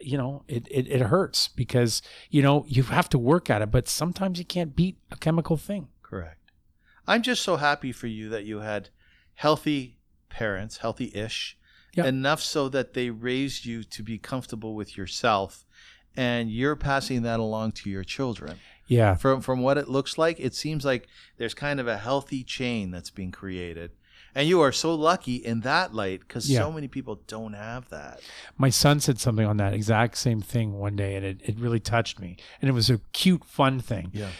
Speaker 3: you know it, it it hurts because you know you have to work at it, but sometimes you can't beat a chemical thing.
Speaker 2: Correct. I'm just so happy for you that you had healthy parents, healthy ish,
Speaker 3: Yeah.
Speaker 2: enough so that they raised you to be comfortable with yourself. And you're passing that along to your children.
Speaker 3: Yeah,
Speaker 2: From, from what it looks like, it seems like there's kind of a healthy chain that's being created. And you are so lucky in that light because
Speaker 3: Yeah.
Speaker 2: so many people don't have that.
Speaker 3: my son said something on that exact same thing one day, and it it really touched me, and it was a cute, fun thing.
Speaker 2: Yeah.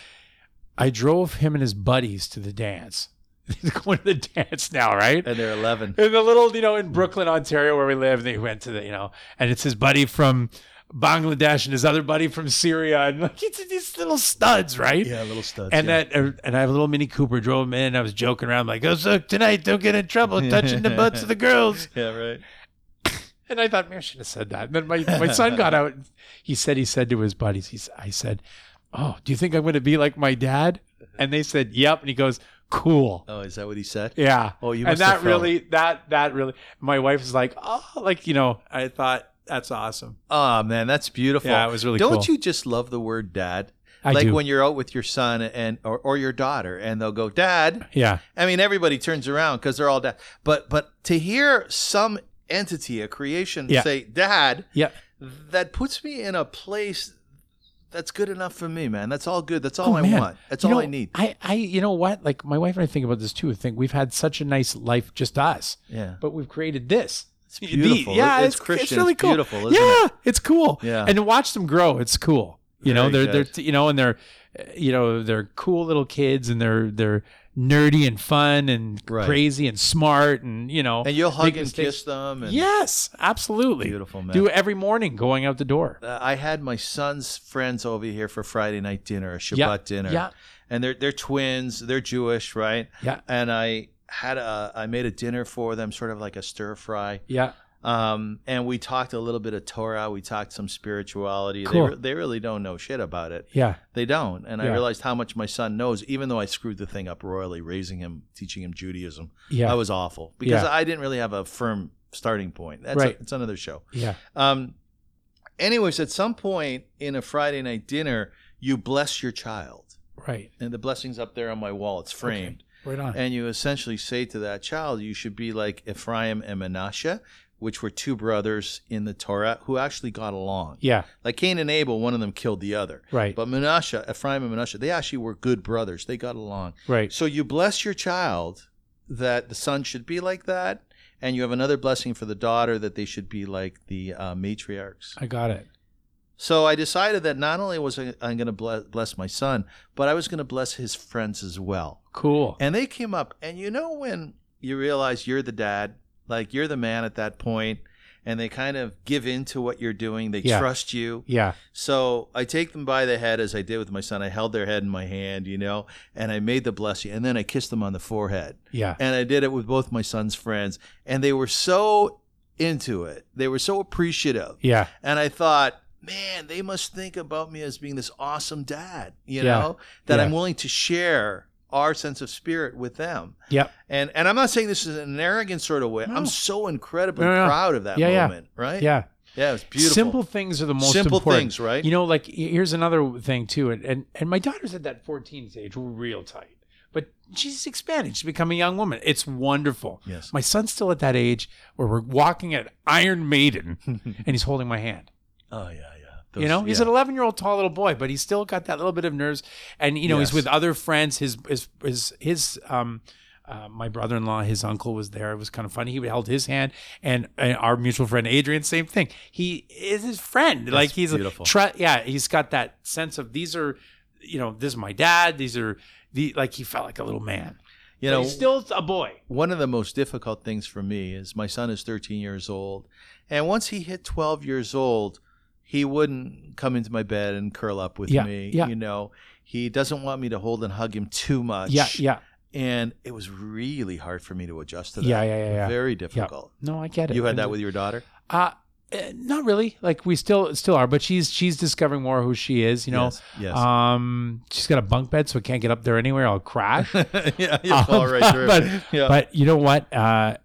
Speaker 3: I drove him and his buddies to the dance. He's going to the dance now, right?
Speaker 2: And they're 11.
Speaker 3: In the little, you know, in Brooklyn, Ontario, where we live, they went to the, you know, and it's his buddy from Bangladesh and his other buddy from Syria, and like it's these little studs, right?
Speaker 2: little studs.
Speaker 3: And that, uh, and I have a little Mini Cooper. Drove him in. And I was joking around, like, "Oh, look tonight, don't get in trouble touching the butts of the girls."
Speaker 2: Yeah, right.
Speaker 3: And I thought, maybe I should have said that. And then my, my son got out. He said, he said to his buddies, he's, I said, Oh, do you think I'm going to be like my dad? And they said, Yep. And he goes, Cool.
Speaker 2: Oh, is that what he said?
Speaker 3: Yeah.
Speaker 2: Oh, you
Speaker 3: and
Speaker 2: must have
Speaker 3: that
Speaker 2: felt-
Speaker 3: really, that, that really, my wife was like, Oh, like, you know, I thought that's awesome.
Speaker 2: Oh man, that's beautiful.
Speaker 3: Yeah, it was really
Speaker 2: Don't
Speaker 3: cool.
Speaker 2: you just love the word dad?
Speaker 3: I
Speaker 2: like
Speaker 3: do.
Speaker 2: when you're out with your son and or, or your daughter and they'll go dad.
Speaker 3: yeah.
Speaker 2: I mean everybody turns around cuz they're all dad. But but to hear some entity, a creation
Speaker 3: Yeah.
Speaker 2: say dad,
Speaker 3: Yeah.
Speaker 2: that puts me in a place that's good enough for me, man. That's all good. That's all I
Speaker 3: Oh, man.
Speaker 2: want. That's
Speaker 3: You
Speaker 2: all
Speaker 3: know,
Speaker 2: I need.
Speaker 3: I, I, you know what? Like my wife and I think about this too. I think we've had such a nice life, just us,
Speaker 2: Yeah.
Speaker 3: but we've created this. It's
Speaker 2: beautiful.
Speaker 3: Yeah,
Speaker 2: It's
Speaker 3: it's,
Speaker 2: Christian.
Speaker 3: It's really
Speaker 2: It's
Speaker 3: cool.
Speaker 2: beautiful, isn't
Speaker 3: yeah, it's cool.
Speaker 2: Yeah.
Speaker 3: and to watch them grow, it's cool. You know,
Speaker 2: Very
Speaker 3: they're they're
Speaker 2: good.
Speaker 3: t- you know, and they're uh, you know they're cool little kids, and they're they're nerdy and fun and
Speaker 2: Right.
Speaker 3: crazy and smart, and you know,
Speaker 2: And you'll hug
Speaker 3: big
Speaker 2: and
Speaker 3: mistakes.
Speaker 2: kiss them and
Speaker 3: Yes, absolutely.
Speaker 2: Beautiful, man.
Speaker 3: Do every morning going out the door.
Speaker 2: Uh, I had my son's friends over here for Friday night dinner, a Shabbat
Speaker 3: Yeah,
Speaker 2: dinner.
Speaker 3: yeah.
Speaker 2: And they're they're twins, they're Jewish, right?
Speaker 3: Yeah.
Speaker 2: And I had a I made a dinner for them, sort of like a stir fry.
Speaker 3: Yeah,
Speaker 2: Um, and we talked a little bit of Torah, we talked some spirituality.
Speaker 3: Cool.
Speaker 2: They re- they really don't know shit about it.
Speaker 3: yeah,
Speaker 2: They don't. And I
Speaker 3: Yeah.
Speaker 2: realized how much my son knows, even though I screwed the thing up royally, raising him, teaching him Judaism.
Speaker 3: yeah,
Speaker 2: I was awful because
Speaker 3: Yeah.
Speaker 2: I didn't really have a firm starting point. That's
Speaker 3: Right.
Speaker 2: a, it's another show.
Speaker 3: yeah.
Speaker 2: Um, anyways, at some point in a Friday night dinner, you bless your child,
Speaker 3: Right,
Speaker 2: and the blessing's up there on my wall. It's framed,
Speaker 3: right on.
Speaker 2: and you essentially say to that child, "You should be like Ephraim and Manasseh." Which were two brothers in the Torah who actually got along.
Speaker 3: yeah,
Speaker 2: Like Cain and Abel, one of them killed the other.
Speaker 3: Right.
Speaker 2: But Manasseh, Ephraim and Manasseh, they actually were good brothers. They got along.
Speaker 3: right.
Speaker 2: So you bless your child that the son should be like that, and you have another blessing for the daughter that they should be like the uh, matriarchs.
Speaker 3: I got it.
Speaker 2: So I decided that not only was I, I'm going to bless, bless my son, but I was going to bless his friends as well.
Speaker 3: Cool.
Speaker 2: And they came up, and you know when you realize you're the dad, like you're the man at that point, and they kind of give in to what you're doing. They
Speaker 3: Yeah.
Speaker 2: trust you.
Speaker 3: Yeah.
Speaker 2: So I take them by the head as I did with my son. I held their head in my hand, you know, and I made the bless you, and then I kissed them on the forehead.
Speaker 3: Yeah.
Speaker 2: And I did it with both my son's friends, and they were so into it. They were so appreciative.
Speaker 3: Yeah.
Speaker 2: And I thought, man, they must think about me as being this awesome dad, you
Speaker 3: Yeah.
Speaker 2: know, that
Speaker 3: Yeah.
Speaker 2: I'm willing to share our sense of spirit with them.
Speaker 3: Yep.
Speaker 2: And and I'm not saying this is an arrogant sort of way. I'm so incredibly
Speaker 3: No, no, no.
Speaker 2: proud of that
Speaker 3: Yeah, yeah.
Speaker 2: moment, right?
Speaker 3: Yeah.
Speaker 2: Yeah, it was beautiful.
Speaker 3: Simple things are the most
Speaker 2: Simple
Speaker 3: important.
Speaker 2: things, right?
Speaker 3: You know, like here's another thing too, and and, and my daughter's at that 14 stage, real tight, but she's expanding. She's becoming a young woman. It's wonderful.
Speaker 2: Yes.
Speaker 3: My son's still at that age where we're walking at Iron Maiden, and he's holding my hand.
Speaker 2: oh, yeah, yeah.
Speaker 3: you
Speaker 2: Those-
Speaker 3: know, he's
Speaker 2: yeah.
Speaker 3: an 11 year old tall little boy, but he's still got that little bit of nerves. And you know,
Speaker 2: Yes.
Speaker 3: he's with other friends. His his his his um. Uh, my brother-in-law, his uncle was there. It was kind of funny. He held his hand, and, and our mutual friend Adrian, same thing. He is his friend. like he's
Speaker 2: beautiful.
Speaker 3: A, tru- yeah, he's got that sense of these are, you know, this is my dad. These are the like he felt like a little man.
Speaker 2: you
Speaker 3: You know,
Speaker 2: know,
Speaker 3: he's still a boy.
Speaker 2: one of the most difficult things for me is my son is 13 years old, and once he hit 12 years old, he wouldn't come into my bed and curl up with
Speaker 3: Yeah,
Speaker 2: me.
Speaker 3: yeah.
Speaker 2: You know, he doesn't want me to hold and hug him too much.
Speaker 3: Yeah, yeah,
Speaker 2: And it was really hard for me to adjust to that.
Speaker 3: yeah, yeah, yeah, yeah.
Speaker 2: Very difficult.
Speaker 3: No, I get it.
Speaker 2: You had that
Speaker 3: And-
Speaker 2: with your daughter?
Speaker 3: Uh, uh, not really. Like we still still are, but she's she's discovering more who she is. You know,
Speaker 2: Yes. yes.
Speaker 3: um, she's got a bunk bed, so I can't get up there anywhere. I'll crash.
Speaker 2: yeah, you fall right
Speaker 3: Um,
Speaker 2: through.
Speaker 3: But,
Speaker 2: yeah.
Speaker 3: but you know what? Uh,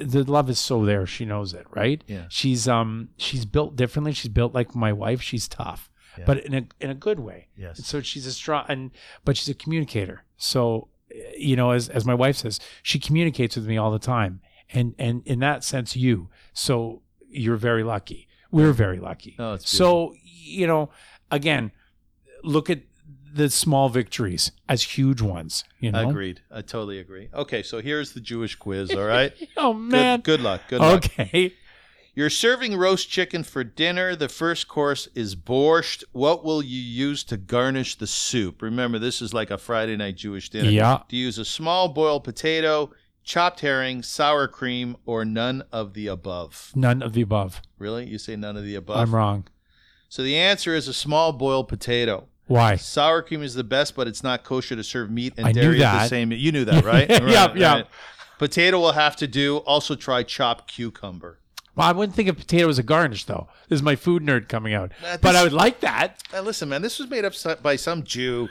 Speaker 3: the love is so there. She knows it, right?
Speaker 2: Yeah.
Speaker 3: She's um she's built differently. She's built like my wife. She's tough,
Speaker 2: Yeah.
Speaker 3: but in a in a good way.
Speaker 2: yes.
Speaker 3: So she's a strong, and but she's a communicator. So, eh, you know, as as my wife says, she communicates with me all the time, and and in that sense, you. So you're very lucky. We're very lucky.
Speaker 2: Oh, it's
Speaker 3: so you know, again, look at the small victories as huge ones. You know.
Speaker 2: Agreed. I totally agree. Okay, so here's the Jewish quiz, all right?
Speaker 3: Oh man.
Speaker 2: Good, good luck. Good luck.
Speaker 3: okay.
Speaker 2: You're serving roast chicken for dinner. The first course is borscht. What will you use to garnish the soup? Remember, this is like a Friday night Jewish dinner.
Speaker 3: Yeah.
Speaker 2: Do you use a small boiled potato, chopped herring, sour cream, or none of the above?
Speaker 3: None of the above.
Speaker 2: Really? You say none of the above?
Speaker 3: I'm wrong.
Speaker 2: So the answer is a small boiled potato.
Speaker 3: Why?
Speaker 2: Sour cream is the best, but it's not kosher to serve meat and
Speaker 3: I knew
Speaker 2: dairy at the
Speaker 3: that.
Speaker 2: same. You knew that, right?
Speaker 3: Yep,
Speaker 2: Right,
Speaker 3: yep.
Speaker 2: right. Potato will have to do. Also try chopped cucumber.
Speaker 3: Well, I wouldn't think of potato as a garnish, though. This is my food nerd coming out.
Speaker 2: Uh,
Speaker 3: but
Speaker 2: this-
Speaker 3: I would like that.
Speaker 2: Now, Uh, listen, man, this was made up so- by some Jew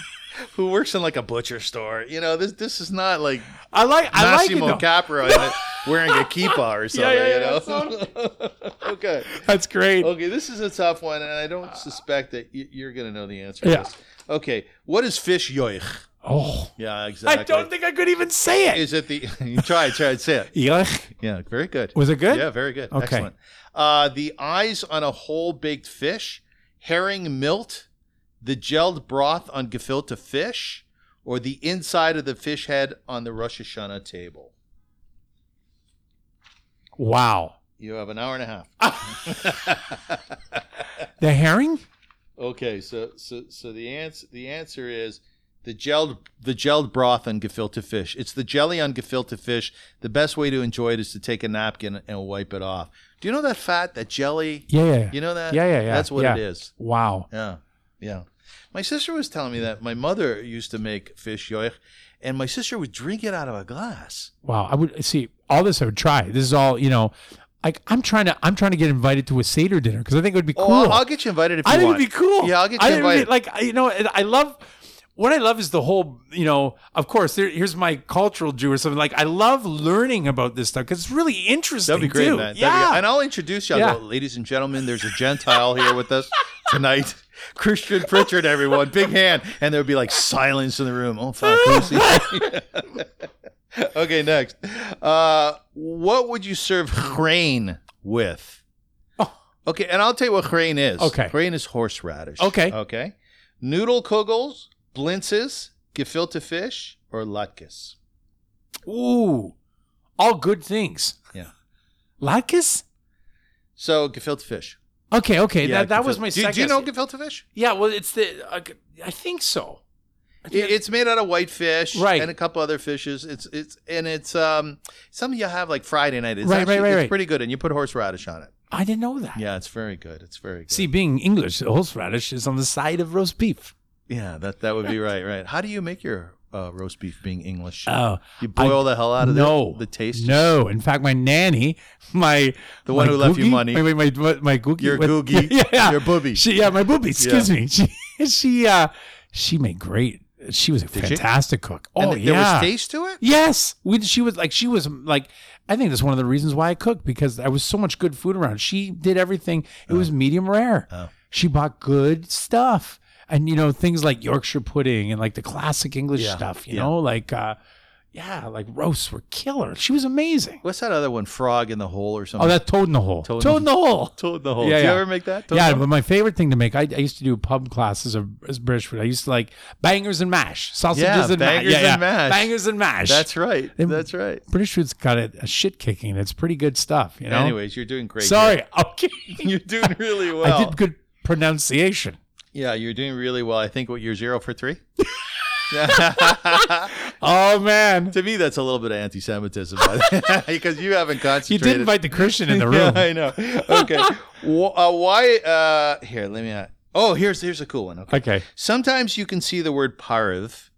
Speaker 2: who works in like a butcher store. You know, this this is not like
Speaker 3: I like. I like it.
Speaker 2: Massimo
Speaker 3: though.
Speaker 2: Capra in it wearing a kippah or something.
Speaker 3: yeah,
Speaker 2: you
Speaker 3: yeah,
Speaker 2: know.
Speaker 3: that
Speaker 2: okay.
Speaker 3: That's great.
Speaker 2: Okay, this is a tough one, and I don't suspect that y- you're going to know the answer. to
Speaker 3: Yeah.
Speaker 2: this. Okay, what is fish yoich?
Speaker 3: Oh,
Speaker 2: Yeah, exactly.
Speaker 3: I don't think I could even say it.
Speaker 2: Is it the you try try it say it?
Speaker 3: Yuck.
Speaker 2: Yeah, very good.
Speaker 3: Was it good?
Speaker 2: Yeah, very good.
Speaker 3: Okay.
Speaker 2: Excellent. Uh, the eyes on a whole baked fish, herring milt, the gelled broth on gefilte fish, or the inside of the fish head on the Rosh Hashanah table.
Speaker 3: Wow.
Speaker 2: You have an hour and a half.
Speaker 3: The herring?
Speaker 2: okay, so so so the answer the answer is the gelled the gelled broth on gefilte fish. It's the jelly on gefilte fish. The best way to enjoy it is to take a napkin and wipe it off. Do you know that fat, that jelly?
Speaker 3: Yeah, yeah.
Speaker 2: You know that?
Speaker 3: Yeah, yeah, yeah.
Speaker 2: That's what
Speaker 3: Yeah.
Speaker 2: it is.
Speaker 3: Wow.
Speaker 2: Yeah, yeah. My sister was telling me that my mother used to make fish yoich, and my sister would drink it out of a glass.
Speaker 3: Wow. I would see all this I would try. This is all, you know, like I'm trying to I'm trying to get invited to a Seder dinner because I think it would be cool.
Speaker 2: Oh, I'll, I'll get you invited if you
Speaker 3: I think
Speaker 2: want.
Speaker 3: it'd be cool.
Speaker 2: Yeah, I'll get you
Speaker 3: I think it'd
Speaker 2: invited.
Speaker 3: be- like you know, and I love what I love is the whole you know. Of course, there, here's my cultural Jew or something. Like I love learning about this stuff because it's really interesting.
Speaker 2: That'd be great,
Speaker 3: too.
Speaker 2: man. That'd be-
Speaker 3: Yeah.
Speaker 2: and I'll introduce you. I'll
Speaker 3: Yeah.
Speaker 2: go, Ladies and gentlemen, there's a Gentile here with us tonight. Christian Pritchard, everyone. Big hand. And there would be like silence in the room. Oh, fuck. who's he? okay, next. Uh, what would you serve grain with?
Speaker 3: Oh.
Speaker 2: Okay, and I'll tell you what grain is.
Speaker 3: Okay.
Speaker 2: Grain is horseradish.
Speaker 3: Okay.
Speaker 2: Okay. Noodle kugels, blintzes, gefilte fish, or latkes.
Speaker 3: Ooh, all good things.
Speaker 2: Yeah.
Speaker 3: Latkes?
Speaker 2: So, gefilte fish.
Speaker 3: Okay, okay.
Speaker 2: Yeah,
Speaker 3: that that was
Speaker 2: gefilte-
Speaker 3: my
Speaker 2: do,
Speaker 3: second.
Speaker 2: Do you know gefilte fish?
Speaker 3: yeah, well, it's the. Uh, I think so.
Speaker 2: It- It's made out of white fish
Speaker 3: Right.
Speaker 2: and a couple other fishes. It's it's and it's um something you'll have like Friday night. It's
Speaker 3: Right,
Speaker 2: actually,
Speaker 3: right, right,
Speaker 2: It's
Speaker 3: right.
Speaker 2: pretty good, and you put horseradish on it.
Speaker 3: I didn't know that.
Speaker 2: Yeah, it's very good. It's very good.
Speaker 3: See, being English, the horseradish is on the side of roast beef.
Speaker 2: yeah, that that would be right, right. How do you make your uh, roast beef being English?
Speaker 3: Oh,
Speaker 2: you boil the hell out of
Speaker 3: no,
Speaker 2: the, the taste.
Speaker 3: No, in fact, my nanny, my
Speaker 2: The one
Speaker 3: my
Speaker 2: who left you
Speaker 3: googie-
Speaker 2: money.
Speaker 3: My my my, my googie,
Speaker 2: Your
Speaker 3: with-
Speaker 2: googie,
Speaker 3: yeah, yeah.
Speaker 2: your booby.
Speaker 3: She, yeah, my booby. Excuse
Speaker 2: Yeah.
Speaker 3: me. She she uh she made great. She was a
Speaker 2: she?
Speaker 3: fantastic cook.
Speaker 2: And
Speaker 3: Oh
Speaker 2: th- there
Speaker 3: yeah.
Speaker 2: was taste to it.
Speaker 3: Yes, we, she was like she was like I think that's one of the reasons why I cooked because there was so much good food around. She did everything. It was medium rare.
Speaker 2: Oh.
Speaker 3: She bought good stuff, and you know things like Yorkshire pudding and like the classic English
Speaker 2: Yeah,
Speaker 3: stuff. You
Speaker 2: yeah.
Speaker 3: know, like uh, yeah, like roasts were killer. She was amazing.
Speaker 2: What's that other one? Frog in the hole or something?
Speaker 3: Oh, that toad in the hole.
Speaker 2: Toad
Speaker 3: Toad,
Speaker 2: in
Speaker 3: in the hole.
Speaker 2: toad in the hole.
Speaker 3: Yeah,
Speaker 2: Did you
Speaker 3: yeah.
Speaker 2: ever make that? Toad in
Speaker 3: Yeah,
Speaker 2: the hole?
Speaker 3: but my favorite thing to make, I, I used to do pub classes of as British food. I used to like bangers and mash, sausages
Speaker 2: Yeah,
Speaker 3: and, ma-
Speaker 2: bangers
Speaker 3: yeah, yeah.
Speaker 2: and mash.
Speaker 3: bangers and mash.
Speaker 2: that's right.
Speaker 3: They-
Speaker 2: That's right.
Speaker 3: British food's got a, a shit kicking. It's pretty good stuff, you know.
Speaker 2: Anyways, you're doing great.
Speaker 3: sorry, okay.
Speaker 2: here. you're doing really well.
Speaker 3: I did good pronunciation.
Speaker 2: Yeah, you're doing really well. I think what you're zero for three.
Speaker 3: Oh man,
Speaker 2: to me, that's a little bit of anti-Semitism but- because you haven't
Speaker 3: you
Speaker 2: concentrated.
Speaker 3: did invite the Christian in the room.
Speaker 2: Yeah, I know. Okay, Wh- uh, why? Uh, here, let me. Uh, oh, here's here's a cool one. Okay.
Speaker 3: okay,
Speaker 2: Sometimes you can see the word parv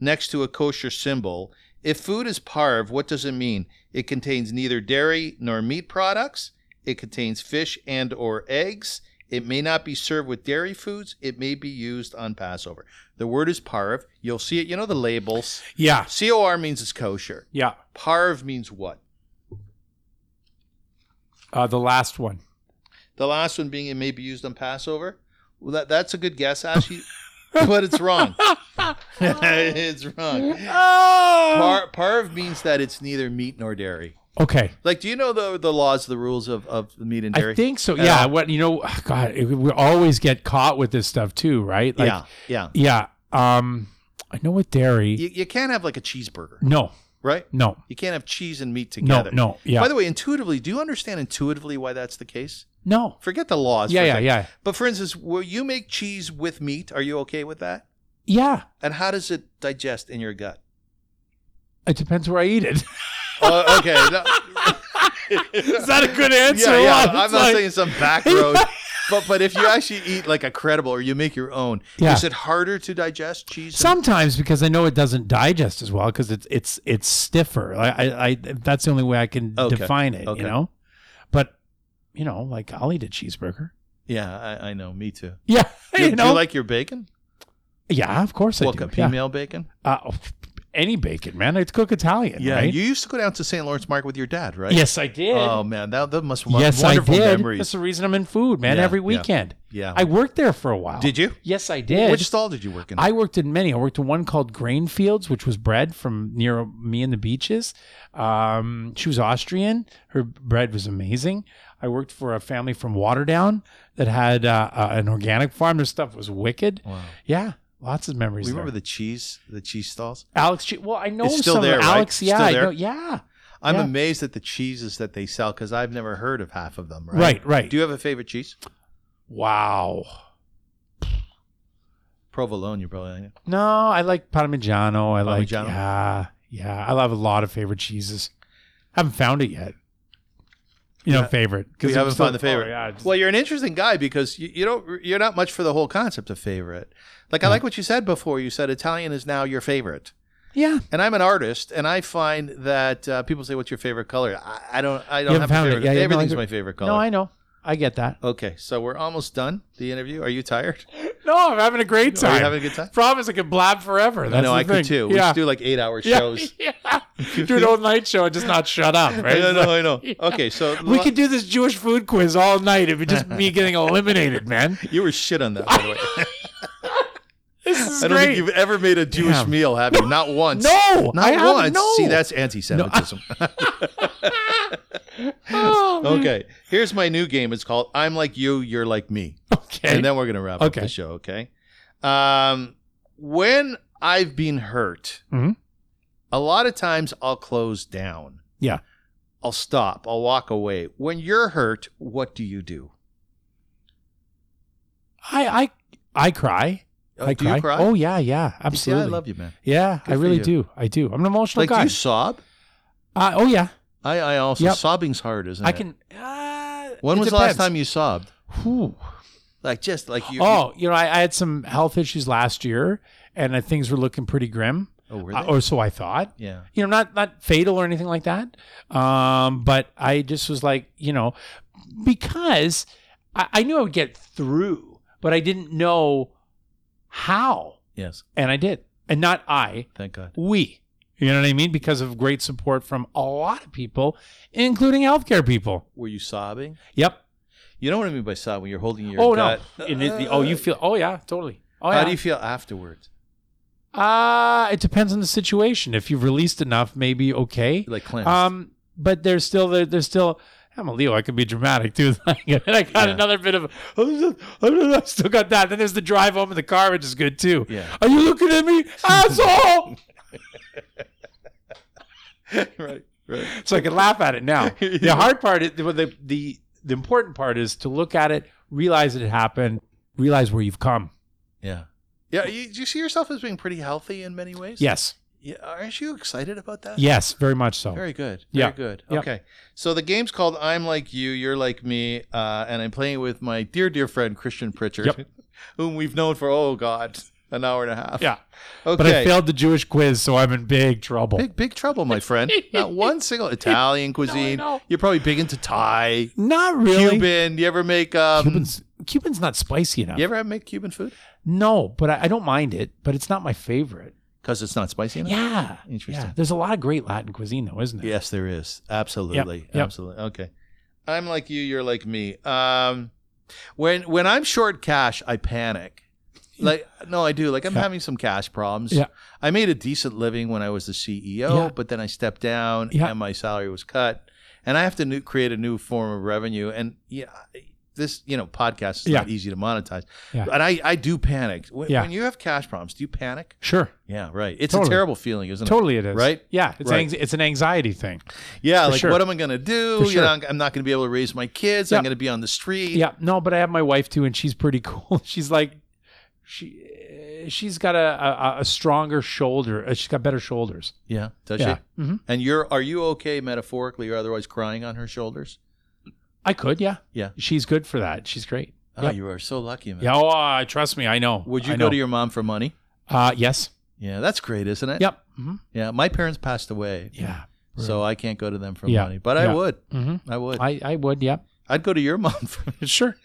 Speaker 2: next to a kosher symbol. If food is parv, what does it mean? It contains neither dairy nor meat products. It contains fish and or eggs. It may not be served with dairy foods. It may be used on Passover. The word is parv. You'll see it, you know the labels.
Speaker 3: yeah,
Speaker 2: COR means it's kosher.
Speaker 3: yeah.
Speaker 2: Parv means what?
Speaker 3: Uh, the last one.
Speaker 2: The last one being it may be used on Passover. Well, that, that's a good guess, Ashi, but it's wrong. it's wrong.
Speaker 3: Oh.
Speaker 2: Par, parv means that it's neither meat nor dairy.
Speaker 3: Okay,
Speaker 2: Like, do you know the the laws, the rules of of meat and dairy?
Speaker 3: I think so.
Speaker 2: At
Speaker 3: Yeah.
Speaker 2: all?
Speaker 3: What you know? God, it, we always get caught with this stuff too, right?
Speaker 2: yeah, yeah.
Speaker 3: Yeah. Um, I know with dairy.
Speaker 2: You, you can't have like a cheeseburger,
Speaker 3: no,
Speaker 2: right?
Speaker 3: no,
Speaker 2: You can't have cheese and meat
Speaker 3: Mm. no,
Speaker 2: together.
Speaker 3: no. Yeah.
Speaker 2: By the way, intuitively, do you understand intuitively why that's the case?
Speaker 3: no.
Speaker 2: Forget the laws.
Speaker 3: Yeah,
Speaker 2: for a
Speaker 3: yeah,
Speaker 2: second.
Speaker 3: yeah,
Speaker 2: But for instance, will you make cheese with meat? Are you okay with that?
Speaker 3: yeah.
Speaker 2: And how does it digest in your gut?
Speaker 3: It depends where I eat it.
Speaker 2: Oh, okay. No-
Speaker 3: Is that a good answer?
Speaker 2: yeah,
Speaker 3: or
Speaker 2: yeah.
Speaker 3: what?
Speaker 2: I'm
Speaker 3: It's
Speaker 2: not
Speaker 3: like-
Speaker 2: saying some back road. But, but if you actually eat like a credible or you make your own,
Speaker 3: Yeah.
Speaker 2: is it harder to digest cheese? and
Speaker 3: Sometimes because I know it doesn't digest as well because it's it's it's stiffer. I, I, I that's the only way I can
Speaker 2: Okay.
Speaker 3: define it.
Speaker 2: Okay.
Speaker 3: You know, but you know, like I'll eat a cheeseburger.
Speaker 2: Yeah, I, I know. Me too.
Speaker 3: Yeah,
Speaker 2: Do,
Speaker 3: you
Speaker 2: do
Speaker 3: know,
Speaker 2: you like your bacon?
Speaker 3: yeah, of course I
Speaker 2: What,
Speaker 3: do.
Speaker 2: a
Speaker 3: Yeah.
Speaker 2: female bacon?
Speaker 3: Uh, oh, any bacon, man. I cook Italian. right?
Speaker 2: You used to go down to St. Lawrence Market with your dad, right?
Speaker 3: yes, I did.
Speaker 2: Oh, man. That, that must have
Speaker 3: yes, I
Speaker 2: wonderful
Speaker 3: did. That's
Speaker 2: memories.
Speaker 3: the reason I'm in food, man.
Speaker 2: Yeah,
Speaker 3: every
Speaker 2: yeah.
Speaker 3: weekend,
Speaker 2: Yeah.
Speaker 3: I worked there for a while.
Speaker 2: did you?
Speaker 3: Yes, I did.
Speaker 2: Which stall did you work in?
Speaker 3: I worked in many. I worked in one called Grain Fields, which was bread from near me and the beaches. Um, she was Austrian. Her bread was amazing. I worked for a family from Waterdown that had uh, uh, an organic farm. Their stuff was wicked.
Speaker 2: wow.
Speaker 3: Yeah, lots of memories.
Speaker 2: We remember
Speaker 3: there.
Speaker 2: the cheese, the cheese stalls.
Speaker 3: Alex. Che- Well, I know
Speaker 2: It's still
Speaker 3: some of
Speaker 2: there, right?
Speaker 3: Alex.
Speaker 2: Still
Speaker 3: Yeah, I
Speaker 2: there?
Speaker 3: know. Yeah,
Speaker 2: I'm
Speaker 3: Yeah.
Speaker 2: amazed at the cheeses that they sell because I've never heard of half of them, right?
Speaker 3: right, right.
Speaker 2: Do you have a favorite cheese?
Speaker 3: wow.
Speaker 2: Provolone, you probably
Speaker 3: No, I like Parmigiano. I like.
Speaker 2: Parmigiano?
Speaker 3: Yeah, yeah. I love a lot of favorite cheeses. Haven't found it yet. You know,
Speaker 2: Yeah.
Speaker 3: favorite
Speaker 2: We
Speaker 3: I'm
Speaker 2: haven't
Speaker 3: still-
Speaker 2: found the favorite.
Speaker 3: Oh, yeah, it's-
Speaker 2: Well, you're an interesting guy because you, you don't you're not much for the whole concept of favorite. Like I like what you said before. You said Italian is now your favorite.
Speaker 3: yeah.
Speaker 2: and I'm an artist, and I find that uh, people say, "What's your favorite color?" I, I don't. I don't
Speaker 3: haven't
Speaker 2: have a
Speaker 3: found it.
Speaker 2: favorite.
Speaker 3: Yeah, you haven't
Speaker 2: Everything's
Speaker 3: liked it.
Speaker 2: my favorite color.
Speaker 3: No, I know. I get that.
Speaker 2: Okay, so we're almost done the interview. Are you tired?
Speaker 3: No, I'm having a great
Speaker 2: Are you
Speaker 3: time.
Speaker 2: having a good time?
Speaker 3: Promise I could blab forever.
Speaker 2: I
Speaker 3: That's
Speaker 2: know
Speaker 3: the
Speaker 2: I
Speaker 3: thing.
Speaker 2: could too. We
Speaker 3: Yeah.
Speaker 2: should do like eight-hour
Speaker 3: yeah.
Speaker 2: shows.
Speaker 3: Yeah. do an all night show and just not shut up, right?
Speaker 2: I know, I know, I know.
Speaker 3: Yeah.
Speaker 2: Okay, so
Speaker 3: We could do this Jewish food quiz all night if it just me getting eliminated, man.
Speaker 2: You were shit on that, by the way.
Speaker 3: This is
Speaker 2: I don't
Speaker 3: great.
Speaker 2: think you've ever made a Jewish
Speaker 3: Damn.
Speaker 2: meal, have you? Not once.
Speaker 3: no,
Speaker 2: Not
Speaker 3: I haven't.
Speaker 2: once.
Speaker 3: No.
Speaker 2: See, that's anti-Semitism.
Speaker 3: Oh, man.
Speaker 2: okay, here's my new game. It's called "I'm Like You, You're Like Me."
Speaker 3: Okay.
Speaker 2: and then we're gonna wrap up
Speaker 3: Okay.
Speaker 2: the show. Okay. Um, when I've been hurt,
Speaker 3: Mhm.
Speaker 2: a lot of times I'll close down.
Speaker 3: Yeah.
Speaker 2: I'll stop. I'll walk away. When you're hurt, what do you do?
Speaker 3: I I I cry.
Speaker 2: Oh,
Speaker 3: I
Speaker 2: do you cry?
Speaker 3: Oh yeah, yeah,
Speaker 2: You see,
Speaker 3: absolutely. Oh,
Speaker 2: I love you, man.
Speaker 3: Yeah,
Speaker 2: Good
Speaker 3: I
Speaker 2: for
Speaker 3: really
Speaker 2: you.
Speaker 3: do. I do. I'm an emotional
Speaker 2: Like, do
Speaker 3: guy.
Speaker 2: you sob?
Speaker 3: uh, oh yeah,
Speaker 2: I, I also
Speaker 3: Yep.
Speaker 2: sobbing's hard, isn't
Speaker 3: I
Speaker 2: it?
Speaker 3: can. Uh,
Speaker 2: When
Speaker 3: it
Speaker 2: was the last
Speaker 3: depends.
Speaker 2: time you sobbed?
Speaker 3: Whew.
Speaker 2: Like just like you.
Speaker 3: oh, you know, I, I had some health issues last year, and uh, things were looking pretty grim,
Speaker 2: you- oh, were
Speaker 3: uh,
Speaker 2: they?
Speaker 3: or so I thought.
Speaker 2: yeah.
Speaker 3: you know, not not fatal or anything like that. Um, but I just was like, you know, because I, I knew I would get through, but I didn't know how,
Speaker 2: Yes.
Speaker 3: and I did, and not I,
Speaker 2: Thank God.
Speaker 3: we. You know what I mean? Because of great support from a lot of people, including healthcare people.
Speaker 2: Were you sobbing?
Speaker 3: Yep.
Speaker 2: You know what I mean by sobbing. You're holding your
Speaker 3: oh
Speaker 2: gut. Uh,
Speaker 3: no. And it- the- oh, you feel? Oh yeah, totally. Oh
Speaker 2: How
Speaker 3: yeah.
Speaker 2: do you feel afterwards?
Speaker 3: uh, it depends on the situation. If you've released enough, maybe okay.
Speaker 2: Like cleansed.
Speaker 3: Um, but there's still the, there's still. I'm a Leo. I can be dramatic too. Like, I got
Speaker 2: Yeah.
Speaker 3: another bit of. I still got that. Then there's the drive home in the car, which is good too.
Speaker 2: yeah.
Speaker 3: Are you looking at me, asshole?
Speaker 2: right. Right.
Speaker 3: So I can laugh at it now.
Speaker 2: Yeah.
Speaker 3: The hard part is well, the the the important part is to look at it, realize that it happened, realize where you've come.
Speaker 2: Yeah. Yeah. You, do you see yourself as being pretty healthy in many ways?
Speaker 3: Yes,
Speaker 2: Yeah, aren't you excited about that?
Speaker 3: yes, very much so.
Speaker 2: Very good. Very
Speaker 3: Yeah.
Speaker 2: good.
Speaker 3: Yeah.
Speaker 2: Okay. So the game's called I'm Like You, You're Like Me, uh, and I'm playing with my dear, dear friend Christian Pritchard,
Speaker 3: Yep.
Speaker 2: whom we've known for, oh God, an hour and a half.
Speaker 3: yeah,
Speaker 2: Okay.
Speaker 3: but I failed the Jewish quiz, so I'm in big trouble.
Speaker 2: Big, big trouble, my friend. Not one single Italian cuisine.
Speaker 3: know.
Speaker 2: You're probably big into Thai,
Speaker 3: Not really.
Speaker 2: Cuban. You ever make um?
Speaker 3: Cuban's Cuban's not spicy enough.
Speaker 2: You ever make Cuban food?
Speaker 3: No, but I, I don't mind it. But it's not my favorite.
Speaker 2: Because it's not spicy enough.
Speaker 3: Yeah,
Speaker 2: Interesting.
Speaker 3: Yeah. There's a lot of great Latin cuisine, though, isn't there?
Speaker 2: Yes, there is. Absolutely.
Speaker 3: Yep.
Speaker 2: Absolutely. Okay. I'm like you, you're like me. Um when when I'm short cash, I panic. Like no, I do. Like I'm
Speaker 3: Yeah.
Speaker 2: having some cash problems.
Speaker 3: Yeah.
Speaker 2: I made a decent living when I was the CEO,
Speaker 3: Yeah.
Speaker 2: but then I stepped down
Speaker 3: Yeah.
Speaker 2: and my salary was cut. And I have to new, create a new form of revenue. And yeah, this you know podcast is not easy to monetize.
Speaker 3: Yeah.
Speaker 2: And I I do panic when,
Speaker 3: Yeah.
Speaker 2: when you have cash problems. Do you panic?
Speaker 3: Sure.
Speaker 2: Yeah, right. It's a
Speaker 3: Totally.
Speaker 2: terrible feeling, isn't it?
Speaker 3: Totally, it is.
Speaker 2: Right?
Speaker 3: Yeah. It's
Speaker 2: Right.
Speaker 3: An, anx- it's an anxiety thing.
Speaker 2: Yeah,
Speaker 3: For
Speaker 2: like
Speaker 3: sure.
Speaker 2: what am I gonna do?
Speaker 3: For
Speaker 2: You
Speaker 3: sure.
Speaker 2: know, I'm- I'm not gonna be able to raise my kids. I'm
Speaker 3: Yeah.
Speaker 2: gonna be on the street.
Speaker 3: Yeah. No, but I have my wife too, and she's pretty cool. She's like, she uh, she's got a a, a stronger shoulder. Uh, she's got better shoulders.
Speaker 2: yeah. Does
Speaker 3: yeah.
Speaker 2: she?
Speaker 3: Mhm.
Speaker 2: And you're are you okay metaphorically or otherwise crying on her shoulders?
Speaker 3: I could. Yeah.
Speaker 2: Yeah.
Speaker 3: She's good for that. She's great.
Speaker 2: Oh,
Speaker 3: Yep.
Speaker 2: you are so lucky, man.
Speaker 3: Yeah. Oh, uh, trust me. I know.
Speaker 2: Would
Speaker 3: I
Speaker 2: you go
Speaker 3: know.
Speaker 2: to your mom for money?
Speaker 3: Uh, yes.
Speaker 2: Yeah, that's great, isn't it?
Speaker 3: Yep. hmm
Speaker 2: Yeah. My parents passed away,
Speaker 3: Yeah.
Speaker 2: so I can't go to them for
Speaker 3: Yeah.
Speaker 2: money, but I
Speaker 3: Yeah.
Speaker 2: would.
Speaker 3: hmm
Speaker 2: I would. I,
Speaker 3: I I would. Yep.
Speaker 2: would go to your mom. For,
Speaker 3: Sure.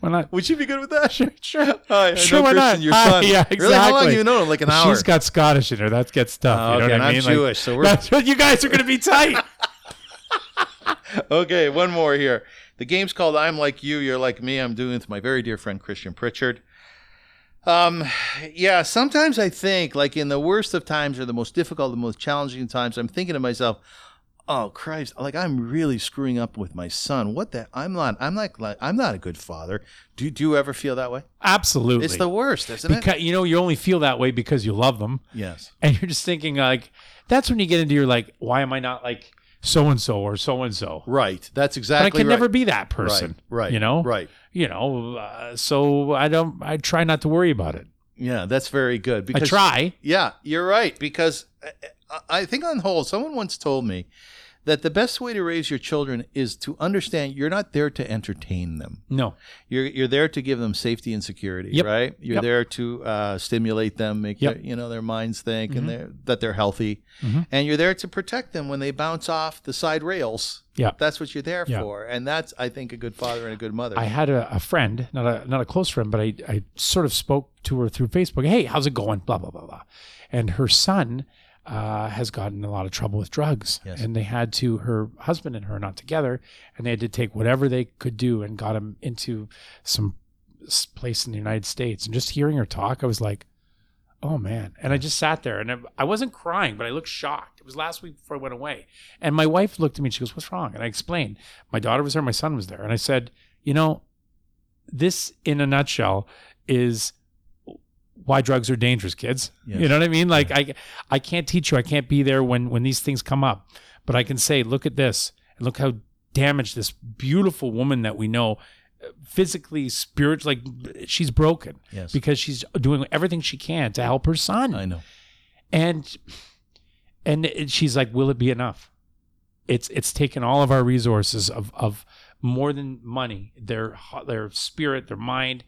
Speaker 3: Why not?
Speaker 2: would you be good with that? Sure.
Speaker 3: Sure.
Speaker 2: Hi, I
Speaker 3: Sure,
Speaker 2: know
Speaker 3: why
Speaker 2: Christian,
Speaker 3: not?
Speaker 2: Your
Speaker 3: Hi,
Speaker 2: son.
Speaker 3: yeah,
Speaker 2: Really? How long do
Speaker 3: exactly.
Speaker 2: you know him? Like an hour.
Speaker 3: She's got Scottish in her. That gets tough.
Speaker 2: Oh,
Speaker 3: you
Speaker 2: okay,
Speaker 3: know what
Speaker 2: and
Speaker 3: I
Speaker 2: I'm
Speaker 3: mean? Like,
Speaker 2: Jewish, so we're
Speaker 3: that's what you guys are going to be tight.
Speaker 2: okay, one more here. The game's called I'm Like You, You're Like Me. I'm doing it with my very dear friend Christian Pritchard. Um, yeah, sometimes I think, like in the worst of times or the most difficult, the most challenging times, I'm thinking to myself, Oh Christ, like I'm really screwing up with my son. What the I'm not I'm not like I'm not a good father. Do do you ever feel that way?
Speaker 3: Absolutely.
Speaker 2: It's the worst, isn't it?
Speaker 3: because you know you only feel that way because you love them,
Speaker 2: Yes.
Speaker 3: and you're just thinking like, that's when you get into your like, why am I not like so and so or so and so?
Speaker 2: Right. That's
Speaker 3: But I
Speaker 2: exactly
Speaker 3: can
Speaker 2: right.
Speaker 3: never be that person.
Speaker 2: Right, right.
Speaker 3: You know.
Speaker 2: Right.
Speaker 3: You know. Uh, so I don't. I try not to worry about it.
Speaker 2: Yeah, that's very good. Because
Speaker 3: I try.
Speaker 2: Yeah, you're right. Because I- I think on the whole, someone once told me that the best way to raise your children is to understand you're not there to entertain them.
Speaker 3: No.
Speaker 2: You're you're there to give them safety and security,
Speaker 3: Yep.
Speaker 2: right? You're
Speaker 3: Yep.
Speaker 2: there to uh, stimulate them, make
Speaker 3: Yep. Mm-hmm.
Speaker 2: their, you know their minds think and they're, that they're healthy,
Speaker 3: Mhm.
Speaker 2: and you're there to protect them when they bounce off the side rails.
Speaker 3: Yeah.
Speaker 2: that's what you're there
Speaker 3: Yeah.
Speaker 2: for, and that's I think a good father and a good mother.
Speaker 3: I had a, a friend, not a not a close friend, but I, I sort of spoke to her through Facebook. Hey, how's it going? Blah blah blah blah. And her son uh, has gotten in a lot of trouble with drugs,
Speaker 2: Yes.
Speaker 3: and they had to. Her husband and her are not together, and they had to take whatever they could do and got him into some s- place in the United States. And just hearing her talk, I was like, oh man. And I just sat there, and I, I wasn't crying, but I looked shocked. It was last week before I went away, and my wife looked at me and she goes, "What's wrong?" And I explained. My daughter was there, my son was there, and I said, you know this in a nutshell is why drugs are dangerous kids
Speaker 2: Yes.
Speaker 3: you know what i mean like i i can't teach you i can't be there when when these things come up but i can say look at this and look how damaged this beautiful woman that we know uh, physically, spiritually, like she's broken
Speaker 2: Yes.
Speaker 3: because she's doing everything she can to help her son
Speaker 2: I know.
Speaker 3: and and it- she's like will it be enough it's it's taken all of our resources of of more than money their ho- their spirit their mind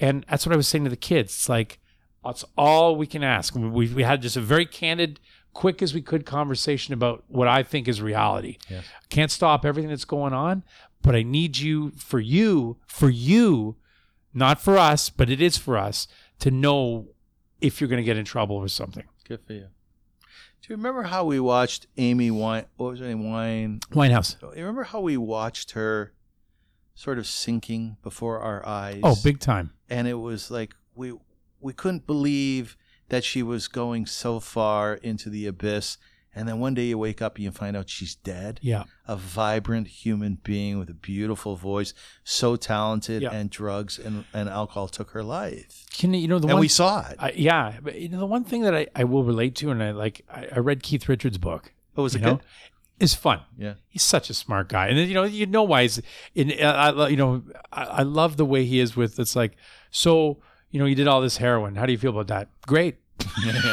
Speaker 3: and that's what i was saying to the kids it's like that's all we can ask we, we had just a very candid quick as we could conversation about what i think is reality
Speaker 2: Yes.
Speaker 3: can't stop everything that's going on but i need you for you for you not for us but it is for us to know if you're going to get in trouble or something
Speaker 2: Good for you. Do you remember how we watched Amy Wine? What was her name? Wine.
Speaker 3: Winehouse.
Speaker 2: You remember how we watched her sort of sinking before our eyes?
Speaker 3: Oh, big time.
Speaker 2: and it was like we we couldn't believe that she was going so far into the abyss and then one day you wake up and you find out she's dead
Speaker 3: Yeah.
Speaker 2: a vibrant human being with a beautiful voice so talented
Speaker 3: Yeah.
Speaker 2: and drugs and, and alcohol took her life
Speaker 3: Can you know the
Speaker 2: and
Speaker 3: one?
Speaker 2: we saw it
Speaker 3: I, yeah, but you know the one thing that I, I will relate to, and I like I, I read Keith Richards' book.
Speaker 2: oh was
Speaker 3: you
Speaker 2: it
Speaker 3: know,
Speaker 2: good
Speaker 3: is fun.
Speaker 2: yeah
Speaker 3: He's such a smart guy, and then, you know you know why he's in. uh, I, lo- you know I, I love the way he is with. It's like so you know you did all this heroin. How do you feel about that? Great.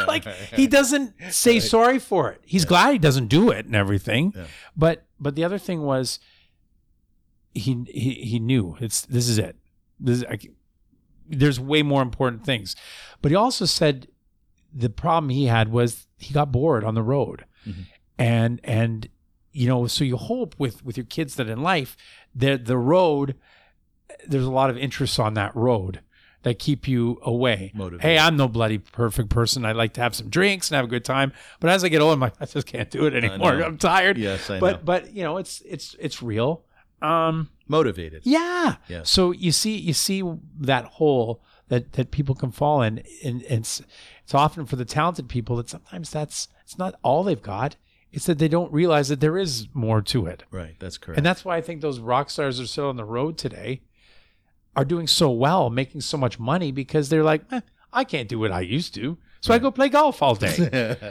Speaker 3: like he doesn't say sorry for it. He's glad he doesn't do it and everything.
Speaker 2: Yeah.
Speaker 3: But but the other thing was he he he knew it's this is it. This is, I, c- there's way more important things. But he also said the problem he had was he got bored on the road.
Speaker 2: Mhm.
Speaker 3: And and you know, so you hope with with your kids that in life that the road there's a lot of interests on that road that keep you away.
Speaker 2: Motivated.
Speaker 3: Hey, I'm no bloody perfect person. I like to have some drinks and have a good time. But as I get older, I'm like, I just can't do it anymore.
Speaker 2: know.
Speaker 3: I'm tired.
Speaker 2: yes i
Speaker 3: but
Speaker 2: know
Speaker 3: but you know, it's it's it's real. Um
Speaker 2: motivated
Speaker 3: yeah.
Speaker 2: Yeah.
Speaker 3: So you see you see that hole that that people can fall in and, and it's it's often for the talented people that sometimes that's it's not all they've got. It's that they don't realize that there is more to it.
Speaker 2: right that's correct
Speaker 3: And that's why I think those rock stars that are still on the road today are doing so well, making so much money because they're like, "Eh, I can't do what I used to. So I go play golf all day.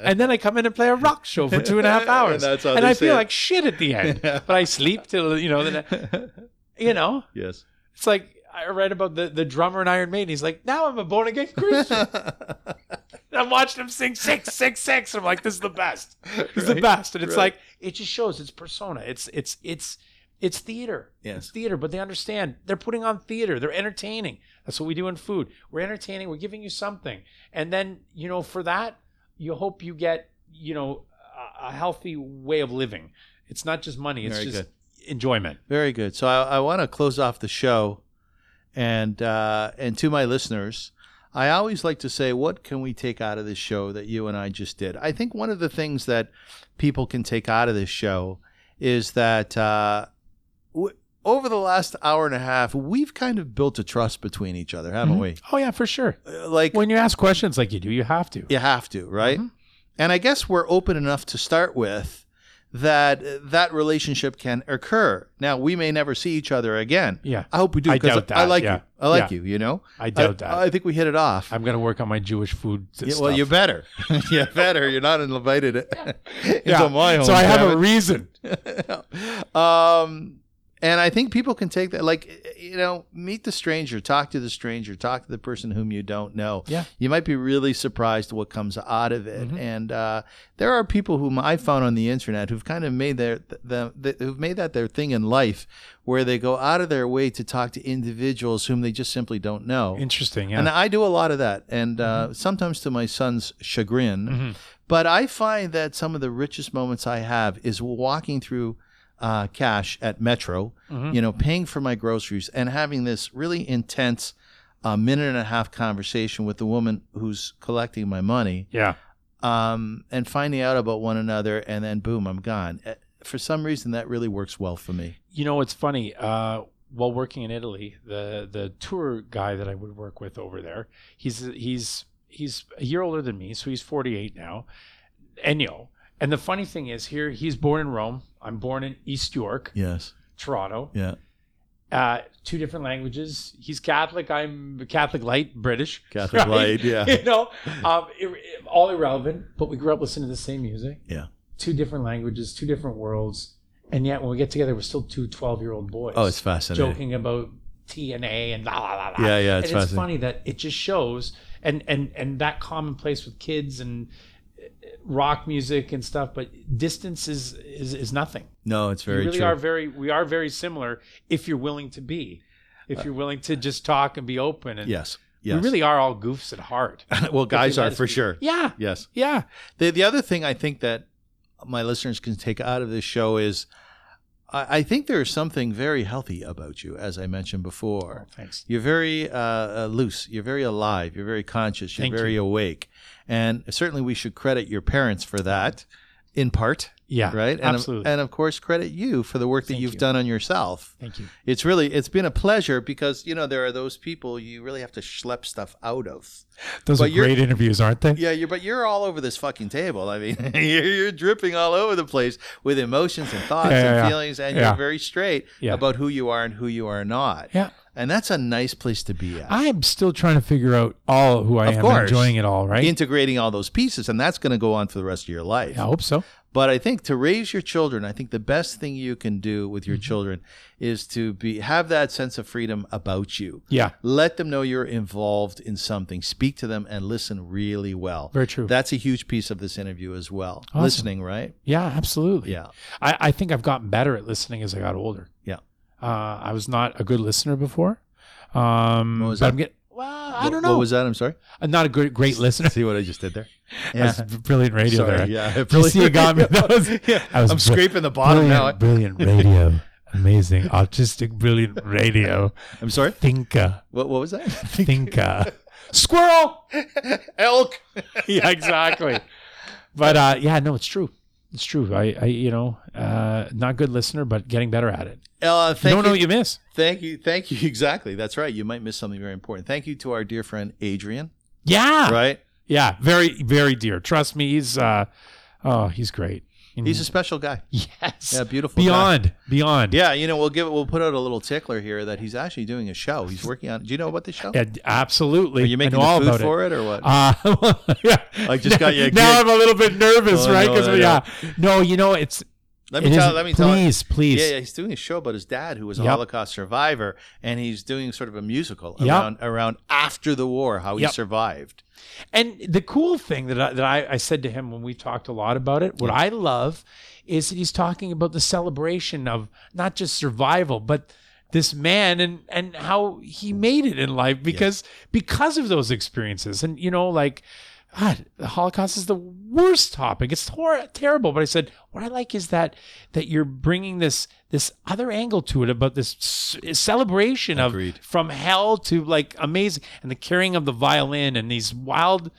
Speaker 3: and then I come in and play a rock show for two and a half hours.
Speaker 2: And that's how
Speaker 3: and
Speaker 2: they
Speaker 3: I
Speaker 2: say
Speaker 3: feel
Speaker 2: it.
Speaker 3: like shit at the end. but I sleep till, you know, the, ne- you know,
Speaker 2: yes
Speaker 3: it's like I read about the, the drummer in Iron Maiden. He's like, now I'm a born again Christian. I'm watching him sing six, six, six. I'm like, this is the best. This is the
Speaker 2: Right,
Speaker 3: best. And it's
Speaker 2: right.
Speaker 3: like it just shows it's persona. It's it's it's it's theater.
Speaker 2: Yes.
Speaker 3: It's theater, but they understand they're putting on theater. They're entertaining. That's what we do in food. We're entertaining. We're giving you something, and then you know for that you hope you get you know a, a healthy way of living. It's not just money. It's
Speaker 2: Very
Speaker 3: just enjoyment.
Speaker 2: Very good. So I, I want to close off the show, and uh, and to my listeners, I always like to say, what can we take out of this show that you and I just did? I think one of the things that people can take out of this show is that uh, w- over the last hour and a half, we've kind of built a trust between each other, haven't
Speaker 3: Oh yeah, for sure.
Speaker 2: we? Uh, Like
Speaker 3: When you ask questions like you do, you have to.
Speaker 2: you have to, right?
Speaker 3: Mm-hmm.
Speaker 2: And I guess we're open enough to start with that that relationship can occur. Now we may never see each other again.
Speaker 3: Yeah.
Speaker 2: I hope we do.
Speaker 3: I
Speaker 2: 'cause
Speaker 3: doubt
Speaker 2: I
Speaker 3: that,
Speaker 2: like
Speaker 3: yeah.
Speaker 2: you. I like
Speaker 3: Yeah.
Speaker 2: you. You know.
Speaker 3: I doubt that.
Speaker 2: I think we hit it off.
Speaker 3: I'm gonna work on my Jewish food.
Speaker 2: Yeah,
Speaker 3: stuff.
Speaker 2: well, you better. you better. You're not invited into my home.
Speaker 3: So I have
Speaker 2: damn
Speaker 3: a
Speaker 2: it.
Speaker 3: reason.
Speaker 2: um, and I think people can take that, like you know, meet the stranger, talk to the stranger, talk to the person whom you don't know.
Speaker 3: Yeah.
Speaker 2: you might be really surprised what comes out of it. And uh, there are people whom I found on the internet who've kind of made their them th- who've made that their thing in life, where they go out of their way to talk to individuals whom they just simply don't know.
Speaker 3: Interesting. Yeah. Mm-hmm.
Speaker 2: And I do a lot of that, and uh, sometimes to my son's chagrin. But I find that some of the richest moments I have is walking through uh, cash at Metro,
Speaker 3: Mm-hmm.
Speaker 2: you know, paying for my groceries and having this really intense uh, minute and a half conversation with the woman who's collecting my money
Speaker 3: yeah.
Speaker 2: um, and finding out about one another. And then, boom, I'm gone. Uh, For some reason, that really works well for me.
Speaker 3: You know, it's funny. Uh, while working in Italy, the the tour guy that I would work with over there, he's he's he's a year older than me, so he's 48 now. Ennio. And the funny thing is, here he's born in Rome. I'm born in East York,
Speaker 2: Yes.
Speaker 3: Toronto.
Speaker 2: Yeah.
Speaker 3: Uh, two different languages. He's Catholic. I'm Catholic light, British.
Speaker 2: Catholic light, yeah.
Speaker 3: You know, um, ir- ir- all irrelevant. But we grew up listening to the same music.
Speaker 2: Yeah.
Speaker 3: Two different languages, two different worlds, and yet when we get together, we're still two 12 year old boys
Speaker 2: Oh, it's fascinating.
Speaker 3: joking about TNA and la la la la.
Speaker 2: Yeah, yeah, it's
Speaker 3: and it's
Speaker 2: fascinating.
Speaker 3: funny that it just shows and and and that commonplace with kids and uh, rock music and stuff, but distance is is, is nothing.
Speaker 2: No, it's very
Speaker 3: we really
Speaker 2: true.
Speaker 3: are very we are very similar if you're willing to be, if you're willing to just talk and be open and
Speaker 2: yes. Uh, Yes.
Speaker 3: we really are all goofs at heart.
Speaker 2: well, guys
Speaker 3: let
Speaker 2: are
Speaker 3: us
Speaker 2: for
Speaker 3: be-
Speaker 2: sure.
Speaker 3: yeah,
Speaker 2: Yes.
Speaker 3: yeah.
Speaker 2: The the other thing I think that my listeners can take out of this show is I, I think there is something very healthy about you, as I mentioned before.
Speaker 3: Thanks.
Speaker 2: You're very uh, uh, loose. You're very alive. You're very conscious. You're
Speaker 3: Thank
Speaker 2: very awake. And certainly we should credit your parents for that in part,
Speaker 3: Yeah,
Speaker 2: right? And
Speaker 3: absolutely.
Speaker 2: Of, and of course, credit you for the work that
Speaker 3: Thank
Speaker 2: you've
Speaker 3: you.
Speaker 2: done on yourself.
Speaker 3: Thank you.
Speaker 2: It's really, it's been a pleasure because, you know, there are those people you really have to schlep stuff out of.
Speaker 3: Those
Speaker 2: But are you're- great
Speaker 3: interviews, aren't they?
Speaker 2: Yeah, you're, but you're all over this fucking table. I mean, you're, you're dripping all over the place with emotions and thoughts
Speaker 3: Yeah, yeah,
Speaker 2: and
Speaker 3: yeah.
Speaker 2: feelings, and
Speaker 3: Yeah.
Speaker 2: you're very straight
Speaker 3: Yeah.
Speaker 2: about who you are and who you are not.
Speaker 3: Yeah.
Speaker 2: And that's a nice place to be at.
Speaker 3: I'm still trying to figure out all who I
Speaker 2: Of
Speaker 3: am,
Speaker 2: course.
Speaker 3: enjoying it all, right?
Speaker 2: integrating all those pieces and that's going to go on for the rest of your life
Speaker 3: I hope so.
Speaker 2: but i think to raise your children i think the best thing you can do with
Speaker 3: Mm-hmm.
Speaker 2: your children is to be have that sense of freedom about you
Speaker 3: Yeah,
Speaker 2: let them know you're involved in something speak to them and listen really well
Speaker 3: very true.
Speaker 2: that's a huge piece of this interview as well
Speaker 3: Awesome.
Speaker 2: listening right
Speaker 3: yeah, absolutely.
Speaker 2: yeah
Speaker 3: I, I think I've gotten better at listening as I got older.
Speaker 2: Yeah.
Speaker 3: Uh, I was not a good listener before. Um,
Speaker 2: What was
Speaker 3: but
Speaker 2: that?
Speaker 3: I'm getting, well, I
Speaker 2: What-
Speaker 3: don't know.
Speaker 2: what was that i'm sorry
Speaker 3: I'm Uh, not a great, great listener.
Speaker 2: see what i just did there
Speaker 3: That's brilliant radio
Speaker 2: Sorry,
Speaker 3: there.
Speaker 2: yeah
Speaker 3: You see, it got me. That was,
Speaker 2: yeah,
Speaker 3: I was
Speaker 2: i'm
Speaker 3: br-
Speaker 2: scraping the bottom now
Speaker 3: brilliant, brilliant radio. Amazing, autistic, brilliant radio.
Speaker 2: i'm sorry
Speaker 3: Thinker,
Speaker 2: what, what was that
Speaker 3: thinker. Squirrel.
Speaker 2: elk
Speaker 3: yeah, exactly. But uh, yeah, no, it's true. It's true. I, I you know, uh, not good listener, but getting better at it.
Speaker 2: uh,
Speaker 3: You
Speaker 2: thank
Speaker 3: don't
Speaker 2: you.
Speaker 3: know what you miss.
Speaker 2: Thank you. Thank you. Exactly. That's right. You might miss something very important. Thank you to our dear friend Adrian.
Speaker 3: Yeah,
Speaker 2: Right?
Speaker 3: yeah, very, very dear. Trust me, he's uh, oh, he's great. And-
Speaker 2: He's a special guy.
Speaker 3: yes,
Speaker 2: Yeah, beautiful. guy.
Speaker 3: beyond, beyond.
Speaker 2: Yeah, you know, we'll give it we'll put out a little tickler here that he's actually doing a show. He's working on do you know about the show?
Speaker 3: Yeah, absolutely.
Speaker 2: Are you making
Speaker 3: I know all
Speaker 2: the food
Speaker 3: about
Speaker 2: for it, or what?
Speaker 3: Uh, yeah.
Speaker 2: I just got you a
Speaker 3: Now
Speaker 2: gig.
Speaker 3: I'm a little bit nervous,
Speaker 2: Oh,
Speaker 3: right?
Speaker 2: no,
Speaker 3: Because
Speaker 2: no,
Speaker 3: yeah, no, you know it's.
Speaker 2: let me
Speaker 3: it
Speaker 2: tell
Speaker 3: isn't-
Speaker 2: let me tell
Speaker 3: please, please.
Speaker 2: Yeah, yeah, he's doing a show about his dad who was a
Speaker 3: Yep.
Speaker 2: Holocaust survivor and he's doing sort of a musical
Speaker 3: Yep.
Speaker 2: around around after the war, how he
Speaker 3: Yep.
Speaker 2: survived.
Speaker 3: And the cool thing that I, that I, I said to him when we talked a lot about it, what I love is that he's talking about the celebration of not just survival, but this man and and how he made it in life because because of those experiences. And you know, like God, the Holocaust is the worst topic. It's hor- terrible. But I said, what I like is that that you're bringing this this other angle to it about this c- celebration
Speaker 2: Agreed.
Speaker 3: of from hell to like amazing and the carrying of the violin and these wild.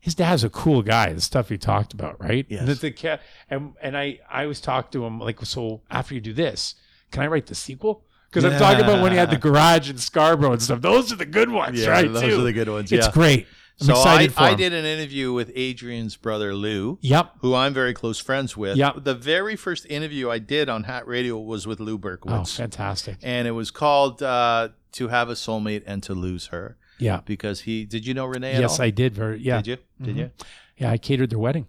Speaker 3: His dad's a cool guy. The stuff he talked about, right?
Speaker 2: Yes.
Speaker 3: And, that the ca- and and I I always talk to him like, so after you do this, can I write the sequel? Because I'm talking about when he had the
Speaker 2: Yeah.
Speaker 3: garage in Scarborough and stuff. Those are the good ones, right?
Speaker 2: those
Speaker 3: too.
Speaker 2: are the good ones.
Speaker 3: It's
Speaker 2: yeah.
Speaker 3: great. I'm
Speaker 2: so I,
Speaker 3: excited for
Speaker 2: I
Speaker 3: him.
Speaker 2: did an interview with Adrian's brother Lou.
Speaker 3: Yep. Oh,
Speaker 2: who I'm very close friends with.
Speaker 3: Yeah.
Speaker 2: The very first interview I did on Hat Radio was with Lou
Speaker 3: Oh,
Speaker 2: Berkowitz.
Speaker 3: fantastic.
Speaker 2: and it was called uh, To Have a Soulmate and to Lose Her
Speaker 3: Yeah.
Speaker 2: because he did you know Renee at
Speaker 3: Yes,
Speaker 2: all?
Speaker 3: I did. Very. Yeah. Mm-hmm.
Speaker 2: Did you? Did you?
Speaker 3: Yeah, I catered their wedding.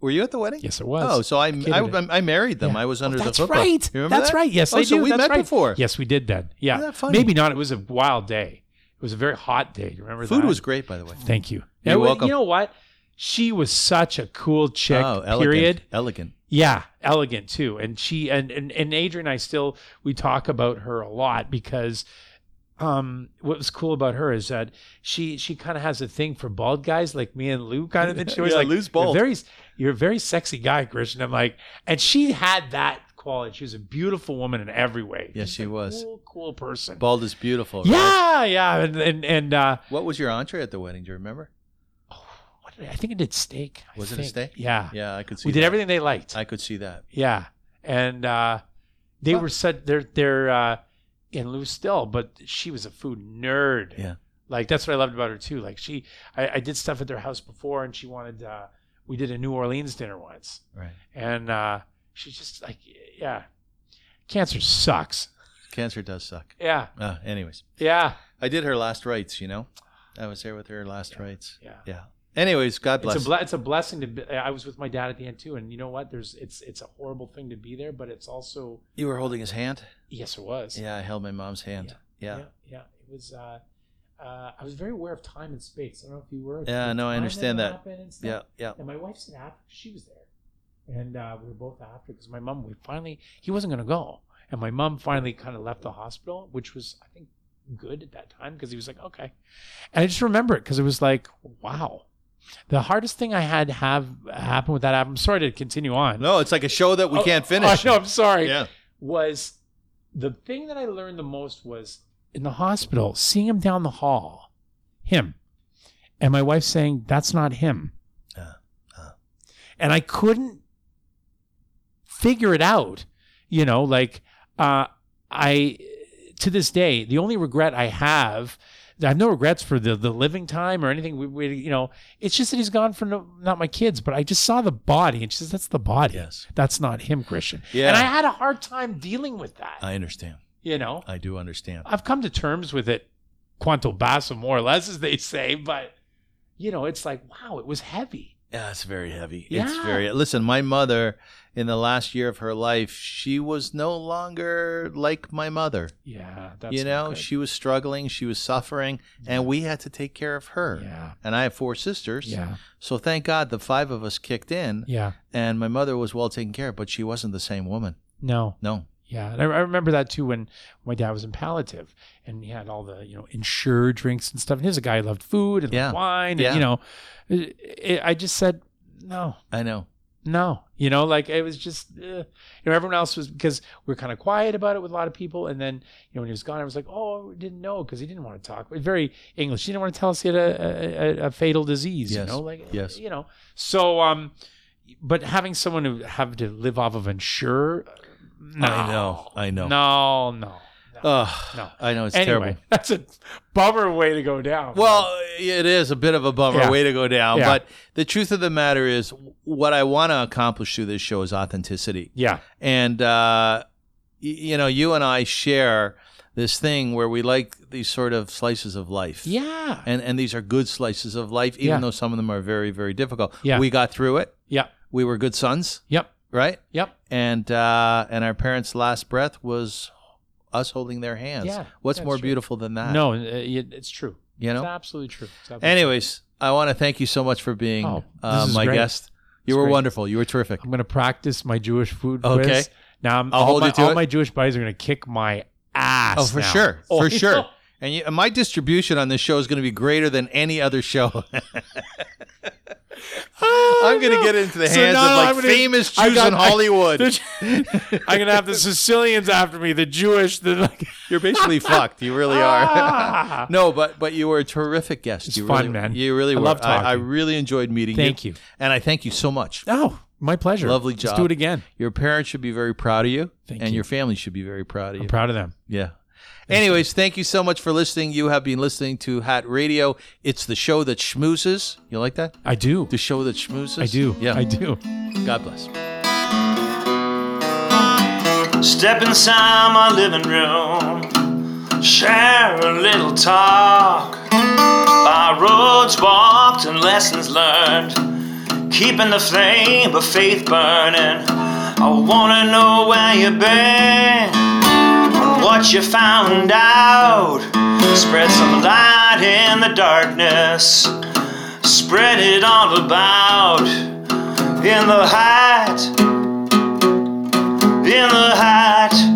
Speaker 2: Were you at the wedding?
Speaker 3: Yes, it was.
Speaker 2: Oh, so I
Speaker 3: catered
Speaker 2: I,
Speaker 3: it.
Speaker 2: I, married them.
Speaker 3: Yeah. Oh,
Speaker 2: I was under
Speaker 3: that's
Speaker 2: the hook.
Speaker 3: right.
Speaker 2: You remember
Speaker 3: That's
Speaker 2: that?
Speaker 3: right. Yes,
Speaker 2: Oh,
Speaker 3: I
Speaker 2: so
Speaker 3: do.
Speaker 2: we
Speaker 3: That's
Speaker 2: met
Speaker 3: right.
Speaker 2: before.
Speaker 3: Yes, we did then.
Speaker 2: Isn't
Speaker 3: Yeah.
Speaker 2: that funny?
Speaker 3: Maybe not. It was a wild day. It was a very hot day. You remember
Speaker 2: Food
Speaker 3: that?
Speaker 2: was great, by the way.
Speaker 3: Thank you.
Speaker 2: You're
Speaker 3: It wa-
Speaker 2: welcome.
Speaker 3: You know what? She was such a cool chick.
Speaker 2: oh, elegant.
Speaker 3: period.
Speaker 2: Elegant.
Speaker 3: Yeah, elegant too. And she and and, and Adrian and I still we talk about her a lot because um what was cool about her is that she she kind of has a thing for bald guys like me and Lou kind of and she was
Speaker 2: Yeah,
Speaker 3: like
Speaker 2: Lou's bald.
Speaker 3: You're very you're a very sexy guy, Christian. I'm like and she had that quality. She was a beautiful woman in every way.
Speaker 2: Yes,
Speaker 3: Just
Speaker 2: she
Speaker 3: a
Speaker 2: was.
Speaker 3: Cool, cool person.
Speaker 2: Bald is beautiful. right?
Speaker 3: yeah, yeah. And and, and uh oh,
Speaker 2: What was your entree at the wedding? Do you remember?
Speaker 3: what did I, I think it did steak. I
Speaker 2: Was it a
Speaker 3: think.
Speaker 2: steak?
Speaker 3: Yeah.
Speaker 2: Yeah, I could see.
Speaker 3: we did
Speaker 2: that.
Speaker 3: everything they liked.
Speaker 2: I could see that.
Speaker 3: Yeah, and uh, they
Speaker 2: Wow.
Speaker 3: were such they're they're uh, in Lou still, but she was a food nerd.
Speaker 2: Yeah.
Speaker 3: like that's what I loved about her too. Like she, I, I did stuff at their house before, and she wanted. Uh, we did a New Orleans dinner once,
Speaker 2: Right.
Speaker 3: and uh, she's just like, yeah, cancer sucks.
Speaker 2: Cancer does suck.
Speaker 3: Yeah,
Speaker 2: Uh, anyways.
Speaker 3: yeah,
Speaker 2: I did her last rites, you know. I was there with her last rites.
Speaker 3: yeah.
Speaker 2: Yeah. Anyways, God bless.
Speaker 3: It's a, ble- it's a blessing to be. I was with my dad at the end too, and you know what? There's it's it's a horrible thing to be there, but it's also
Speaker 2: you were holding his hand.
Speaker 3: yes, it was.
Speaker 2: Yeah, I held my mom's hand. Yeah.
Speaker 3: yeah, yeah. It was. Uh, uh, I was very aware of time and space. I don't know if you were.
Speaker 2: Yeah,
Speaker 3: the
Speaker 2: no, I
Speaker 3: time
Speaker 2: understand that.
Speaker 3: happened and stuff.
Speaker 2: Yeah. Yeah.
Speaker 3: And my wife's an after. She was there, and uh, we were both after because my mom. We finally he wasn't going to go, and my mom finally kind of left the hospital, which was I think good at that time because he was like okay, and I just remember it because it was like wow. The hardest thing I had have happen with that album. Sorry to continue on.
Speaker 2: No, it's like a show that we
Speaker 3: Oh,
Speaker 2: can't finish.
Speaker 3: I know. I'm sorry
Speaker 2: Yeah.
Speaker 3: was the thing that I learned the most was in the hospital, seeing him down the hall, him, and my wife saying, That's not him.
Speaker 2: Uh, uh.
Speaker 3: And I couldn't figure it out. You know, like, uh, I, to this day, the only regret I have. I have no regrets for the, the living time or anything. We, we you know, it's just that he's gone for no, not my kids, but I just saw the body and she says that's the body.
Speaker 2: Yes.
Speaker 3: That's not him, Christian.
Speaker 2: Yeah. Uh,
Speaker 3: And I had a hard time dealing with that.
Speaker 2: I understand.
Speaker 3: you know,
Speaker 2: I do understand.
Speaker 3: I've come to terms with it, quanto basso, more or less, as they say. But you know, it's like, wow, it was heavy.
Speaker 2: Yeah, it's very heavy. It's
Speaker 3: Yeah.
Speaker 2: very listen. My mother, in the last year of her life, she was no longer like my mother.
Speaker 3: Yeah, that's
Speaker 2: you
Speaker 3: not
Speaker 2: know,
Speaker 3: good.
Speaker 2: she was struggling, she was suffering, and we had to take care of her.
Speaker 3: Yeah,
Speaker 2: And I have four sisters,
Speaker 3: yeah,
Speaker 2: so thank God the five of us kicked in,
Speaker 3: yeah.
Speaker 2: and my mother was well taken care of, but she wasn't the same woman.
Speaker 3: No,
Speaker 2: No,
Speaker 3: Yeah, and I, I remember that too when my dad was in palliative, and he had all the you know insured drinks and stuff. And he was a guy who loved food and
Speaker 2: Yeah.
Speaker 3: loved wine, and
Speaker 2: Yeah.
Speaker 3: you know, it, it, I just said no,
Speaker 2: I know.
Speaker 3: no, you know, like it was just uh, you know everyone else was because we are kind of quiet about it with a lot of people, and then you know when he was gone, I was like, oh, I didn't know because he didn't want to talk. It was very English. He didn't want to tell us he had a a, a- a fatal disease.
Speaker 2: Yes.
Speaker 3: You know, like
Speaker 2: Yes.
Speaker 3: you know. So um, but having someone who have to live off of insure. No.
Speaker 2: I know. I know.
Speaker 3: No, no. no.
Speaker 2: Ugh,
Speaker 3: No.
Speaker 2: I know it's
Speaker 3: anyway,
Speaker 2: terrible.
Speaker 3: that's a bummer way to go down.
Speaker 2: Well, it is a bit of a bummer
Speaker 3: Yeah.
Speaker 2: way to go down,
Speaker 3: Yeah.
Speaker 2: but the truth of the matter is, what I want to accomplish through this show is authenticity.
Speaker 3: yeah,
Speaker 2: and uh, y- you know, you and I share this thing where we like these sort of slices of life.
Speaker 3: yeah,
Speaker 2: And and these are good slices of life, even
Speaker 3: Yeah.
Speaker 2: though some of them are very very difficult.
Speaker 3: Yeah.
Speaker 2: We got through it.
Speaker 3: yeah,
Speaker 2: We were good sons,
Speaker 3: yep,
Speaker 2: right?
Speaker 3: yep.
Speaker 2: And uh, and our parents' last breath was us holding their hands.
Speaker 3: Yeah,
Speaker 2: What's
Speaker 3: that's
Speaker 2: more
Speaker 3: true.
Speaker 2: beautiful than that?
Speaker 3: No, uh, it, it's true.
Speaker 2: You know.
Speaker 3: It's absolutely true. It's absolutely
Speaker 2: Anyways, I want to thank you so much for being
Speaker 3: Oh,
Speaker 2: uh,
Speaker 3: this is
Speaker 2: my
Speaker 3: great.
Speaker 2: guest. You
Speaker 3: It's
Speaker 2: were
Speaker 3: great.
Speaker 2: wonderful. You were terrific.
Speaker 3: true. I'm gonna practice my Jewish food
Speaker 2: Okay.
Speaker 3: quiz. Now I'm,
Speaker 2: I'll
Speaker 3: all
Speaker 2: hold
Speaker 3: my,
Speaker 2: you to
Speaker 3: all
Speaker 2: it.
Speaker 3: my Jewish buddies are gonna kick my ass.
Speaker 2: Oh, for
Speaker 3: now.
Speaker 2: sure,
Speaker 3: Oh,
Speaker 2: for
Speaker 3: yeah.
Speaker 2: sure. And, you, and my distribution on this show is going to be greater than any other show.
Speaker 3: Oh,
Speaker 2: I'm going to
Speaker 3: no.
Speaker 2: get into the
Speaker 3: So
Speaker 2: hands
Speaker 3: now
Speaker 2: of like
Speaker 3: I'm gonna-
Speaker 2: famous
Speaker 3: I
Speaker 2: Jews
Speaker 3: got-
Speaker 2: in
Speaker 3: I-
Speaker 2: Hollywood.
Speaker 3: the- I'm gonna have the Sicilians after me, the Jewish, the like.
Speaker 2: You're basically fucked. You really are.
Speaker 3: Ah.
Speaker 2: no, but but you were a terrific guest.
Speaker 3: It's
Speaker 2: you
Speaker 3: fun,
Speaker 2: really,
Speaker 3: man.
Speaker 2: You really
Speaker 3: I
Speaker 2: were.
Speaker 3: love
Speaker 2: I, I
Speaker 3: talking.
Speaker 2: really enjoyed meeting
Speaker 3: Thank
Speaker 2: you.
Speaker 3: you.
Speaker 2: And I thank you so much.
Speaker 3: Oh, my pleasure.
Speaker 2: Lovely job.
Speaker 3: Let's do it again.
Speaker 2: Your parents should be very proud of you,
Speaker 3: Thank
Speaker 2: and
Speaker 3: you.
Speaker 2: your family should be very proud of
Speaker 3: I'm
Speaker 2: you.
Speaker 3: proud of them.
Speaker 2: Yeah. Anyways, thank you so much for listening. You have been listening to Hat Radio. It's the show that schmoozes. You like that?
Speaker 3: I do.
Speaker 2: The show that schmoozes.
Speaker 3: I do.
Speaker 2: Yeah.
Speaker 3: I do.
Speaker 2: God bless.
Speaker 1: Step inside my living room, share a little talk. By roads walked and lessons learned, keeping the flame of faith burning. I wanna know where you've been, what you found out. Spread some light in the darkness, spread it all about. In the height, in the height.